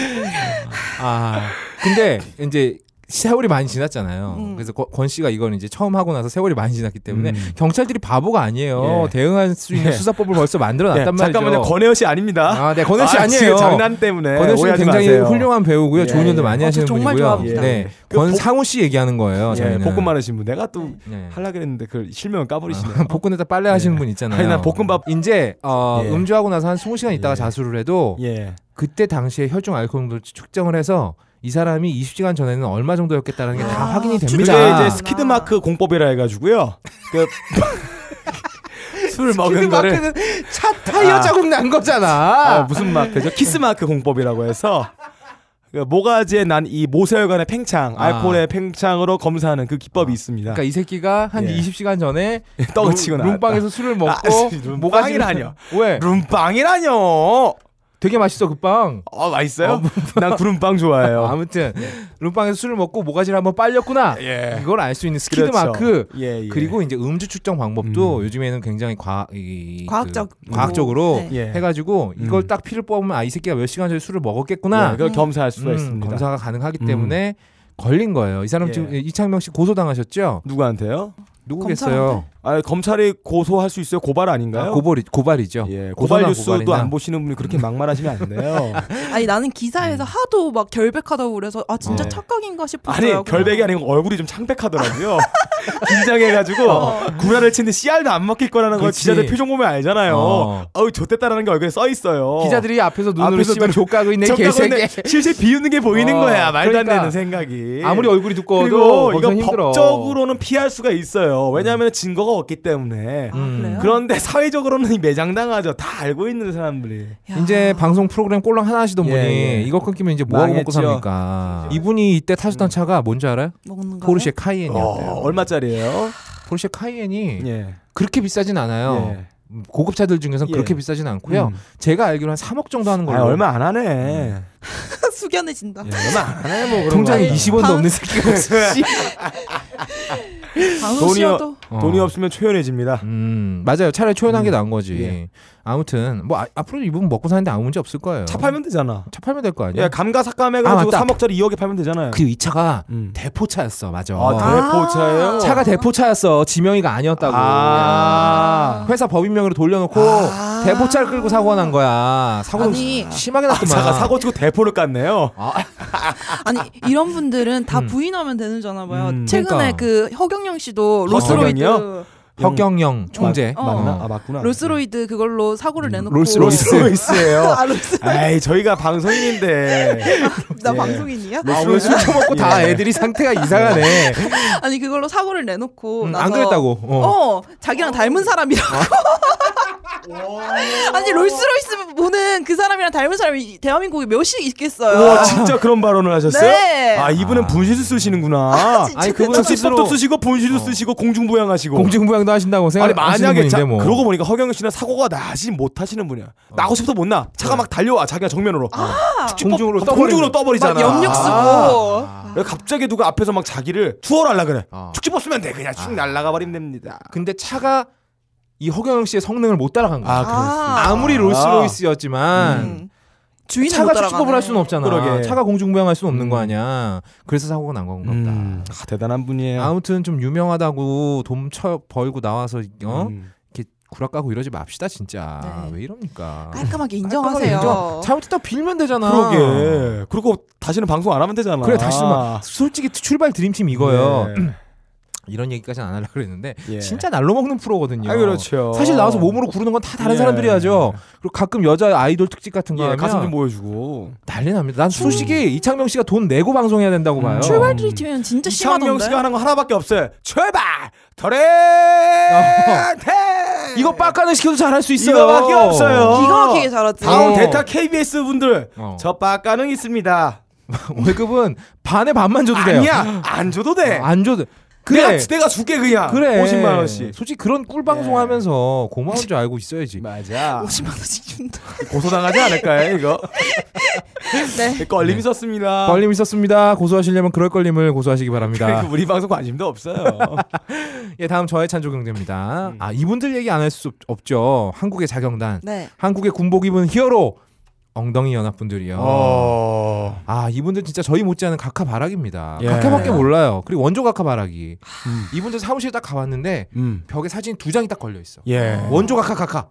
[SPEAKER 1] 아 근데 이제 세월이 많이 지났잖아요.
[SPEAKER 3] 음.
[SPEAKER 1] 그래서 권- 권 씨가 이건 이제 처음 하고 나서 세월이 많이 지났기 때문에
[SPEAKER 5] 음.
[SPEAKER 1] 경찰들이 바보가 아니에요.
[SPEAKER 5] 예.
[SPEAKER 1] 대응할 수 있는
[SPEAKER 5] 예.
[SPEAKER 1] 수사법을 벌써 만들어놨단 말이죠.
[SPEAKER 5] 네, 잠깐만요. 권혜호 씨 아닙니다.
[SPEAKER 1] 아, 네, 권혜 씨
[SPEAKER 5] 아,
[SPEAKER 1] 아, 니에요
[SPEAKER 5] 지금 장난 때문에
[SPEAKER 1] 권혜 씨는
[SPEAKER 5] 오해하지
[SPEAKER 1] 굉장히
[SPEAKER 5] 마세요.
[SPEAKER 1] 훌륭한 배우고요.
[SPEAKER 5] 예,
[SPEAKER 1] 좋은 연도
[SPEAKER 5] 예.
[SPEAKER 1] 많이
[SPEAKER 3] 아,
[SPEAKER 1] 하시는
[SPEAKER 3] 저 정말
[SPEAKER 1] 분이고요.
[SPEAKER 3] 좋아합니다.
[SPEAKER 1] 네,
[SPEAKER 5] 그
[SPEAKER 1] 권상우 씨 얘기하는 거예요.
[SPEAKER 5] 예,
[SPEAKER 1] 저희는.
[SPEAKER 5] 볶음 마르신 분. 내가 또
[SPEAKER 1] 네.
[SPEAKER 5] 하려 그랬는데 그 실명 까버리시네.
[SPEAKER 1] 아, 볶음에다 빨래 하시는 분 있잖아요.
[SPEAKER 5] 아니, 난 볶음밥-
[SPEAKER 1] 이제 어,
[SPEAKER 5] 예.
[SPEAKER 1] 음주하고 나서 한 20시간 있다가
[SPEAKER 5] 예.
[SPEAKER 1] 자수를 해도
[SPEAKER 5] 예.
[SPEAKER 1] 그때 당시에 혈중 알코올 농도를 측정을 해서 이 사람이 20시간 전에는 얼마 정도였겠다는 게 다
[SPEAKER 3] 아,
[SPEAKER 1] 확인이
[SPEAKER 5] 그게
[SPEAKER 1] 됩니다.
[SPEAKER 3] 그게
[SPEAKER 5] 이제 스키드 마크 공법이라 해가지고요. 그 술을
[SPEAKER 1] 그
[SPEAKER 5] 먹은 거를
[SPEAKER 1] 마크는 차 타이어
[SPEAKER 5] 아.
[SPEAKER 1] 자국 난
[SPEAKER 5] 아,
[SPEAKER 1] 거잖아. 뭐.
[SPEAKER 5] 무슨 마크죠? 키스 마크 공법이라고 해서 그 모가지에 난 이 모세혈관의 팽창,
[SPEAKER 1] 아.
[SPEAKER 5] 알코올의 팽창으로 검사하는 그 기법이 있습니다.
[SPEAKER 1] 그러니까 이 새끼가 한
[SPEAKER 5] 예.
[SPEAKER 1] 20시간 전에
[SPEAKER 5] 떡을
[SPEAKER 1] 룸-
[SPEAKER 5] 치고 네. 나.
[SPEAKER 1] 룸빵에서 술을 먹고 뭐
[SPEAKER 5] 아, 룸빵이라뇨.
[SPEAKER 1] 모가지를- 왜?
[SPEAKER 5] 룸빵이라뇨. 어
[SPEAKER 1] 되게 맛있어 그 빵.
[SPEAKER 5] 맛있어요? 난 구름빵 좋아해요.
[SPEAKER 1] 아무튼 룸빵에서 술을 먹고 모가지를 한번 빨렸구나.
[SPEAKER 5] 예.
[SPEAKER 1] 이걸 알 수 있는 스키드
[SPEAKER 5] 그렇죠.
[SPEAKER 1] 마크.
[SPEAKER 5] 예, 예.
[SPEAKER 1] 그리고 이제 음주 측정 방법도 요즘에는 굉장히 과, 이,
[SPEAKER 3] 과학적.
[SPEAKER 1] 그, 과학적으로
[SPEAKER 3] 네.
[SPEAKER 5] 예.
[SPEAKER 1] 해가지고 이걸
[SPEAKER 5] 음.
[SPEAKER 1] 딱 피를 뽑으면 아 이 새끼가 몇 시간 전에 술을
[SPEAKER 5] 예,
[SPEAKER 1] 먹었겠구나.
[SPEAKER 5] 그걸 겸사할 수가
[SPEAKER 1] 음,
[SPEAKER 5] 있습니다.
[SPEAKER 1] 검사가 가능하기
[SPEAKER 5] 음.
[SPEAKER 1] 때문에 걸린 거예요. 이 사람
[SPEAKER 5] 예.
[SPEAKER 1] 지금 이창명 씨 고소당하셨죠?
[SPEAKER 5] 누구한테요?
[SPEAKER 1] 누구겠어요?
[SPEAKER 5] 아, 검찰이 고소할 수 있어요? 고발
[SPEAKER 1] 아,
[SPEAKER 5] 아닌가요?
[SPEAKER 1] 고발이, 고발이죠.
[SPEAKER 5] 예, 고발
[SPEAKER 1] 고소나
[SPEAKER 5] 뉴스도
[SPEAKER 1] 고발이나.
[SPEAKER 5] 안 보시는 분이 그렇게 막말하시면 안 돼요.
[SPEAKER 3] 아니 나는 기사에서 하도 막 결백하다고 그래서 아 진짜
[SPEAKER 5] 네.
[SPEAKER 3] 착각인가 싶었어요.
[SPEAKER 5] 아니 결백이 아니고 얼굴이 좀 창백하더라고요. 긴장해가지고 구라를 치는데 씨알도 안 먹힐 거라는 걸
[SPEAKER 1] 어. 그렇지.
[SPEAKER 5] 기자들 표정 보면 알잖아요.
[SPEAKER 1] 어.
[SPEAKER 5] 어우 좋댔다라는 게 얼굴에 써 있어요.
[SPEAKER 1] 기자들이 앞에서 눈으로
[SPEAKER 5] 앞에서
[SPEAKER 1] 씨발
[SPEAKER 5] 눈-
[SPEAKER 1] 족가고 있네 개새끼.
[SPEAKER 5] 적당한데 실제 비웃는 게 보이는
[SPEAKER 1] 어,
[SPEAKER 5] 거야. 말도
[SPEAKER 1] 그러니까.
[SPEAKER 5] 안 되는 생각이.
[SPEAKER 1] 아무리 얼굴이
[SPEAKER 5] 예. 그리고
[SPEAKER 1] 두꺼워도
[SPEAKER 5] 이거
[SPEAKER 1] 엄청 힘들어.
[SPEAKER 5] 법적으로는 피할 수가 있어요. 왜냐하면 증거가 없기 때문에.
[SPEAKER 3] 아,
[SPEAKER 1] 음.
[SPEAKER 3] 그래요?
[SPEAKER 5] 그런데 사회적으로는 매장당하죠. 다 알고 있는 사람들이.
[SPEAKER 3] 야.
[SPEAKER 1] 이제 방송 프로그램 꼴랑 하나 하시던
[SPEAKER 5] 예,
[SPEAKER 1] 분이
[SPEAKER 5] 예.
[SPEAKER 1] 이거 끊기면 이제 뭐하고 먹고
[SPEAKER 5] 망했죠. 그렇죠. 음.
[SPEAKER 1] 삽니까? 이분이 이때 타셨던 차가 뭔지 알아요?
[SPEAKER 3] 먹는 거.
[SPEAKER 1] 포르쉐
[SPEAKER 5] 어,
[SPEAKER 1] 카이엔이었대요.
[SPEAKER 5] 얼마짜리예요?
[SPEAKER 1] 포르쉐 카이엔이
[SPEAKER 5] 예.
[SPEAKER 1] 그렇게 비싸진 않아요.
[SPEAKER 5] 예.
[SPEAKER 1] 음, 고급차들 중에서 는
[SPEAKER 5] 예.
[SPEAKER 1] 그렇게 비싸진 않고요.
[SPEAKER 5] 음.
[SPEAKER 1] 제가 알기로 한 3억 정도 하는 걸로.
[SPEAKER 5] 아, 얼마 안 하네.
[SPEAKER 3] 숙연해진다.
[SPEAKER 5] 예, 얼마 안 하네 뭐 그런
[SPEAKER 1] 통장에
[SPEAKER 5] 거.
[SPEAKER 1] 20원도
[SPEAKER 3] 방-
[SPEAKER 1] 없는 새끼가 있어.
[SPEAKER 3] 강훈
[SPEAKER 5] 돈이요.
[SPEAKER 3] 씨도
[SPEAKER 1] 어.
[SPEAKER 5] 돈이 없으면 초연해집니다.
[SPEAKER 1] 음, 맞아요. 차라리 초연한 게 나은 거지.
[SPEAKER 5] 예.
[SPEAKER 1] 아무튼 뭐 아- 앞으로 이분 먹고 사는데 아무 문제 없을 거예요.
[SPEAKER 5] 차 팔면 되잖아.
[SPEAKER 1] 차 팔면 될 거 아니야?
[SPEAKER 5] 예, 감가삭감
[SPEAKER 1] 네. 아,
[SPEAKER 5] 해가지고
[SPEAKER 1] 맞다.
[SPEAKER 5] 3억짜리 2억에 팔면 되잖아요.
[SPEAKER 1] 그리고 이 차가
[SPEAKER 5] 음.
[SPEAKER 1] 대포차였어. 맞아.
[SPEAKER 5] 아, 대포차예요?
[SPEAKER 1] 차가 대포차였어. 지명이가 아니었다고.
[SPEAKER 5] 아.
[SPEAKER 1] 회사 법인명으로 돌려놓고
[SPEAKER 5] 아.
[SPEAKER 1] 대포차를 끌고 사고가 난 거야. 사고도
[SPEAKER 3] 아니.
[SPEAKER 1] 심하게
[SPEAKER 5] 아,
[SPEAKER 1] 났더만.
[SPEAKER 5] 차가 사고 치고 대포를 깠네요.
[SPEAKER 1] 아,
[SPEAKER 3] 아니 이런 분들은 다
[SPEAKER 1] 음.
[SPEAKER 3] 부인하면 되는 잖아 봐요.
[SPEAKER 5] 음,
[SPEAKER 3] 최근에
[SPEAKER 1] 그러니까.
[SPEAKER 3] 그 허경영 씨도
[SPEAKER 5] 허-
[SPEAKER 3] 로스로이드
[SPEAKER 5] 허경영이요?
[SPEAKER 1] 혁경영 총재.
[SPEAKER 3] 어.
[SPEAKER 5] 맞나?
[SPEAKER 1] 어.
[SPEAKER 5] 아 맞구나.
[SPEAKER 3] 로스로이드 그걸로 사고를 내놓고
[SPEAKER 1] 롤스로이스.
[SPEAKER 5] 로스로이스예요.
[SPEAKER 3] 아 로스
[SPEAKER 5] 에이 저희가 방송인인데.
[SPEAKER 3] 나
[SPEAKER 5] 예.
[SPEAKER 3] 방송인이야?
[SPEAKER 1] 아, 오늘 술 처먹고 다 애들이 상태가 이상하네.
[SPEAKER 3] 아니 그걸로 사고를 내놓고
[SPEAKER 1] 음,
[SPEAKER 3] 나서
[SPEAKER 1] 안 그랬다고. 어.
[SPEAKER 3] 어 자기랑 닮은 사람이라고 아니 롤스로이스 보는 그 사람이랑 닮은 사람이 대한민국에 몇씩 있겠어요.
[SPEAKER 5] 와 진짜 그런 발언을 하셨어요?
[SPEAKER 3] 네.
[SPEAKER 5] 아 이분은
[SPEAKER 1] 아.
[SPEAKER 5] 분실을 쓰시는구나.
[SPEAKER 3] 진짜.
[SPEAKER 1] 아니 그분은
[SPEAKER 5] 정치법도
[SPEAKER 1] 스스로
[SPEAKER 5] 쓰시고 분실도 쓰시고 공중부양하시고.
[SPEAKER 1] 뭐. 공중부양도 하신다고
[SPEAKER 5] 아니
[SPEAKER 1] 생각하시는
[SPEAKER 5] 만약에 자,
[SPEAKER 1] 분인데 뭐.
[SPEAKER 5] 그러고 보니까 허경영 씨는 사고가 나지 못하시는 분이야. 나고 싶어도 못 나. 차가 막 달려와 자기가 정면으로. 직접
[SPEAKER 1] 네. 공중으로
[SPEAKER 5] 법-
[SPEAKER 1] 떠버리는
[SPEAKER 5] 공중으로 떠버리잖아.
[SPEAKER 3] 아. 막 염력 쓰고.
[SPEAKER 5] 아. 그래서 갑자기 누가 앞에서 막 자기를 투어하려 그래.
[SPEAKER 1] 어.
[SPEAKER 5] 축지 벗으면 돼. 그냥 쭉 날아가 버리면 됩니다.
[SPEAKER 1] 근데 차가 이 허경영 씨의 성능을 못 따라간 거야.
[SPEAKER 5] 아,
[SPEAKER 3] 아.
[SPEAKER 1] 아무리 롤스로이스였지만
[SPEAKER 3] 음. 주인은
[SPEAKER 1] 차가
[SPEAKER 3] 못
[SPEAKER 1] 축법을
[SPEAKER 3] 따라가네.
[SPEAKER 1] 할 수는 없잖아.
[SPEAKER 5] 그러게.
[SPEAKER 1] 차가 공중부양할 수는 없는
[SPEAKER 5] 음.
[SPEAKER 1] 거 아니야. 그래서 사고가 난 건가 보다.
[SPEAKER 5] 음, 아, 대단한 분이에요.
[SPEAKER 1] 아무튼 좀 유명하다고 돈 처 벌고 나와서 어?
[SPEAKER 5] 음.
[SPEAKER 1] 이렇게 구락 까고 이러지 맙시다 진짜.
[SPEAKER 3] 네.
[SPEAKER 1] 왜 이럽니까?
[SPEAKER 3] 깔끔하게
[SPEAKER 1] 깔끔하게
[SPEAKER 3] 인정하세요.
[SPEAKER 1] 인정. 잘못했다고 빌면 되잖아.
[SPEAKER 5] 그러게. 그리고 다시는 방송 안 하면 되잖아.
[SPEAKER 1] 그래 다시 막 솔직히 출발 드림팀 이거예요. 음.
[SPEAKER 5] 네.
[SPEAKER 1] 이런 얘기까지는 안 하려고 그랬는데
[SPEAKER 5] 예.
[SPEAKER 1] 진짜 날로 먹는 프로거든요.
[SPEAKER 5] 아 그렇죠.
[SPEAKER 1] 사실 나와서 몸으로 구르는 건 다 다른
[SPEAKER 5] 예.
[SPEAKER 1] 사람들이 하죠. 그리고 가끔 여자 아이돌 특집 같은 거
[SPEAKER 5] 예,
[SPEAKER 1] 하면
[SPEAKER 5] 가슴 좀 보여주고.
[SPEAKER 1] 난리 납니다. 난 솔직히 이창명 씨가 돈 내고 방송해야 된다고
[SPEAKER 5] 음.
[SPEAKER 1] 봐요.
[SPEAKER 3] 출발 트리트면 진짜
[SPEAKER 5] 이창명
[SPEAKER 3] 심하던데.
[SPEAKER 5] 씨가 하는 거 하나밖에 없어요. 출발 터렌테
[SPEAKER 1] 어. 이거 빡가는 시켜도 잘할 수 있어요.
[SPEAKER 5] 이거밖에 없어요.
[SPEAKER 3] 기가 막히게 잘하지.
[SPEAKER 5] 다음
[SPEAKER 1] 어.
[SPEAKER 5] 대타 KBS 분들
[SPEAKER 1] 어.
[SPEAKER 5] 저 빡가능 있습니다.
[SPEAKER 1] 월급은 반에 반만 줘도 돼요.
[SPEAKER 5] 아니야 안 줘도 돼.
[SPEAKER 1] 어, 안 줘도
[SPEAKER 5] 내가
[SPEAKER 1] 그래.
[SPEAKER 5] 내가 줄게 네. 그냥.
[SPEAKER 1] 그래.
[SPEAKER 5] 50만 원씩.
[SPEAKER 1] 솔직히 그런 꿀 방송
[SPEAKER 5] 예.
[SPEAKER 1] 하면서 고마운 줄 알고 있어야지.
[SPEAKER 5] 맞아.
[SPEAKER 3] 50만 원씩 준다.
[SPEAKER 5] 고소당하지 않을까요 이거?
[SPEAKER 3] 네.
[SPEAKER 5] 걸림 아.
[SPEAKER 1] 네.
[SPEAKER 5] 있었습니다. 네,
[SPEAKER 1] 걸림 있었습니다. 고소하시려면 그럴 걸림을 고소하시기 바랍니다.
[SPEAKER 5] 우리 방송 관심도 없어요.
[SPEAKER 1] 예, 다음 저의 찬조 경제입니다.
[SPEAKER 5] 음.
[SPEAKER 1] 아, 이분들 얘기 안 할 수 없죠. 한국의 자경단,
[SPEAKER 3] 네.
[SPEAKER 1] 한국의 군복 입은 히어로 엉덩이 연합분들이요.
[SPEAKER 5] 어.
[SPEAKER 1] 아, 이분들 진짜 저희 못지않은 각하 바라기입니다.
[SPEAKER 5] 예.
[SPEAKER 1] 각하밖에 몰라요. 그리고 원조 각하 바라기.
[SPEAKER 5] 음.
[SPEAKER 1] 이분들 사무실 딱 가봤는데
[SPEAKER 5] 음.
[SPEAKER 1] 벽에 사진 두 장이 딱 걸려 있어.
[SPEAKER 5] 예.
[SPEAKER 1] 원조 각하 각하.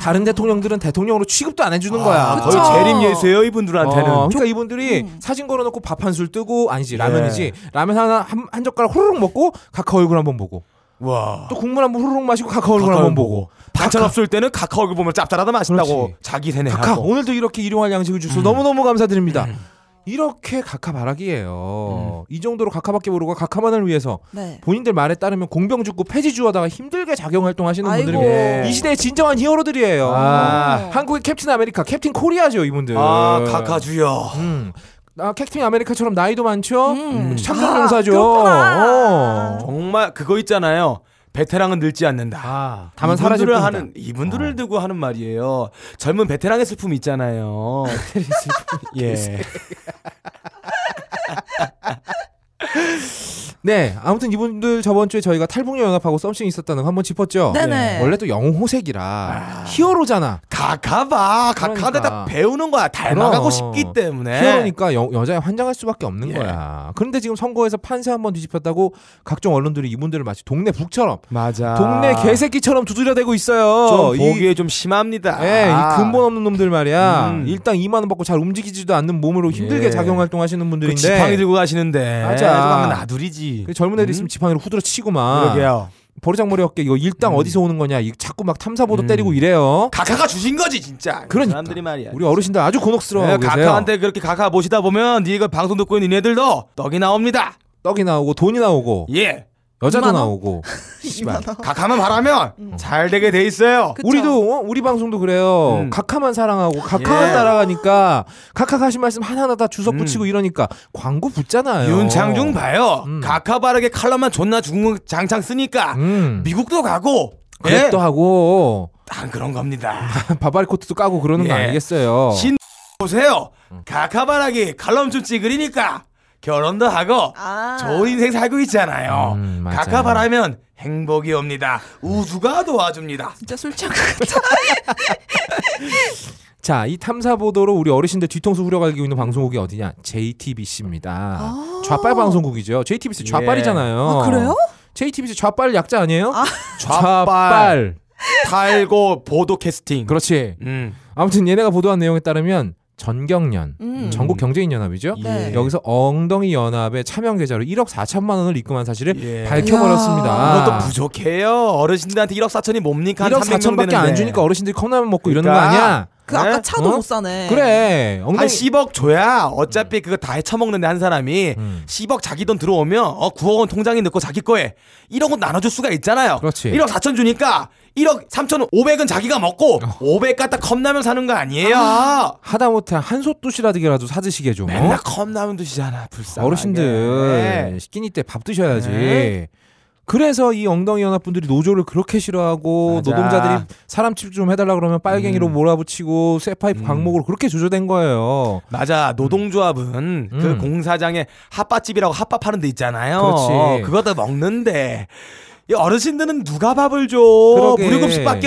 [SPEAKER 1] 다른 대통령들은 대통령으로 취급도 안 해주는 거야.
[SPEAKER 3] 그쵸.
[SPEAKER 5] 아, 거의 재림 예세요 이분들한테는.
[SPEAKER 1] 어, 그러니까 이분들이
[SPEAKER 3] 음.
[SPEAKER 1] 사진 걸어놓고 밥 한 술 뜨고 아니지 라면이지 라면 하나 한, 한 젓가락 후루룩 먹고 각하 얼굴 한번 보고
[SPEAKER 5] 와.
[SPEAKER 1] 또 국물 한번 후루룩 마시고 각하 얼굴 한번 보고
[SPEAKER 5] 반찬 없을 때는 카카 얼굴 보면 짭짤하다 맛있다고
[SPEAKER 1] 그렇지.
[SPEAKER 5] 자기 세뇌하고.
[SPEAKER 1] 네, 각하 음. 오늘도 이렇게 일용할 양식을 주셔서 너무너무 감사드립니다. 이렇게 각하 바라기예요. 이 정도로 각하밖에 모르고 각하만을 위해서
[SPEAKER 3] 네.
[SPEAKER 1] 본인들 말에 따르면 공병 죽고 폐지 주워다가 힘들게 자경 활동하시는 분들이
[SPEAKER 3] 아이고.
[SPEAKER 1] 이 시대의 진정한 히어로들이에요.
[SPEAKER 5] 아.
[SPEAKER 1] 한국의 캡틴 아메리카, captain k o r e a 죠 이분들.
[SPEAKER 5] 아 카카 주여.
[SPEAKER 1] 음. 아, 캡틴 아메리카처럼 나이도 많죠.
[SPEAKER 3] 음.
[SPEAKER 1] 참전용사죠.
[SPEAKER 3] 아, 그렇구나.
[SPEAKER 1] 어.
[SPEAKER 5] 정말 그거 있잖아요. 베테랑은 늙지 않는다.
[SPEAKER 1] 아, 다만 사라질
[SPEAKER 5] 이분들을
[SPEAKER 1] 뿐이다.
[SPEAKER 5] 하는 이분들을 두고 하는 말이에요. 젊은 베테랑의 슬픔 있잖아요. 예.
[SPEAKER 1] 네, 아무튼 이분들 저번 주에 저희가 탈북녀 연합하고 썸씽이 있었다는 거 한번 짚었죠.
[SPEAKER 3] 네네.
[SPEAKER 1] 원래 또 영웅 호색이라
[SPEAKER 5] 아.
[SPEAKER 1] 히어로잖아.
[SPEAKER 5] 가카봐 가카한테 딱
[SPEAKER 1] 그러니까.
[SPEAKER 5] 배우는 거야. 닮아가고
[SPEAKER 1] 그럼.
[SPEAKER 5] 싶기 때문에.
[SPEAKER 1] 히어로니까 여, 여자에 환장할 수밖에 없는
[SPEAKER 5] 네. 예.
[SPEAKER 1] 거야. 그런데 지금 선거에서 판세 한번 뒤집혔다고 각종 언론들이 이분들을 마치 동네 북처럼
[SPEAKER 5] 맞아.
[SPEAKER 1] 동네 개새끼처럼 두드려대고 있어요.
[SPEAKER 5] 좀
[SPEAKER 1] 이-
[SPEAKER 5] 보기에 좀 심합니다. 아,
[SPEAKER 1] 예, 이 근본 없는 놈들 말이야.
[SPEAKER 5] 음.
[SPEAKER 1] 일당 2만 원 받고 잘 움직이지도 않는 몸으로 힘들게
[SPEAKER 5] 예.
[SPEAKER 1] 작용 활동하시는
[SPEAKER 5] 그
[SPEAKER 1] 분들인데
[SPEAKER 5] 지팡이 들고 가시는데.
[SPEAKER 1] 맞아.
[SPEAKER 5] 가면 나두리지.
[SPEAKER 1] 그 젊은 애들
[SPEAKER 5] 음?
[SPEAKER 1] 있으면 지팡이로 후드려 치고만
[SPEAKER 5] 그러게요.
[SPEAKER 1] 버르장머리 어깨 이거 일당
[SPEAKER 5] 음.
[SPEAKER 1] 어디서 오는 거냐 이 자꾸 막 탐사보도
[SPEAKER 5] 음.
[SPEAKER 1] 때리고 이래요.
[SPEAKER 5] 가카가 주신 거지 진짜.
[SPEAKER 1] 그러니까.
[SPEAKER 5] 사람들이 말이야.
[SPEAKER 1] 우리 어르신들 아주 곤혹스러워하고 계세요.
[SPEAKER 5] 네, 가카한테 그렇게 가카 보시다 보면 네가 방송 듣고 있는 얘들도 떡이 나옵니다.
[SPEAKER 1] 떡이 나오고 돈이 나오고
[SPEAKER 5] 예.
[SPEAKER 1] 여자도
[SPEAKER 3] 2만 원?
[SPEAKER 1] 나오고 씨발.
[SPEAKER 3] 2만 원.
[SPEAKER 5] 가카만 바라면 잘 되게 돼 있어요.
[SPEAKER 3] 그쵸.
[SPEAKER 1] 우리도 어? 우리 방송도 그래요.
[SPEAKER 5] 음.
[SPEAKER 1] 각하만 사랑하고 각하만
[SPEAKER 5] 예.
[SPEAKER 1] 따라가니까 각하 하신 말씀 하나하나 다 주석
[SPEAKER 5] 음.
[SPEAKER 1] 붙이고 이러니까 광고 붙잖아요.
[SPEAKER 5] 윤창중 봐요.
[SPEAKER 1] 음.
[SPEAKER 5] 가카 바르게 칼라만 존나 중국장창 쓰니까
[SPEAKER 1] 음.
[SPEAKER 5] 미국도 가고 예.
[SPEAKER 1] 그랩도 하고
[SPEAKER 5] 안 그런 겁니다.
[SPEAKER 1] 바바리 코트도 까고 그러는 거
[SPEAKER 5] 예.
[SPEAKER 1] 아니겠어요.
[SPEAKER 5] 신 보세요. 가카 바라기 칼럼 좀 찌그리니까 결혼도 하고
[SPEAKER 3] 아.
[SPEAKER 5] 좋은 인생 살고 있잖아요.
[SPEAKER 1] 음, 맞아요.
[SPEAKER 5] 가카 바라면 행복이 옵니다. 우주가 도와줍니다.
[SPEAKER 3] 진짜 술 취한 것 같아.
[SPEAKER 1] 자, 이 탐사 보도로 우리 어르신들 뒤통수 후려갈기고 있는 방송국이 어디냐? JTBC입니다. 좌빨 방송국이죠. JTBC
[SPEAKER 5] 예.
[SPEAKER 1] 좌빨이잖아요.
[SPEAKER 3] 아, 그래요?
[SPEAKER 1] JTBC 좌빨 약자 아니에요?
[SPEAKER 5] 좌빨.
[SPEAKER 1] 좌빨.
[SPEAKER 5] 탈고 보도 캐스팅.
[SPEAKER 1] 그렇지.
[SPEAKER 5] 음.
[SPEAKER 1] 아무튼 얘네가 보도한 내용에 따르면 전경련
[SPEAKER 3] 음.
[SPEAKER 1] 전국 경제인 연합이죠.
[SPEAKER 3] 네.
[SPEAKER 1] 여기서 엉덩이 연합의 참여 계좌로 1억 4천만 원을 입금한 사실을
[SPEAKER 5] 예.
[SPEAKER 1] 밝혀버렸습니다.
[SPEAKER 5] 이것도 부족해요. 어르신들한테 1억 4천이 뭡니까? 한
[SPEAKER 1] 1억
[SPEAKER 5] 300명
[SPEAKER 1] 4천밖에 안
[SPEAKER 5] 되는데.
[SPEAKER 1] 주니까 어르신들이 컵라면 먹고 이러는 거
[SPEAKER 5] 그러니까
[SPEAKER 1] 아니야?
[SPEAKER 3] 그 아까
[SPEAKER 5] 네?
[SPEAKER 3] 차도
[SPEAKER 1] 어?
[SPEAKER 3] 못 사네.
[SPEAKER 1] 그래
[SPEAKER 5] 한
[SPEAKER 1] 엉덩이
[SPEAKER 5] 10억 줘야 어차피 그거 다 헤쳐먹는데 한 사람이
[SPEAKER 1] 음.
[SPEAKER 5] 10억 자기 돈 들어오면 어 9억 원 통장에 넣고 자기 거에 1억 원 나눠줄 수가 있잖아요.
[SPEAKER 1] 그렇지.
[SPEAKER 5] 1억 4천 주니까 1억 3천 5백은 자기가 먹고
[SPEAKER 1] 어.
[SPEAKER 5] 5백 갖다 컵라면 사는 거 아니에요.
[SPEAKER 1] 하다못해 한솥도시락이라도 사드시게 좀
[SPEAKER 5] 맨날
[SPEAKER 1] 어?
[SPEAKER 5] 컵라면 드시잖아 불쌍하게.
[SPEAKER 1] 어르신들
[SPEAKER 5] 네.
[SPEAKER 1] 끼니 때 밥 드셔야지
[SPEAKER 5] 네.
[SPEAKER 1] 그래서 이 엉덩이 연합분들이 노조를 그렇게 싫어하고
[SPEAKER 5] 맞아.
[SPEAKER 1] 노동자들이 사람 칩 좀 해달라 그러면 빨갱이로
[SPEAKER 5] 음.
[SPEAKER 1] 몰아붙이고 쇠파이프 광목으로 그렇게 조조된 거예요
[SPEAKER 5] 맞아 노동조합은 그
[SPEAKER 1] 음.
[SPEAKER 5] 공사장에 핫밥집이라고 핫밥 파는 데 있잖아요.
[SPEAKER 1] 그렇지.
[SPEAKER 5] 그거 다 먹는데 이 어르신들은 누가 밥을 줘?
[SPEAKER 1] 그러게.
[SPEAKER 5] 불금식밖에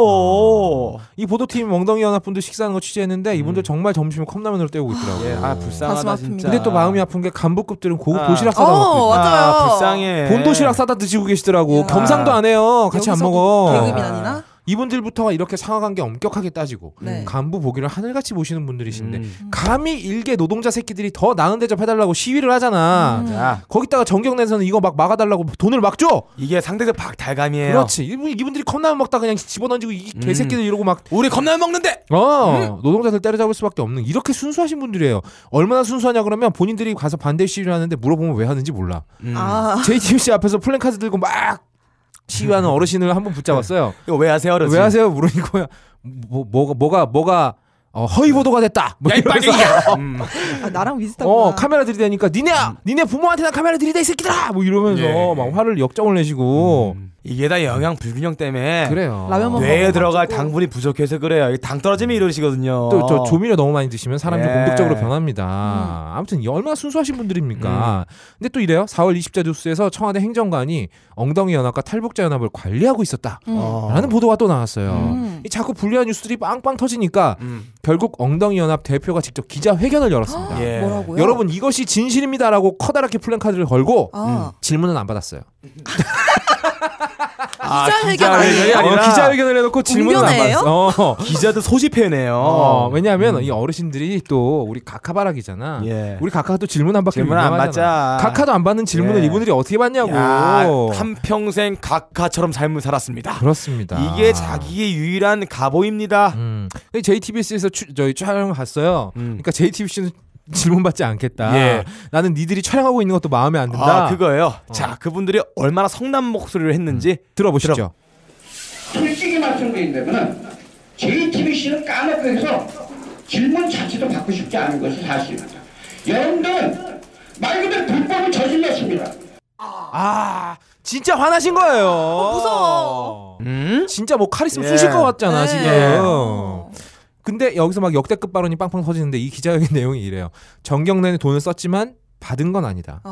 [SPEAKER 5] 없어요.
[SPEAKER 1] 이 보도팀 엉덩이 연합분들 식사하는 거 취재했는데 이분들
[SPEAKER 5] 음.
[SPEAKER 1] 정말 점심을 컵라면으로 때우고 있더라고요
[SPEAKER 5] 예, 아 불쌍하다
[SPEAKER 3] 가슴 아픕니다.
[SPEAKER 5] 진짜.
[SPEAKER 1] 근데 또 마음이 아픈 게 간부급들은 고급
[SPEAKER 5] 아.
[SPEAKER 1] 도시락
[SPEAKER 3] 어,
[SPEAKER 1] 싸다 먹고 있고
[SPEAKER 3] 맞아요.
[SPEAKER 5] 아, 불쌍해.
[SPEAKER 1] 본도시락 싸다 드시고 계시더라고
[SPEAKER 5] 예.
[SPEAKER 3] 야.
[SPEAKER 5] 아.
[SPEAKER 1] 겸상도 안 해요 같이 안
[SPEAKER 3] 여기서도
[SPEAKER 1] 먹어
[SPEAKER 3] 계급이 나뉘나?
[SPEAKER 1] 이분들부터가 이렇게 상하관계 엄격하게 따지고
[SPEAKER 3] 네.
[SPEAKER 1] 간부 보기를 하늘같이 보시는 분들이신데
[SPEAKER 5] 음.
[SPEAKER 1] 감히 일개 노동자 새끼들이 더 나은 대접 해달라고 시위를 하잖아.
[SPEAKER 3] 음.
[SPEAKER 5] 자
[SPEAKER 1] 거기다가 정경내에서는 이거 막 막아달라고 돈을 막 줘.
[SPEAKER 5] 이게 상대적 박탈감이에요.
[SPEAKER 1] 그렇지. 이분, 이분들이 컵라면 먹다 그냥 집어던지고 이
[SPEAKER 5] 음.
[SPEAKER 1] 개새끼들 이러고 막.
[SPEAKER 5] 우리 음. 겁나면 먹는데.
[SPEAKER 1] 어 노동자들 때려잡을 수밖에 없는 이렇게 순수하신 분들이에요. 얼마나 순수하냐 그러면 본인들이 가서 반대 시위를 하는데 물어보면 왜 하는지 몰라.
[SPEAKER 3] 아,
[SPEAKER 1] JTBC 앞에서 플랜카드 들고 막 시위하는 어르신을 한번 붙잡았어요.
[SPEAKER 5] 이거 왜 하세요, 어르신?
[SPEAKER 1] 왜 하세요? 물으니까 뭐 뭐가 뭐가 뭐가 어, 허위 보도가 됐다. 뭐
[SPEAKER 5] 야이
[SPEAKER 1] 이러면서
[SPEAKER 5] 빨갱이야. 음.
[SPEAKER 3] 아, 나랑 비슷하구나.
[SPEAKER 1] 어 카메라 들이대니까 니네 야 니네 부모한테나 카메라 들이대 이 새끼들아 뭐 이러면서
[SPEAKER 5] 예.
[SPEAKER 1] 막 화를 역정을 내시고 네.
[SPEAKER 5] 이게 다 영양 불균형 때문에
[SPEAKER 1] 음. 그래요.
[SPEAKER 3] 라면 먹-
[SPEAKER 5] 뇌에
[SPEAKER 3] 먹어가지고.
[SPEAKER 5] 들어갈 당분이 부족해서 그래요. 이당 떨어지면 이러시거든요.
[SPEAKER 1] 또저 조미료 너무 많이 드시면 사람이
[SPEAKER 5] 어. 예.
[SPEAKER 1] 좀 공격적으로 변합니다. 아무튼 이 얼마나 순수하신 분들입니까. 근데 또 이래요. 4월 20자 뉴스에서 청와대 행정관이 엉덩이 연합과 탈북자 연합을 관리하고 있었다라는
[SPEAKER 3] 음.
[SPEAKER 5] 어.
[SPEAKER 1] 보도가 또 나왔어요.
[SPEAKER 3] 음.
[SPEAKER 1] 이 자꾸 불리한 뉴스들이 빵빵 터지니까
[SPEAKER 5] 음.
[SPEAKER 1] 결국 엉덩이 연합 대표가 직접 기자 회견을 열었습니다.
[SPEAKER 5] 예.
[SPEAKER 3] 아, 뭐라고요?
[SPEAKER 1] 여러분 음. 이것이 진실입니다라고 커다랗게 플랜카드를 걸고
[SPEAKER 3] 아,
[SPEAKER 1] 질문은 안 받았어요.
[SPEAKER 5] 아,
[SPEAKER 3] 기자회견
[SPEAKER 5] 기자회견이
[SPEAKER 3] 아니에요?
[SPEAKER 5] 아니라
[SPEAKER 1] 어, 기자회견을 해놓고 질문은 안
[SPEAKER 3] 공변회예요?
[SPEAKER 1] 받았어. 어.
[SPEAKER 5] 기자도 소집회네요.
[SPEAKER 1] 어, 왜냐하면 이 어르신들이 또 우리 각하바락이잖아.
[SPEAKER 5] 음. 예.
[SPEAKER 1] 우리 각하가 또 질문 한 바퀴
[SPEAKER 5] 질문 안
[SPEAKER 1] 유명하잖아.
[SPEAKER 5] 받자.
[SPEAKER 1] 각하도 안 받는 질문을
[SPEAKER 5] 예.
[SPEAKER 1] 이분들이 어떻게 받냐고.
[SPEAKER 5] 한 평생 각하처럼 삶을 살았습니다.
[SPEAKER 1] 그렇습니다.
[SPEAKER 5] 이게 자기의 유일한 가보입니다.
[SPEAKER 1] 음. JTBC에서 저희 촬영 갔어요.
[SPEAKER 5] 음.
[SPEAKER 1] 그러니까 JTBC는 질문 받지 않겠다.
[SPEAKER 5] 예.
[SPEAKER 1] 나는 니들이 촬영하고 있는 것도 마음에 안 든다.
[SPEAKER 5] 아, 그거예요. 자, 그분들이 얼마나 성남 목소리를 했는지
[SPEAKER 1] 어. 음. 들어보시죠.
[SPEAKER 5] 들어.
[SPEAKER 6] 솔직히 말씀드린다면은 JTBC는 까먹고 해서 질문 자체도 받고 싶지 않은 것이 사실입니다. 여러분들은 말 그대로 불법을 저질렀습니다.
[SPEAKER 1] 아, 진짜 화나신 거예요.
[SPEAKER 3] 어, 무서워.
[SPEAKER 5] 음?
[SPEAKER 1] 진짜 뭐 카리스마
[SPEAKER 5] 예.
[SPEAKER 1] 쑤실 것 같잖아,
[SPEAKER 3] 네. 어,
[SPEAKER 1] 지금. 근데 여기서 막 역대급 발언이 빵빵 터지는데 이 기자회견 내용이 이래요. 정경래는 돈을 썼지만 받은 건 아니다.
[SPEAKER 3] 어.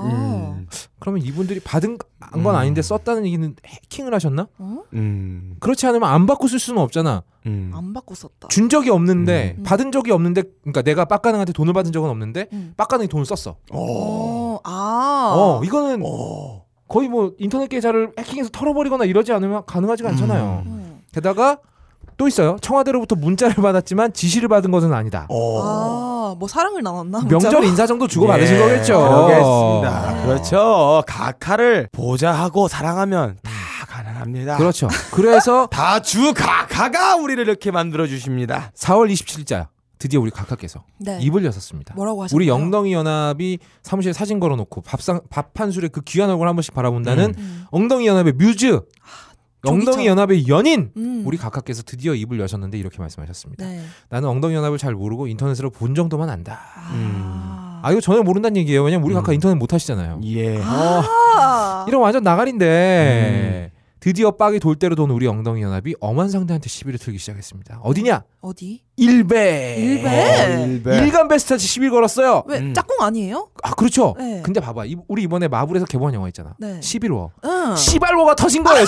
[SPEAKER 1] 음. 그러면 이분들이 받은 건
[SPEAKER 3] 음.
[SPEAKER 1] 아닌데 썼다는 얘기는 해킹을 하셨나?
[SPEAKER 3] 어?
[SPEAKER 5] 음.
[SPEAKER 1] 그렇지 않으면 안 받고 쓸 수는 없잖아.
[SPEAKER 5] 음.
[SPEAKER 3] 안 받고 썼다.
[SPEAKER 1] 준 적이 없는데
[SPEAKER 3] 음.
[SPEAKER 1] 받은 적이 없는데 그러니까 내가 빡가능한테 돈을 받은 적은 없는데
[SPEAKER 3] 음.
[SPEAKER 1] 빡가능이 돈을 썼어.
[SPEAKER 3] 어, 아.
[SPEAKER 1] 어, 이거는 거의 뭐 인터넷 계좌를 해킹해서 털어버리거나 이러지 않으면 가능하지가 않잖아요.
[SPEAKER 3] 음.
[SPEAKER 1] 게다가 또 있어요. 청와대로부터 문자를 받았지만 지시를 받은 것은 아니다.
[SPEAKER 3] 아, 뭐 사랑을 나눴나?
[SPEAKER 1] 어. 명절
[SPEAKER 3] 문자로?
[SPEAKER 1] 인사 정도 주고 받으신
[SPEAKER 5] 예,
[SPEAKER 1] 거겠죠.
[SPEAKER 5] 그러겠습니다. 그렇죠. 각하를 보좌하고 사랑하면 다 가능합니다.
[SPEAKER 1] 그렇죠. 그래서
[SPEAKER 5] 다주 각하가 우리를 이렇게 만들어 주십니다.
[SPEAKER 1] 4월 27일자 드디어 우리 각하께서
[SPEAKER 3] 네.
[SPEAKER 1] 입을 여셨습니다.
[SPEAKER 3] 뭐라고 하셨나요?
[SPEAKER 1] 우리 영덩이 연합이 사무실에 사진 걸어놓고 밥상 밥 한 술에 그 귀한 얼굴 한 번씩 바라본다는
[SPEAKER 3] 음.
[SPEAKER 1] 엉덩이 연합의 뮤즈,
[SPEAKER 3] 저기죠.
[SPEAKER 1] 엉덩이 연합의 연인.
[SPEAKER 3] 아, 음.
[SPEAKER 1] 우리 각하께서 드디어 입을 여셨는데 이렇게 말씀하셨습니다.
[SPEAKER 3] 네.
[SPEAKER 1] 나는 엉덩이 연합을 잘 모르고 인터넷으로 본 정도만 안다.
[SPEAKER 3] 아.
[SPEAKER 1] 아 이거 전혀 모른다는 얘기예요. 왜냐면 우리
[SPEAKER 5] 음.
[SPEAKER 1] 각하 인터넷 못 하시잖아요.
[SPEAKER 5] 예.
[SPEAKER 3] 아.
[SPEAKER 1] 이런 완전 나가린데
[SPEAKER 5] 음.
[SPEAKER 1] 드디어 빡이 돌대로 돈 우리 엉덩이 연합이 엄한 상대한테 시비를 틀기 시작했습니다. 어디냐?
[SPEAKER 3] 어디?
[SPEAKER 1] 예. 일베. 어,
[SPEAKER 3] 일베? 네.
[SPEAKER 5] 일베.
[SPEAKER 1] 일간 베스트한테 시비를 걸었어요.
[SPEAKER 3] 왜
[SPEAKER 5] 음.
[SPEAKER 3] 짝꿍 아니에요?
[SPEAKER 1] 아 그렇죠.
[SPEAKER 3] 네.
[SPEAKER 1] 근데 봐봐, 이- 우리 이번에 마블에서 개봉한 영화 있잖아.
[SPEAKER 3] 네.
[SPEAKER 1] 11월.
[SPEAKER 3] 응.
[SPEAKER 1] 시발로가 터진 거예요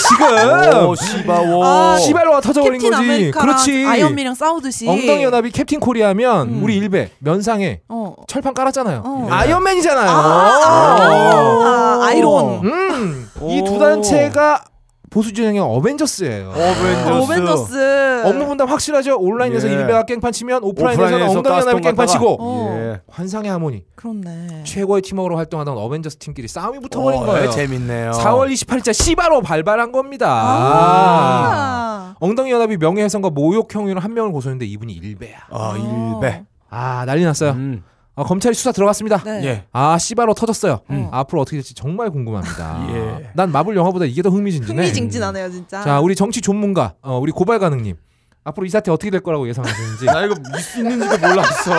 [SPEAKER 5] 오, 음.
[SPEAKER 1] 지금.
[SPEAKER 5] 시바오.
[SPEAKER 3] 아,
[SPEAKER 1] 시발로가 터져버린
[SPEAKER 3] 캡틴
[SPEAKER 1] 거지.
[SPEAKER 3] 아메리카랑
[SPEAKER 1] 그렇지.
[SPEAKER 3] 아이언맨이랑 싸우듯이
[SPEAKER 1] 엉덩이 연합이 캡틴 코리아면
[SPEAKER 3] 음.
[SPEAKER 1] 우리 일베 면상에
[SPEAKER 3] 어.
[SPEAKER 1] 철판 깔았잖아요.
[SPEAKER 3] 어.
[SPEAKER 5] 네.
[SPEAKER 1] 아이언맨이잖아요. 어.
[SPEAKER 3] 아, 아, 아, 아이론.
[SPEAKER 1] 음,
[SPEAKER 5] 오.
[SPEAKER 1] 이 두 단체가 보수 진영의 어벤져스예요.
[SPEAKER 3] 아,
[SPEAKER 5] 어벤져스.
[SPEAKER 3] 어벤져스.
[SPEAKER 1] 업무 분담 확실하죠. 온라인에서
[SPEAKER 5] 예.
[SPEAKER 1] 일베가 깽판 치면 오프라인에서는
[SPEAKER 5] 오프라인에서
[SPEAKER 1] 엉덩이 연합이
[SPEAKER 5] 가스통
[SPEAKER 1] 깽판 치고
[SPEAKER 5] 갖다가.
[SPEAKER 3] 어.
[SPEAKER 5] 예.
[SPEAKER 1] 환상의 하모니.
[SPEAKER 3] 그렇네.
[SPEAKER 1] 최고의 팀워크로 활동하던 어벤져스 팀끼리 싸움이 붙어버린
[SPEAKER 2] 네,
[SPEAKER 5] 오,
[SPEAKER 1] 거예요.
[SPEAKER 5] 재밌네요.
[SPEAKER 1] 4월 28일자 씨바로 발발한 겁니다.
[SPEAKER 3] 아.
[SPEAKER 1] 엉덩이 연합이 명예훼손과 모욕 혐의로 한 명을 고소했는데 이분이 일배야.
[SPEAKER 2] 어.
[SPEAKER 5] 아 일배.
[SPEAKER 1] 아 난리 났어요.
[SPEAKER 5] 음.
[SPEAKER 1] 아, 검찰이 수사 들어갔습니다.
[SPEAKER 3] 네.
[SPEAKER 5] 예.
[SPEAKER 1] 아 씨바로 터졌어요.
[SPEAKER 3] 음.
[SPEAKER 1] 앞으로 어떻게 될지 정말 궁금합니다.
[SPEAKER 5] 예.
[SPEAKER 1] 난 마블 영화보다 이게 더 흥미진진해.
[SPEAKER 3] 흥미진진하네요 진짜.
[SPEAKER 1] 자 우리 정치 전문가 어, 우리 고발 가능님 앞으로 이 사태 어떻게 될 거라고 예상하시는지
[SPEAKER 5] 나 이거 있- 있는지도 몰랐어.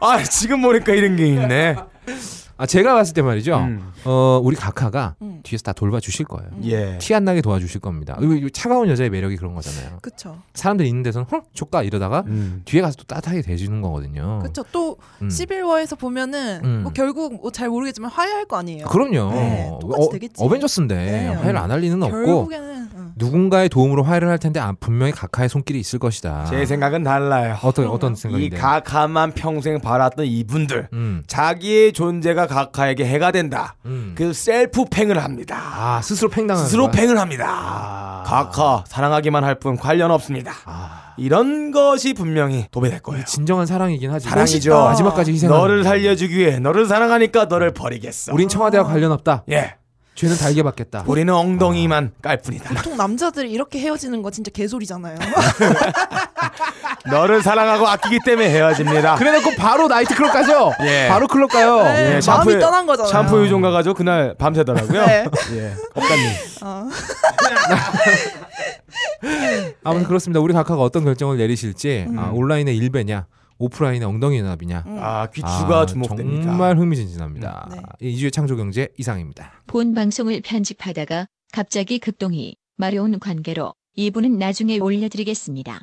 [SPEAKER 5] 아 지금 보니까 이런 게 있네.
[SPEAKER 1] 아 제가 봤을 때 말이죠
[SPEAKER 5] 음.
[SPEAKER 1] 어 우리 각하가
[SPEAKER 3] 음.
[SPEAKER 1] 뒤에서 다 돌봐주실 거예요
[SPEAKER 5] 예.
[SPEAKER 1] 티 안 나게 도와주실 겁니다 그리고 이 차가운 여자의 매력이 그런 거잖아요
[SPEAKER 3] 그쵸.
[SPEAKER 1] 사람들 있는 데서는 헐 족가 이러다가
[SPEAKER 5] 음.
[SPEAKER 1] 뒤에 가서 또 따뜻하게 대주는 거거든요
[SPEAKER 3] 그쵸. 또
[SPEAKER 1] 음.
[SPEAKER 3] 11월에서 보면은
[SPEAKER 1] 음.
[SPEAKER 3] 뭐 결국 뭐 잘 모르겠지만 화해할 거 아니에요.
[SPEAKER 1] 그럼요
[SPEAKER 3] 네, 똑같이 되겠지.
[SPEAKER 1] 어, 벤져스인데
[SPEAKER 3] 네.
[SPEAKER 1] 화해를 안 할 리는 없고
[SPEAKER 3] 결국에는 어. 응.
[SPEAKER 1] 누군가의 도움으로 화해를 할 텐데 아, 분명히 각하의 손길이 있을 것이다
[SPEAKER 5] 제 생각은 달라요.
[SPEAKER 1] 어떤 어떤
[SPEAKER 5] 이
[SPEAKER 1] 생각인데
[SPEAKER 5] 각하만 평생 바랐던 이분들
[SPEAKER 1] 음,
[SPEAKER 5] 자기의 존재가 각하에게 해가 된다.
[SPEAKER 1] 음.
[SPEAKER 5] 그 셀프 팽을 합니다.
[SPEAKER 1] 아 스스로 팽당하는
[SPEAKER 5] 스스로
[SPEAKER 1] 거야?
[SPEAKER 5] 팽을 합니다. 아. 각하 사랑하기만 할 뿐 관련 없습니다. 아. 이런 것이 분명히 도배될 거예요.
[SPEAKER 1] 진정한 사랑이긴 하지만
[SPEAKER 5] 사랑이죠.
[SPEAKER 1] 마지막까지 희생
[SPEAKER 5] 너를 살려주기 위해 너를 사랑하니까 너를 버리겠어.
[SPEAKER 1] 우린 청와대와 관련 없다
[SPEAKER 5] 예,
[SPEAKER 1] 죄는 달게 받겠다
[SPEAKER 5] 우리는 엉덩이만 깔 뿐이다.
[SPEAKER 3] 보통 남자들이 이렇게 헤어지는 거 진짜 개소리잖아요.
[SPEAKER 5] 너를 사랑하고 아끼기 때문에 헤어집니다.
[SPEAKER 1] 그래놓고 바로 나이트클럽 가죠
[SPEAKER 5] 예.
[SPEAKER 1] 바로 클럽 가요
[SPEAKER 3] 네,
[SPEAKER 5] 예,
[SPEAKER 3] 마음이
[SPEAKER 5] 샴푸에-
[SPEAKER 3] 떠난 거잖아요.
[SPEAKER 5] 샴푸 유종 가가지고 그날 밤새더라고요.
[SPEAKER 3] 네.
[SPEAKER 5] 예, 업가님.
[SPEAKER 1] 아무튼 그렇습니다 우리 각하가 어떤 결정을 내리실지 아, 온라인의 일배냐 오프라인의 엉덩이 연합이냐
[SPEAKER 5] 아 귀추가
[SPEAKER 1] 아,
[SPEAKER 5] 주목됩니다.
[SPEAKER 1] 정말 흥미진진합니다
[SPEAKER 3] 음,
[SPEAKER 1] 이주의 창조경제 이상입니다
[SPEAKER 4] 본 방송을 편집하다가 갑자기 급동이 마려운 관계로 이분은 나중에 올려드리겠습니다.